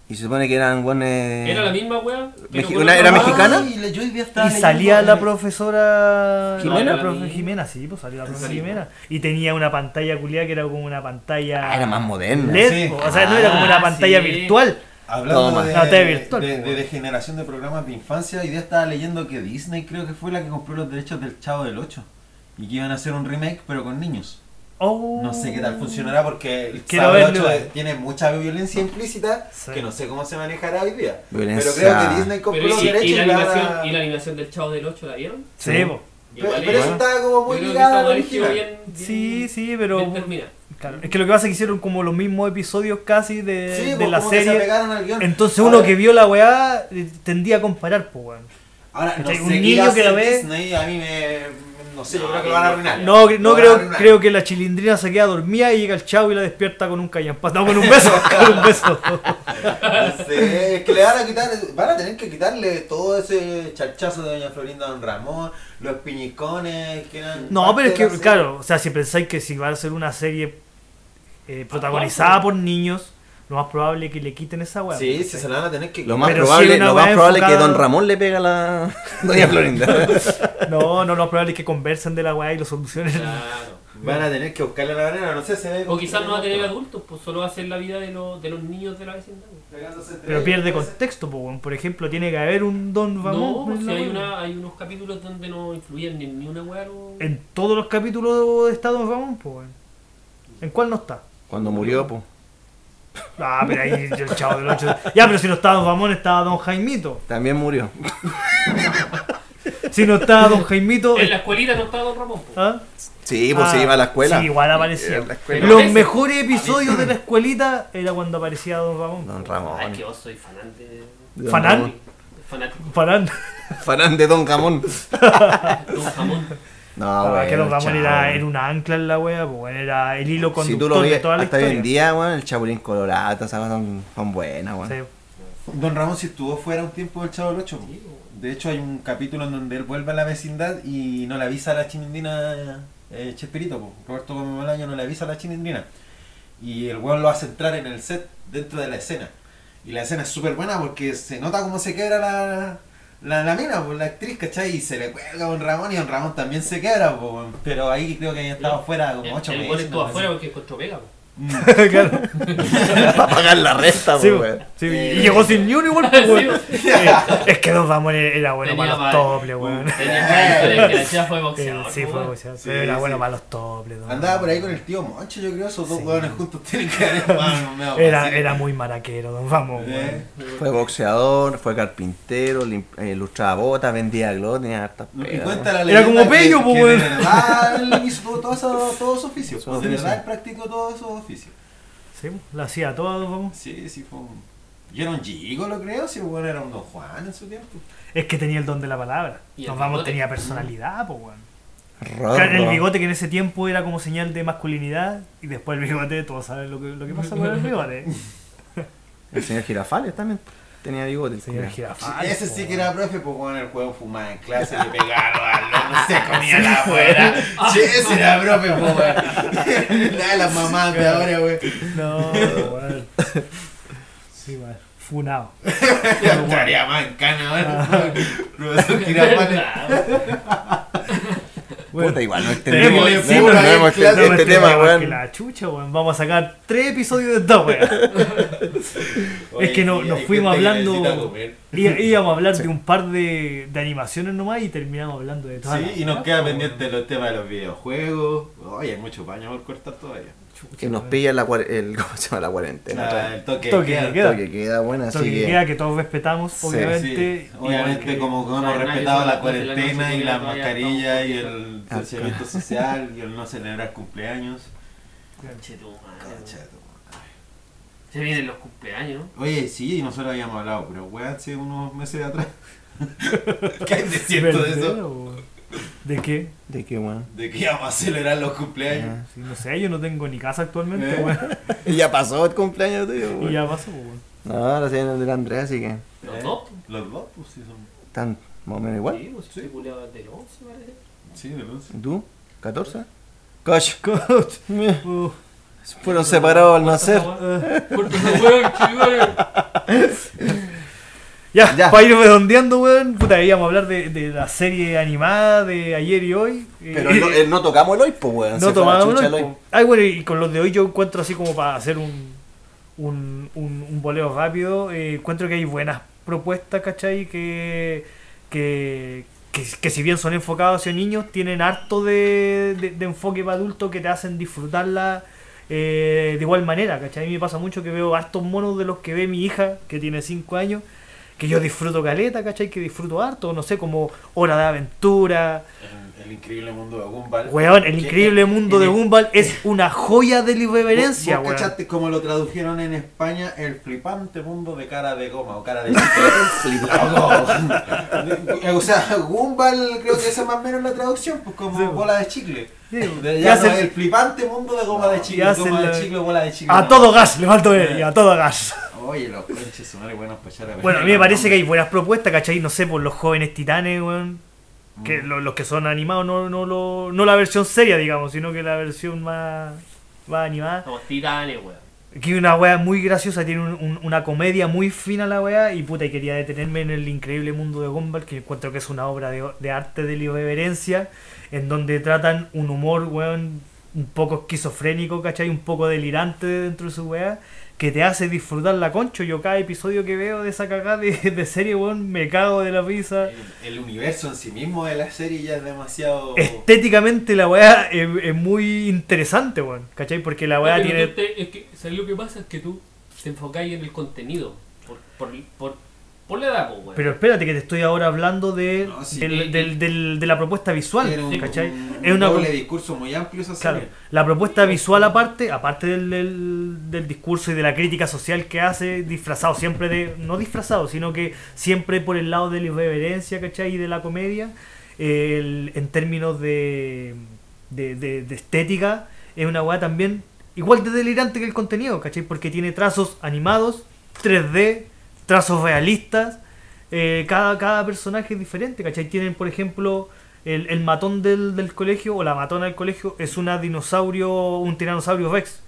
Speaker 6: Y se supone que eran guanes.
Speaker 2: Era la misma weá. pero
Speaker 6: Meji-
Speaker 2: con
Speaker 6: una-
Speaker 2: otro
Speaker 6: era
Speaker 2: nombre.
Speaker 6: mexicana?
Speaker 4: Y salía la profesora
Speaker 2: Jimena.
Speaker 4: la profe Jimena, sí, pues salía la profesora
Speaker 2: Sí.
Speaker 4: Jimena. Y tenía una pantalla culiada que era como una pantalla.
Speaker 6: Ah, era más moderna.
Speaker 4: LED, po. o sea, no era como
Speaker 2: Ah,
Speaker 4: una pantalla
Speaker 2: sí.
Speaker 4: virtual.
Speaker 5: Hablando
Speaker 6: Toma.
Speaker 5: de,
Speaker 4: No, te virtual, pues,
Speaker 5: de,
Speaker 4: po.
Speaker 5: de, de generación de programas de infancia, hoy día estaba leyendo que Disney creo que fue la que compró los derechos del Chavo del 8 y que iban a hacer un remake pero con niños.
Speaker 4: Oh.
Speaker 5: No sé qué tal funcionará porque el
Speaker 4: Quiero
Speaker 5: Chavo del
Speaker 4: verlo.
Speaker 5: 8 tiene mucha violencia implícita
Speaker 4: Sí.
Speaker 5: que no sé cómo se manejará hoy día.
Speaker 6: Violencia.
Speaker 5: Pero creo que Disney
Speaker 2: Pero
Speaker 5: compró los
Speaker 2: y,
Speaker 5: derechos
Speaker 2: y la
Speaker 5: y la-
Speaker 2: animación, y la animación del Chavo del 8, ¿la vieron?
Speaker 4: Sí, pues. po.
Speaker 5: Pero,
Speaker 2: Igual
Speaker 5: pero
Speaker 2: es-
Speaker 5: eso estaba como muy
Speaker 2: yo creo que
Speaker 5: ligado a
Speaker 2: esa
Speaker 5: la
Speaker 2: weá estuvo
Speaker 5: original.
Speaker 2: bien- bien-
Speaker 4: Sí, sí,
Speaker 2: bien
Speaker 4: pero.
Speaker 2: terminada.
Speaker 4: claro, es que lo que pasa es que hicieron como los mismos episodios casi de,
Speaker 5: Sí,
Speaker 4: de
Speaker 5: pues,
Speaker 4: la
Speaker 5: como que se
Speaker 4: serie.
Speaker 5: apegaron al guión.
Speaker 4: Entonces
Speaker 5: Ahora-
Speaker 4: uno que vio la weá eh, tendía a comparar, pues weón.
Speaker 5: Ahora, no
Speaker 4: ¿Cachai?
Speaker 5: sé
Speaker 4: Un
Speaker 5: qué
Speaker 4: niño
Speaker 5: hace
Speaker 4: que lo ve-
Speaker 5: Disney, a mí me. No sé, yo creo que lo van a arruinar.
Speaker 4: No, cre-
Speaker 5: Lo
Speaker 4: no
Speaker 5: van a
Speaker 4: creo,
Speaker 5: arruinar.
Speaker 4: creo que la chilindrina se queda dormida y llega el chavo y la despierta con un callampas. No, con un beso, con un beso.
Speaker 5: No sé, es que le van a quitar, van a tener que quitarle todo ese charchazo de Doña Florinda Don Ramón, los piñicones que eran.
Speaker 4: No,
Speaker 5: parte
Speaker 4: pero es
Speaker 5: de
Speaker 4: que,
Speaker 5: la serie.
Speaker 4: claro, o sea, si pensáis que si va a ser una serie eh, protagonizada por niños, lo más probable es que le quiten esa weá.
Speaker 5: Sí, sí, se la van a tener que.
Speaker 6: Lo más
Speaker 4: Pero
Speaker 6: probable,
Speaker 4: sí, una
Speaker 6: lo más
Speaker 4: weá
Speaker 6: probable es que
Speaker 4: enfocada-
Speaker 6: Don Ramón le pega a la Doña Florinda.
Speaker 4: No, no, lo más probable es que conversen de la weá y lo solucionen.
Speaker 2: Claro.
Speaker 5: Van a tener que buscarle la arena, no sé, se ve.
Speaker 2: O quizás no va a tener adultos, pues solo va a ser la vida de, los de los niños de la vecindad.
Speaker 4: Pero pierde contexto, po, weón. por ejemplo, tiene que haber un Don
Speaker 2: No,
Speaker 4: Ramón.
Speaker 2: pues
Speaker 4: en
Speaker 2: si
Speaker 4: la
Speaker 2: hay,
Speaker 4: weá.
Speaker 2: una, hay unos capítulos donde no influyen ni, ni una weá. no-
Speaker 4: En todos los capítulos está Don Ramón, po, weón. ¿En cuál no está?
Speaker 6: Cuando murió, pues.
Speaker 4: Ah, pero ahí yo, el chavo del 8. Ya, pero si no estaba Don Ramón, estaba Don Jaimito.
Speaker 6: También murió.
Speaker 4: Si no estaba Don Jaimito.
Speaker 2: En la escuelita no estaba Don Ramón. po.
Speaker 4: ¿Ah?
Speaker 6: Sí, pues se iba a la escuela.
Speaker 4: Sí, igual aparecía.
Speaker 6: Iba a la escuela.
Speaker 4: Los
Speaker 2: Aparece.
Speaker 4: mejores episodios de la escuelita era cuando aparecía Don Ramón.
Speaker 6: Don Ramón.
Speaker 2: Ah, es que yo soy fanante. de-
Speaker 6: Don
Speaker 4: Fanán.
Speaker 6: Ramón.
Speaker 2: Fanático.
Speaker 4: Parán.
Speaker 6: Farán de Don Ramón.
Speaker 2: Don Jamón.
Speaker 6: No,
Speaker 4: Ah,
Speaker 6: bueno,
Speaker 4: que Don Ramón
Speaker 6: chao.
Speaker 4: era, era una ancla en la wea, pues, bueno, era el hilo
Speaker 6: Si
Speaker 4: conductor
Speaker 6: tú lo
Speaker 4: de
Speaker 6: ves
Speaker 4: toda la
Speaker 6: hasta
Speaker 4: historia.
Speaker 6: hoy en día, weón, el Chapulín Colorado, todas esas cosas son, son buenas, weón.
Speaker 4: Sí.
Speaker 5: Don Ramón si estuvo fuera un tiempo del Chavo del Ocho. De hecho hay un capítulo en donde él vuelve a la vecindad y no le avisa a la chilindrina eh, Chespirito, po. Roberto Gómez Bolaño no le avisa a la chilindrina. Y el weón lo hace entrar en el set dentro de la escena. Y la escena es súper buena porque se nota cómo se quebra la, la, la mina, po, la actriz, ¿cachai? Y se le cuelga a Don Ramón y Don Ramón también se quebra, po, weón. pero ahí creo que había estado afuera
Speaker 2: El-
Speaker 5: como 8
Speaker 2: El
Speaker 5: meses.
Speaker 2: gol estuvo
Speaker 5: una cosa
Speaker 2: afuera
Speaker 5: así.
Speaker 2: porque encontró pega. po.
Speaker 4: Claro.
Speaker 6: Para pagar la resta,
Speaker 4: Sí,
Speaker 6: pues,
Speaker 4: pues,
Speaker 6: weón.
Speaker 4: sí, y llegó sin ni uno igual, pues,
Speaker 2: Eh. Sí,
Speaker 4: weón. Eh, Es que Don Ramón era era bueno
Speaker 2: Tenía
Speaker 4: para los
Speaker 2: mal.
Speaker 4: toples, weón.
Speaker 2: Tenía una historia que la chica fue
Speaker 4: Eh,
Speaker 2: boxeador.
Speaker 4: Sí,
Speaker 2: po,
Speaker 4: fue
Speaker 2: weón.
Speaker 4: boxeador,
Speaker 5: Sí,
Speaker 4: pero era
Speaker 5: sí.
Speaker 4: bueno para los toples, Don
Speaker 5: Andaba por ahí
Speaker 4: Ramón.
Speaker 5: con el tío Moncho, yo creo, esos dos
Speaker 4: Sí.
Speaker 5: hueones juntos tienen que haber hermano, me va a
Speaker 4: Era,
Speaker 5: parecer.
Speaker 4: era muy maraquero, Don Ramón,
Speaker 5: Eh,
Speaker 4: weón.
Speaker 6: Fue boxeador, fue carpintero, lim- eh, lustraba botas, vendía glot, tenía hartas
Speaker 5: lo que
Speaker 6: pegas,
Speaker 5: cuenta la
Speaker 4: Era
Speaker 5: leyenda
Speaker 4: como
Speaker 5: que-
Speaker 4: Pello,
Speaker 5: que
Speaker 4: po,
Speaker 5: de
Speaker 4: weón.
Speaker 5: verdad él hizo todo- todo eso- todos sus oficios.
Speaker 6: Su
Speaker 5: pues, de
Speaker 6: oficio.
Speaker 5: verdad él practicó todos esos oficios.
Speaker 4: Sí, la hacía toda, Don Ramón.
Speaker 5: Sí, sí, fue un... Yo era un chico, lo creo, si bueno, era un don Juan en su tiempo.
Speaker 4: Es que tenía el don de la palabra.
Speaker 2: Y el
Speaker 4: Don Ramón
Speaker 2: bigote.
Speaker 4: tenía personalidad, pues, weón.
Speaker 5: Ah,
Speaker 6: Rorro.
Speaker 4: Claro, el bigote que en ese tiempo era como señal de masculinidad y después el bigote, todos saben lo que, lo que pasa con el bigote.
Speaker 6: El señor Girafales también tenía bigote. el
Speaker 4: Señor
Speaker 6: culiao.
Speaker 4: Girafales,
Speaker 5: ese
Speaker 4: po,
Speaker 5: sí que
Speaker 4: weón.
Speaker 5: era profe, pues bueno, el juego fumaba en clase, le pegaba al alumno, se comía la afuera. Sí, ese era profe, pues bueno. Nada de las mamás de ahora, güey.
Speaker 4: No, weón. Sí, weón. Funado.
Speaker 5: Estaría más en cana ahora. Profesor Girafales.
Speaker 4: Bueno.
Speaker 6: Puta, igual no
Speaker 4: Tenemos-
Speaker 6: entendemos, no
Speaker 5: sí,
Speaker 6: hemos- no
Speaker 5: una
Speaker 6: hemos
Speaker 5: vez clase-
Speaker 6: entendido
Speaker 4: No,
Speaker 6: este
Speaker 4: este
Speaker 6: tema,
Speaker 4: tema,
Speaker 6: weón.
Speaker 4: que la chucha, weón. Vamos a sacar tres episodios de esta weón. Es que no-
Speaker 5: Oye,
Speaker 4: nos
Speaker 5: hay
Speaker 4: fuimos
Speaker 5: gente que
Speaker 4: hablando-
Speaker 5: necesita comer.
Speaker 4: Íbamos a hablar de un par de, de animaciones nomás y terminamos hablando de todo.
Speaker 5: Sí, y nos queda pendiente los temas de los videojuegos. Oye, hay mucho paño por cortar todavía.
Speaker 6: Que nos pilla la, cuar- el, ¿cómo se llama? la cuarentena.
Speaker 5: Ah, el toque. de
Speaker 4: Toque de
Speaker 5: queda.
Speaker 4: queda.
Speaker 6: Que queda buena, así
Speaker 4: Lo que
Speaker 6: que.
Speaker 4: queda que todos respetamos,
Speaker 6: Sí,
Speaker 4: obviamente.
Speaker 5: Sí,
Speaker 4: igual
Speaker 5: obviamente
Speaker 4: que-
Speaker 5: como que
Speaker 2: o sea,
Speaker 5: hemos
Speaker 2: nadie
Speaker 5: respetado
Speaker 2: se va
Speaker 5: la
Speaker 2: a hacer la
Speaker 5: cuarentena
Speaker 2: noche
Speaker 5: y
Speaker 2: porque
Speaker 5: la
Speaker 2: todavía
Speaker 5: mascarilla y
Speaker 2: estamos
Speaker 5: el distanciamiento social y el no celebrar cumpleaños.
Speaker 2: Che, tu madre.
Speaker 5: Concha de tu madre.
Speaker 2: Se vienen los cumpleaños, ¿no?
Speaker 5: Oye, sí, nosotros habíamos hablado, pero weón, hace unos meses de atrás. ¿Qué hay de
Speaker 4: Sí,
Speaker 5: cierto de eso?
Speaker 4: verdadero, weón. ¿De qué?
Speaker 6: ¿De qué, weón?
Speaker 5: De que íbamos a celebrar los cumpleaños.
Speaker 4: Sí, no sé, yo no tengo ni casa actualmente,
Speaker 5: Eh.
Speaker 4: weón.
Speaker 6: Y ya pasó el cumpleaños tuyo,
Speaker 4: Y
Speaker 6: weón.
Speaker 4: ya pasó, weón.
Speaker 6: No, ahora se viene el del Andrés, así que.
Speaker 2: Los
Speaker 5: Eh,
Speaker 2: dos.
Speaker 5: Los dos, pues sí, son.
Speaker 6: Están más o menos igual.
Speaker 2: Sí, pues se culeaba del 11, parece.
Speaker 5: Sí, de luz.
Speaker 6: ¿Y ¿Tú? ¿14? Coche.
Speaker 4: Coach.
Speaker 6: Meh.
Speaker 4: Uh,
Speaker 6: Fueron separados al nacer.
Speaker 4: eh.
Speaker 2: Corta esa weá, che, weón.
Speaker 4: Ya,
Speaker 6: Ya.
Speaker 4: para ir redondeando, weón. Puta, íbamos a hablar de, de la serie animada de ayer y hoy. eh,
Speaker 6: Pero no, eh, no tocamos el hoy, pues, weón.
Speaker 4: No
Speaker 6: Se fue a la
Speaker 4: tomábamos
Speaker 6: chucha
Speaker 4: los-
Speaker 6: el hoy.
Speaker 4: Ay, bueno, y con los de hoy yo encuentro así como para hacer un, un, un, un voleo rápido. eh, encuentro que hay buenas propuestas, ¿cachai? Que, que, que, que si bien son enfocadas hacia niños, tienen harto de, de- de enfoque para adultos que te hacen disfrutarla eh, de igual manera, ¿cachai? A mí me pasa mucho que veo hartos monos de los que ve mi hija, que tiene 5 años que yo disfruto caleta, ¿cachai? Que disfruto harto, no sé, como Hora de Aventura.
Speaker 5: El, el increíble mundo de Gumball.
Speaker 4: Weón, el
Speaker 5: Que-
Speaker 4: increíble mundo de
Speaker 5: en- este eh,
Speaker 4: Gumball es una joya de la irreverencia,
Speaker 5: ¿Vos
Speaker 4: weón.
Speaker 5: cachaste como lo tradujeron en España el flipante mundo de cara de goma o cara de chicle? o sea, Gumball creo que esa es más o menos la traducción, pues como bola de chicle. De-
Speaker 4: Y
Speaker 5: ya
Speaker 4: hacen-
Speaker 5: no, el flipante mundo de goma de
Speaker 4: y
Speaker 5: chicle,
Speaker 4: hacen
Speaker 5: goma
Speaker 4: la-
Speaker 5: de chicle, bola de chicle.
Speaker 4: A
Speaker 5: no.
Speaker 4: todo gas, le faltó él, y a todo gas.
Speaker 5: Oye, los conches son muy buenos para echar a
Speaker 4: Bueno, a mí me
Speaker 5: perder
Speaker 4: parece que hay
Speaker 5: los
Speaker 4: buenas propuestas, ¿cachai? No sé, por los jóvenes titanes, weón. Que
Speaker 5: Mm.
Speaker 4: lo- los que son animados, no, no, lo- no la versión seria, digamos, sino que la versión más, más animada.
Speaker 2: Estamos titanes, weón.
Speaker 4: Que una weá muy graciosa, tiene un- un- una comedia muy fina la weá. Y puta, y quería detenerme en el increíble mundo de Gumball, que encuentro que es una obra de, de arte de la irreverencia, en donde tratan un humor, weón, un poco esquizofrénico, ¿cachai? Un poco delirante dentro de su weá, que te hace disfrutar la concho. Yo cada episodio que veo de esa cagada de, de serie, weón, me cago de la risa.
Speaker 5: El universo en sí mismo de la serie ya es
Speaker 2: Oh.
Speaker 5: demasiado.
Speaker 4: Estéticamente la weá es, es muy interesante, weón, ¿cachai? Porque la weá
Speaker 2: Pero
Speaker 4: tiene...
Speaker 2: tú te- es que, ¿sabes lo que pasa? Es que tú te enfocáis en el contenido. Por, por, por, por la edad, po, weón.
Speaker 4: Pero espérate que te estoy ahora hablando de,
Speaker 2: sí.
Speaker 4: del- del- del- de la propuesta visual,
Speaker 5: Tiene un-
Speaker 4: ¿cachai?
Speaker 5: un
Speaker 4: es una
Speaker 5: doble discurso muy amplio esa
Speaker 4: Claro,
Speaker 5: serie.
Speaker 4: la propuesta visual aparte, aparte del, del- del discurso y de la crítica social que hace, disfrazado siempre de, no disfrazado, sino que siempre por el lado de la irreverencia, ¿cachai? Y de la comedia, eh, el- en términos de, de, de- de estética, es una weá también igual de delirante que el contenido, ¿cachai? Porque tiene trazos animados, 3D, trazos realistas, eh, cada, cada personaje es diferente, ¿cachai? Tienen, por ejemplo, el, el matón del, del colegio o la matona del colegio es una dinosaurio, un tiranosaurio rex,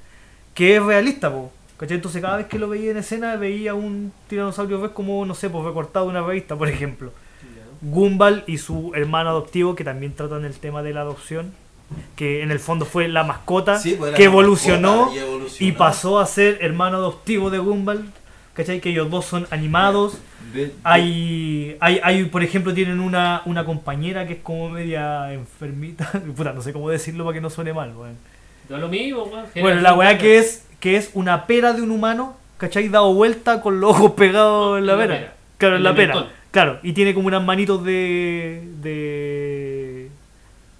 Speaker 4: que es realista, po, ¿cachai? Entonces cada vez que lo veía en escena veía un tiranosaurio rex como, no sé, pues recortado de una revista, por ejemplo. Gumball y su hermano adoptivo, que también tratan el tema de la adopción, que en el fondo fue la mascota
Speaker 5: Sí, pues, era
Speaker 4: que
Speaker 5: la mascota
Speaker 4: evolucionó
Speaker 5: y
Speaker 4: y,
Speaker 5: evolucionó.
Speaker 4: pasó a ser hermano adoptivo de Gumball, ¿cachai? Que ellos dos son animados.
Speaker 5: De- de-
Speaker 4: Hay, hay, hay, por ejemplo, tienen una, una compañera que es como media enfermita. Puta, no sé cómo decirlo para que no suene mal, weón.
Speaker 2: Da lo mismo, weón.
Speaker 4: Bueno, la weá que es, que es una pera de un humano, ¿cachai? Dado vuelta con los ojos pegados en la
Speaker 2: En la
Speaker 4: pera.
Speaker 2: pera.
Speaker 4: Claro, en
Speaker 2: En
Speaker 4: la
Speaker 2: el
Speaker 4: pera.
Speaker 2: mentón.
Speaker 4: Claro, y tiene como unas manitos de. de.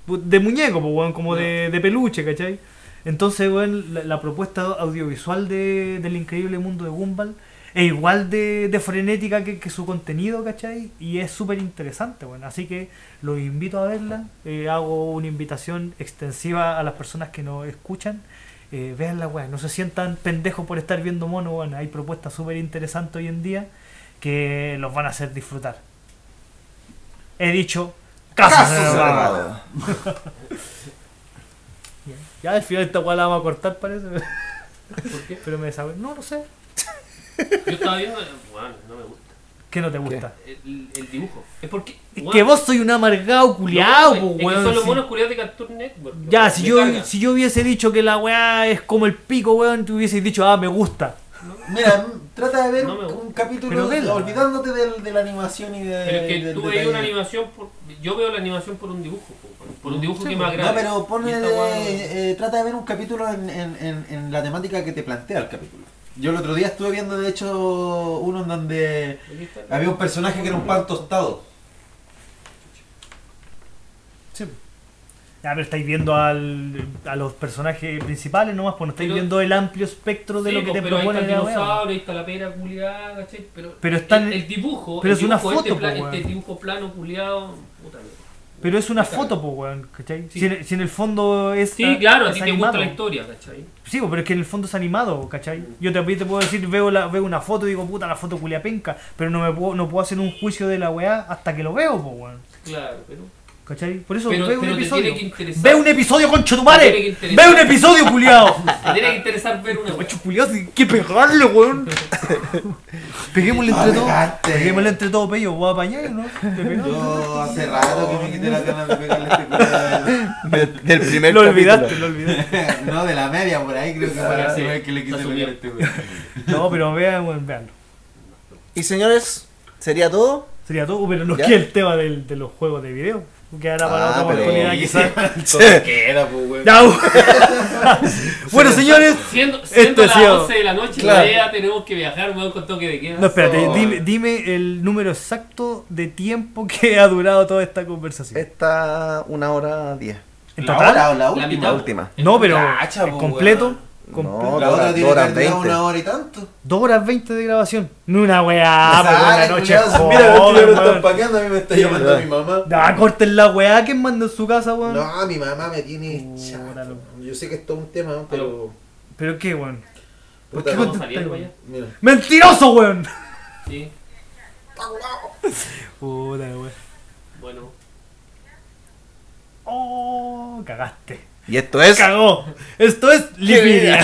Speaker 4: de muñeco, pues, weón, como de, de peluche, ¿cachai? Entonces, weón, la, la propuesta audiovisual de, del increíble mundo de Gumball es igual de, de frenética que, que su contenido, ¿cachai? Y es súper interesante, weón. Así que los invito a verla. Eh, hago una invitación extensiva a las personas que nos escuchan. Eh, veanla, weón. No se sientan pendejos por estar viendo mono, weón. Hay propuestas súper interesantes hoy en día que los van a hacer disfrutar. He dicho, caso Ah. cerrado. Bien. Ya al final esta weá la vamos a cortar, parece.
Speaker 2: ¿Por qué?
Speaker 4: Pero me sabe. No, no sé.
Speaker 2: Yo estaba viendo, weón, no me gusta.
Speaker 4: ¿Qué no te gusta?
Speaker 2: El, el dibujo. Es porque.
Speaker 4: Es
Speaker 2: weón,
Speaker 4: que vos soy un amargado culiao,
Speaker 2: no,
Speaker 4: po,
Speaker 2: es que
Speaker 4: weón.
Speaker 2: Son los
Speaker 4: sí.
Speaker 2: monos culiados de Cartoon Network.
Speaker 4: Ya,
Speaker 2: weón,
Speaker 4: si
Speaker 2: me
Speaker 4: yo,
Speaker 2: cargan.
Speaker 4: si yo hubiese dicho que la weá es como el pico, weón, te hubieses dicho, ah, me gusta.
Speaker 5: Mira, trata de ver
Speaker 2: No me gusta.
Speaker 5: un capítulo
Speaker 4: Pero vela.
Speaker 5: olvidándote del- de, la animación y de.
Speaker 2: Pero es que
Speaker 5: del
Speaker 2: tú veis una
Speaker 5: detalle.
Speaker 2: animación por. Yo veo la animación por un dibujo, po, weón, por un dibujo que es más grande.
Speaker 5: No, pero ponle,
Speaker 2: Y esta weá-
Speaker 5: eh, eh, trata de ver un capítulo en, en- en- en la temática que te plantea el capítulo. Yo el otro día estuve viendo, de hecho, uno en donde había un personaje que era un pan tostado.
Speaker 4: Ya, pero estáis viendo al, a los personajes principales nomás, pues no estáis
Speaker 2: Pero-
Speaker 4: viendo el amplio espectro de
Speaker 2: Sí,
Speaker 4: lo que
Speaker 2: po,
Speaker 4: te
Speaker 2: pero ahí
Speaker 4: propone
Speaker 2: está el
Speaker 4: la weá.
Speaker 2: dinosaurio, ahí está la pera culiada, ¿cachai? Pero,
Speaker 4: Pero está
Speaker 2: el,
Speaker 4: en-
Speaker 2: el dibujo,
Speaker 4: pero
Speaker 2: el
Speaker 4: es una
Speaker 2: dibujo, este
Speaker 4: foto,
Speaker 2: pla-
Speaker 4: po, weón.
Speaker 2: este dibujo plano culiado, puta weón.
Speaker 4: Pero es una foto, pues, weón, ¿cachai?
Speaker 2: Sí.
Speaker 4: Si, en, si en el fondo es.
Speaker 2: Sí, claro, Ah, a
Speaker 4: es
Speaker 2: ti te gusta
Speaker 4: animado.
Speaker 2: la historia, ¿cachai?
Speaker 4: Sí, pero es que en el fondo es animado, ¿cachai? Yo también te puedo decir, veo, la, veo una foto y digo, puta, la foto culiapenca, pero no me puedo, no puedo hacer un juicio de la weá hasta que lo veo, pues, weón.
Speaker 2: Claro, pero.
Speaker 4: ¿Cachai? Por eso
Speaker 2: Pero-
Speaker 4: veo
Speaker 2: pero
Speaker 4: un
Speaker 2: te
Speaker 4: episodio.
Speaker 2: tiene que interesar.
Speaker 4: Ve un episodio con
Speaker 2: Te tiene que
Speaker 4: Chotumare.
Speaker 2: interesar.
Speaker 4: Ve un episodio, culiao.
Speaker 2: Te tiene que interesar ver una weá.
Speaker 4: Ocho culiao, hay que pegarle, weón. Peguémosle entre todos. Peguémosle entre todos, pello. ¿Vos apañáis o no? Te pegamos.
Speaker 5: Yo hace rato que me quité la ganas de pegarle este culo.
Speaker 6: Del, del primer
Speaker 4: Lo
Speaker 6: capítulo.
Speaker 4: olvidaste, lo olvidaste.
Speaker 5: No, de la media por ahí creo que fue la
Speaker 2: sí,
Speaker 5: última vez que le quité la
Speaker 2: está
Speaker 5: gana a este culo.
Speaker 4: No, pero vean, weón, veanlo.
Speaker 6: Y señores, ¿sería todo?
Speaker 4: Sería todo, pero no
Speaker 6: Ya.
Speaker 4: queda el tema del, de los juegos de video. Quedará para
Speaker 6: Ah,
Speaker 4: otra
Speaker 6: pero-
Speaker 4: oportunidad, quizás.
Speaker 5: ¿Qué era, pues, güey?
Speaker 4: Ya, uh. weón. bueno, señores.
Speaker 2: Siendo, siendo
Speaker 4: Este ha
Speaker 2: las
Speaker 4: sido-
Speaker 2: 11 de la noche,
Speaker 4: Claro.
Speaker 2: todavía tenemos que viajar, weón, con toque de queda.
Speaker 4: No, espérate,
Speaker 5: Oh.
Speaker 4: dime, dime el número exacto de tiempo que ha durado toda esta conversación.
Speaker 6: Esta una hora diez.
Speaker 4: ¿En
Speaker 5: ¿La
Speaker 4: total?
Speaker 5: hora o la
Speaker 2: La
Speaker 5: última?
Speaker 2: mitad.
Speaker 6: La última.
Speaker 4: No, pero
Speaker 5: Cacha,
Speaker 4: eh,
Speaker 5: po,
Speaker 4: completo.
Speaker 6: weón.
Speaker 4: completo.
Speaker 6: No.
Speaker 5: La otra
Speaker 6: Horas,
Speaker 5: tiene que
Speaker 6: horas,
Speaker 5: haber durado
Speaker 6: 20.
Speaker 5: una hora y tanto.
Speaker 4: Dos horas 20 de grabación. No una weá,
Speaker 5: Esa
Speaker 4: pero una
Speaker 5: área,
Speaker 4: noche.
Speaker 5: culiao,
Speaker 4: joven,
Speaker 5: Mira, los tíos lo están
Speaker 4: weón.
Speaker 5: paqueando, a mí me está
Speaker 6: Sí,
Speaker 5: llamando
Speaker 6: verdad.
Speaker 5: mi mamá.
Speaker 4: Ah, corten la weá que manda en su casa, weón.
Speaker 5: No, mi mamá me tiene
Speaker 4: Puta,
Speaker 5: chato.
Speaker 4: loco.
Speaker 5: Yo sé que es todo un tema, pero...
Speaker 4: Pero qué, weón. ¿Por
Speaker 5: Puta,
Speaker 4: qué
Speaker 5: no,
Speaker 2: Vamos saliendo para allá.
Speaker 5: Mira.
Speaker 4: ¡Mentiroso, weón!
Speaker 2: Sí,
Speaker 4: Puta, weón.
Speaker 2: bueno.
Speaker 4: Oh, cagaste.
Speaker 6: Y esto es.
Speaker 4: Cagó. Esto es Lipidia.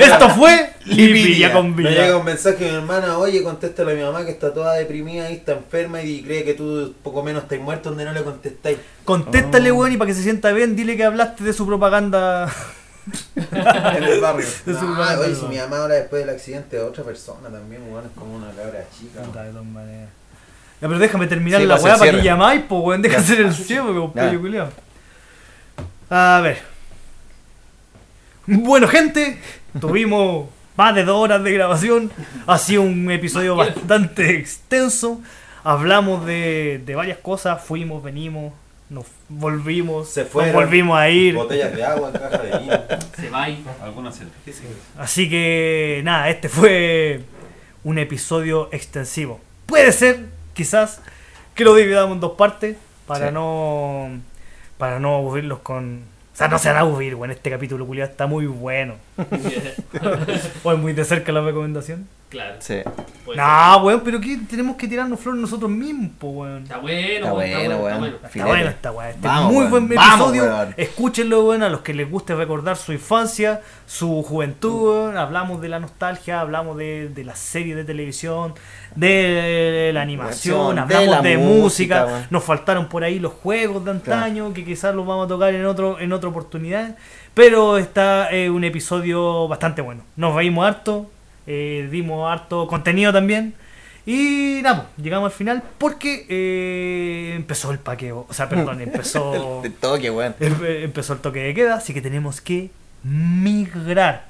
Speaker 4: Esto fue Lipidia con
Speaker 5: Me
Speaker 4: vida.
Speaker 5: llega un mensaje de mi hermana, oye, contéstale a mi mamá que está toda deprimida y está enferma y cree que tú poco menos estás muerto donde no le contestáis.
Speaker 4: Contéstale, weón, y para que se sienta bien, dile que hablaste de su propaganda.
Speaker 5: en el barrio.
Speaker 4: De su
Speaker 5: Ah,
Speaker 4: propaganda.
Speaker 5: oye, si mi mamá ahora después del accidente de otra persona también, weón, es como una cabra chica.
Speaker 4: Ya, pero déjame terminar
Speaker 5: Sí,
Speaker 4: la
Speaker 6: pues,
Speaker 4: weá
Speaker 5: pasa el
Speaker 4: para que
Speaker 5: cierre.
Speaker 4: llamáis, po, weón. Deja
Speaker 5: Ya.
Speaker 4: hacer el ciego, weón,
Speaker 5: Ya.
Speaker 4: pollo culiao. A ver. Bueno, gente, tuvimos más de dos horas de grabación. Ha sido un episodio bastante extenso. Hablamos de, de varias cosas. Fuimos, venimos, nos volvimos,
Speaker 5: Se fueron.
Speaker 4: nos volvimos a ir.
Speaker 5: Botellas de agua, caja de vino.
Speaker 2: Se va y algunas se ¿Qué se
Speaker 4: Así que nada, este fue un episodio extensivo. Puede ser, quizás, que lo dividamos en dos partes para
Speaker 6: Sí.
Speaker 4: no para no aburrirlos con o sea, no se van a aburrir, bueno, este capítulo culiado está muy bueno. o es muy de cerca la recomendación.
Speaker 2: Claro.
Speaker 6: Sí.
Speaker 2: Puede
Speaker 4: No, weón, pero que tenemos que tirarnos flor nosotros mismos, po, weón.
Speaker 2: Está bueno,
Speaker 6: Está weón, está bueno, bueno, está
Speaker 4: Está
Speaker 6: bueno.
Speaker 4: bueno esta weá. Este
Speaker 6: Vamos,
Speaker 4: muy
Speaker 6: weón,
Speaker 4: buen
Speaker 6: vamos,
Speaker 4: episodio.
Speaker 6: weón.
Speaker 4: Escúchenlo, weón, a los que les guste recordar su infancia, su
Speaker 6: Uh.
Speaker 4: juventud, weón. Hablamos de la nostalgia, hablamos de, de las series de televisión, de la animación,
Speaker 6: Animación, de
Speaker 4: hablamos
Speaker 6: la
Speaker 4: de, música.
Speaker 6: música, weón.
Speaker 4: Nos faltaron por ahí los juegos de antaño, que quizás los vamos a tocar en otro, en otra oportunidad. Pero está eh, un episodio bastante bueno. Nos reímos harto, eh, dimos harto contenido también. Y nada, pues, llegamos al final porque eh, empezó el paqueo. O sea, perdón, empezó,
Speaker 6: El toque, weón.
Speaker 4: em- empezó el toque de queda, así que tenemos que migrar.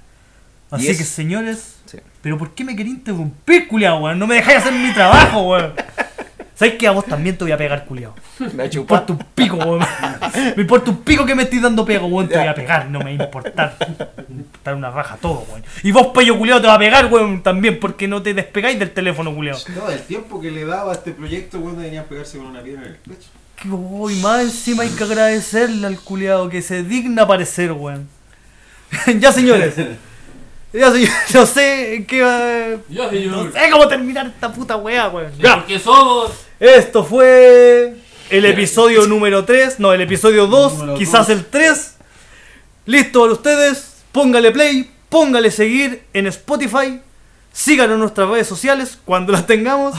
Speaker 4: Así
Speaker 6: Y es-
Speaker 4: que, señores, ¿pero por qué me quería interrumpir, culiao, weón? No me dejáis hacer mi trabajo, weón. ¿Sabes que A vos también te voy a pegar, culiao.
Speaker 6: Me
Speaker 4: Me importa un pico, weón. Me importa un pico que me estés dando pego, weón. Te voy a pegar, no me va a importar. Me va a importar una raja todo, weón. Y vos, pello culiao, te va a pegar, weón, también, porque no te despegáis del teléfono, culiao.
Speaker 5: Todo el tiempo que le daba a este proyecto, weón, venía a pegarse con una piedra en el pecho.
Speaker 4: Que, uy, más encima hay que agradecerle al culiado que se digna aparecer, weón. ya señores. Ya señores, no sé qué va-
Speaker 2: Ya, señor.
Speaker 4: No sé cómo terminar esta puta weá, weón.
Speaker 2: Ya. Porque somos.
Speaker 4: Esto fue el episodio número 3, no, el episodio 2,
Speaker 2: Número
Speaker 4: quizás
Speaker 2: dos.
Speaker 4: el 3. Listo para ustedes, póngale play, póngale seguir en Spotify, síganos en nuestras redes sociales cuando las tengamos.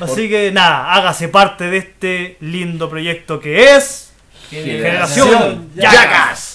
Speaker 4: Así que nada, hágase parte de este lindo proyecto que es
Speaker 2: Generación
Speaker 4: Generación Yacas.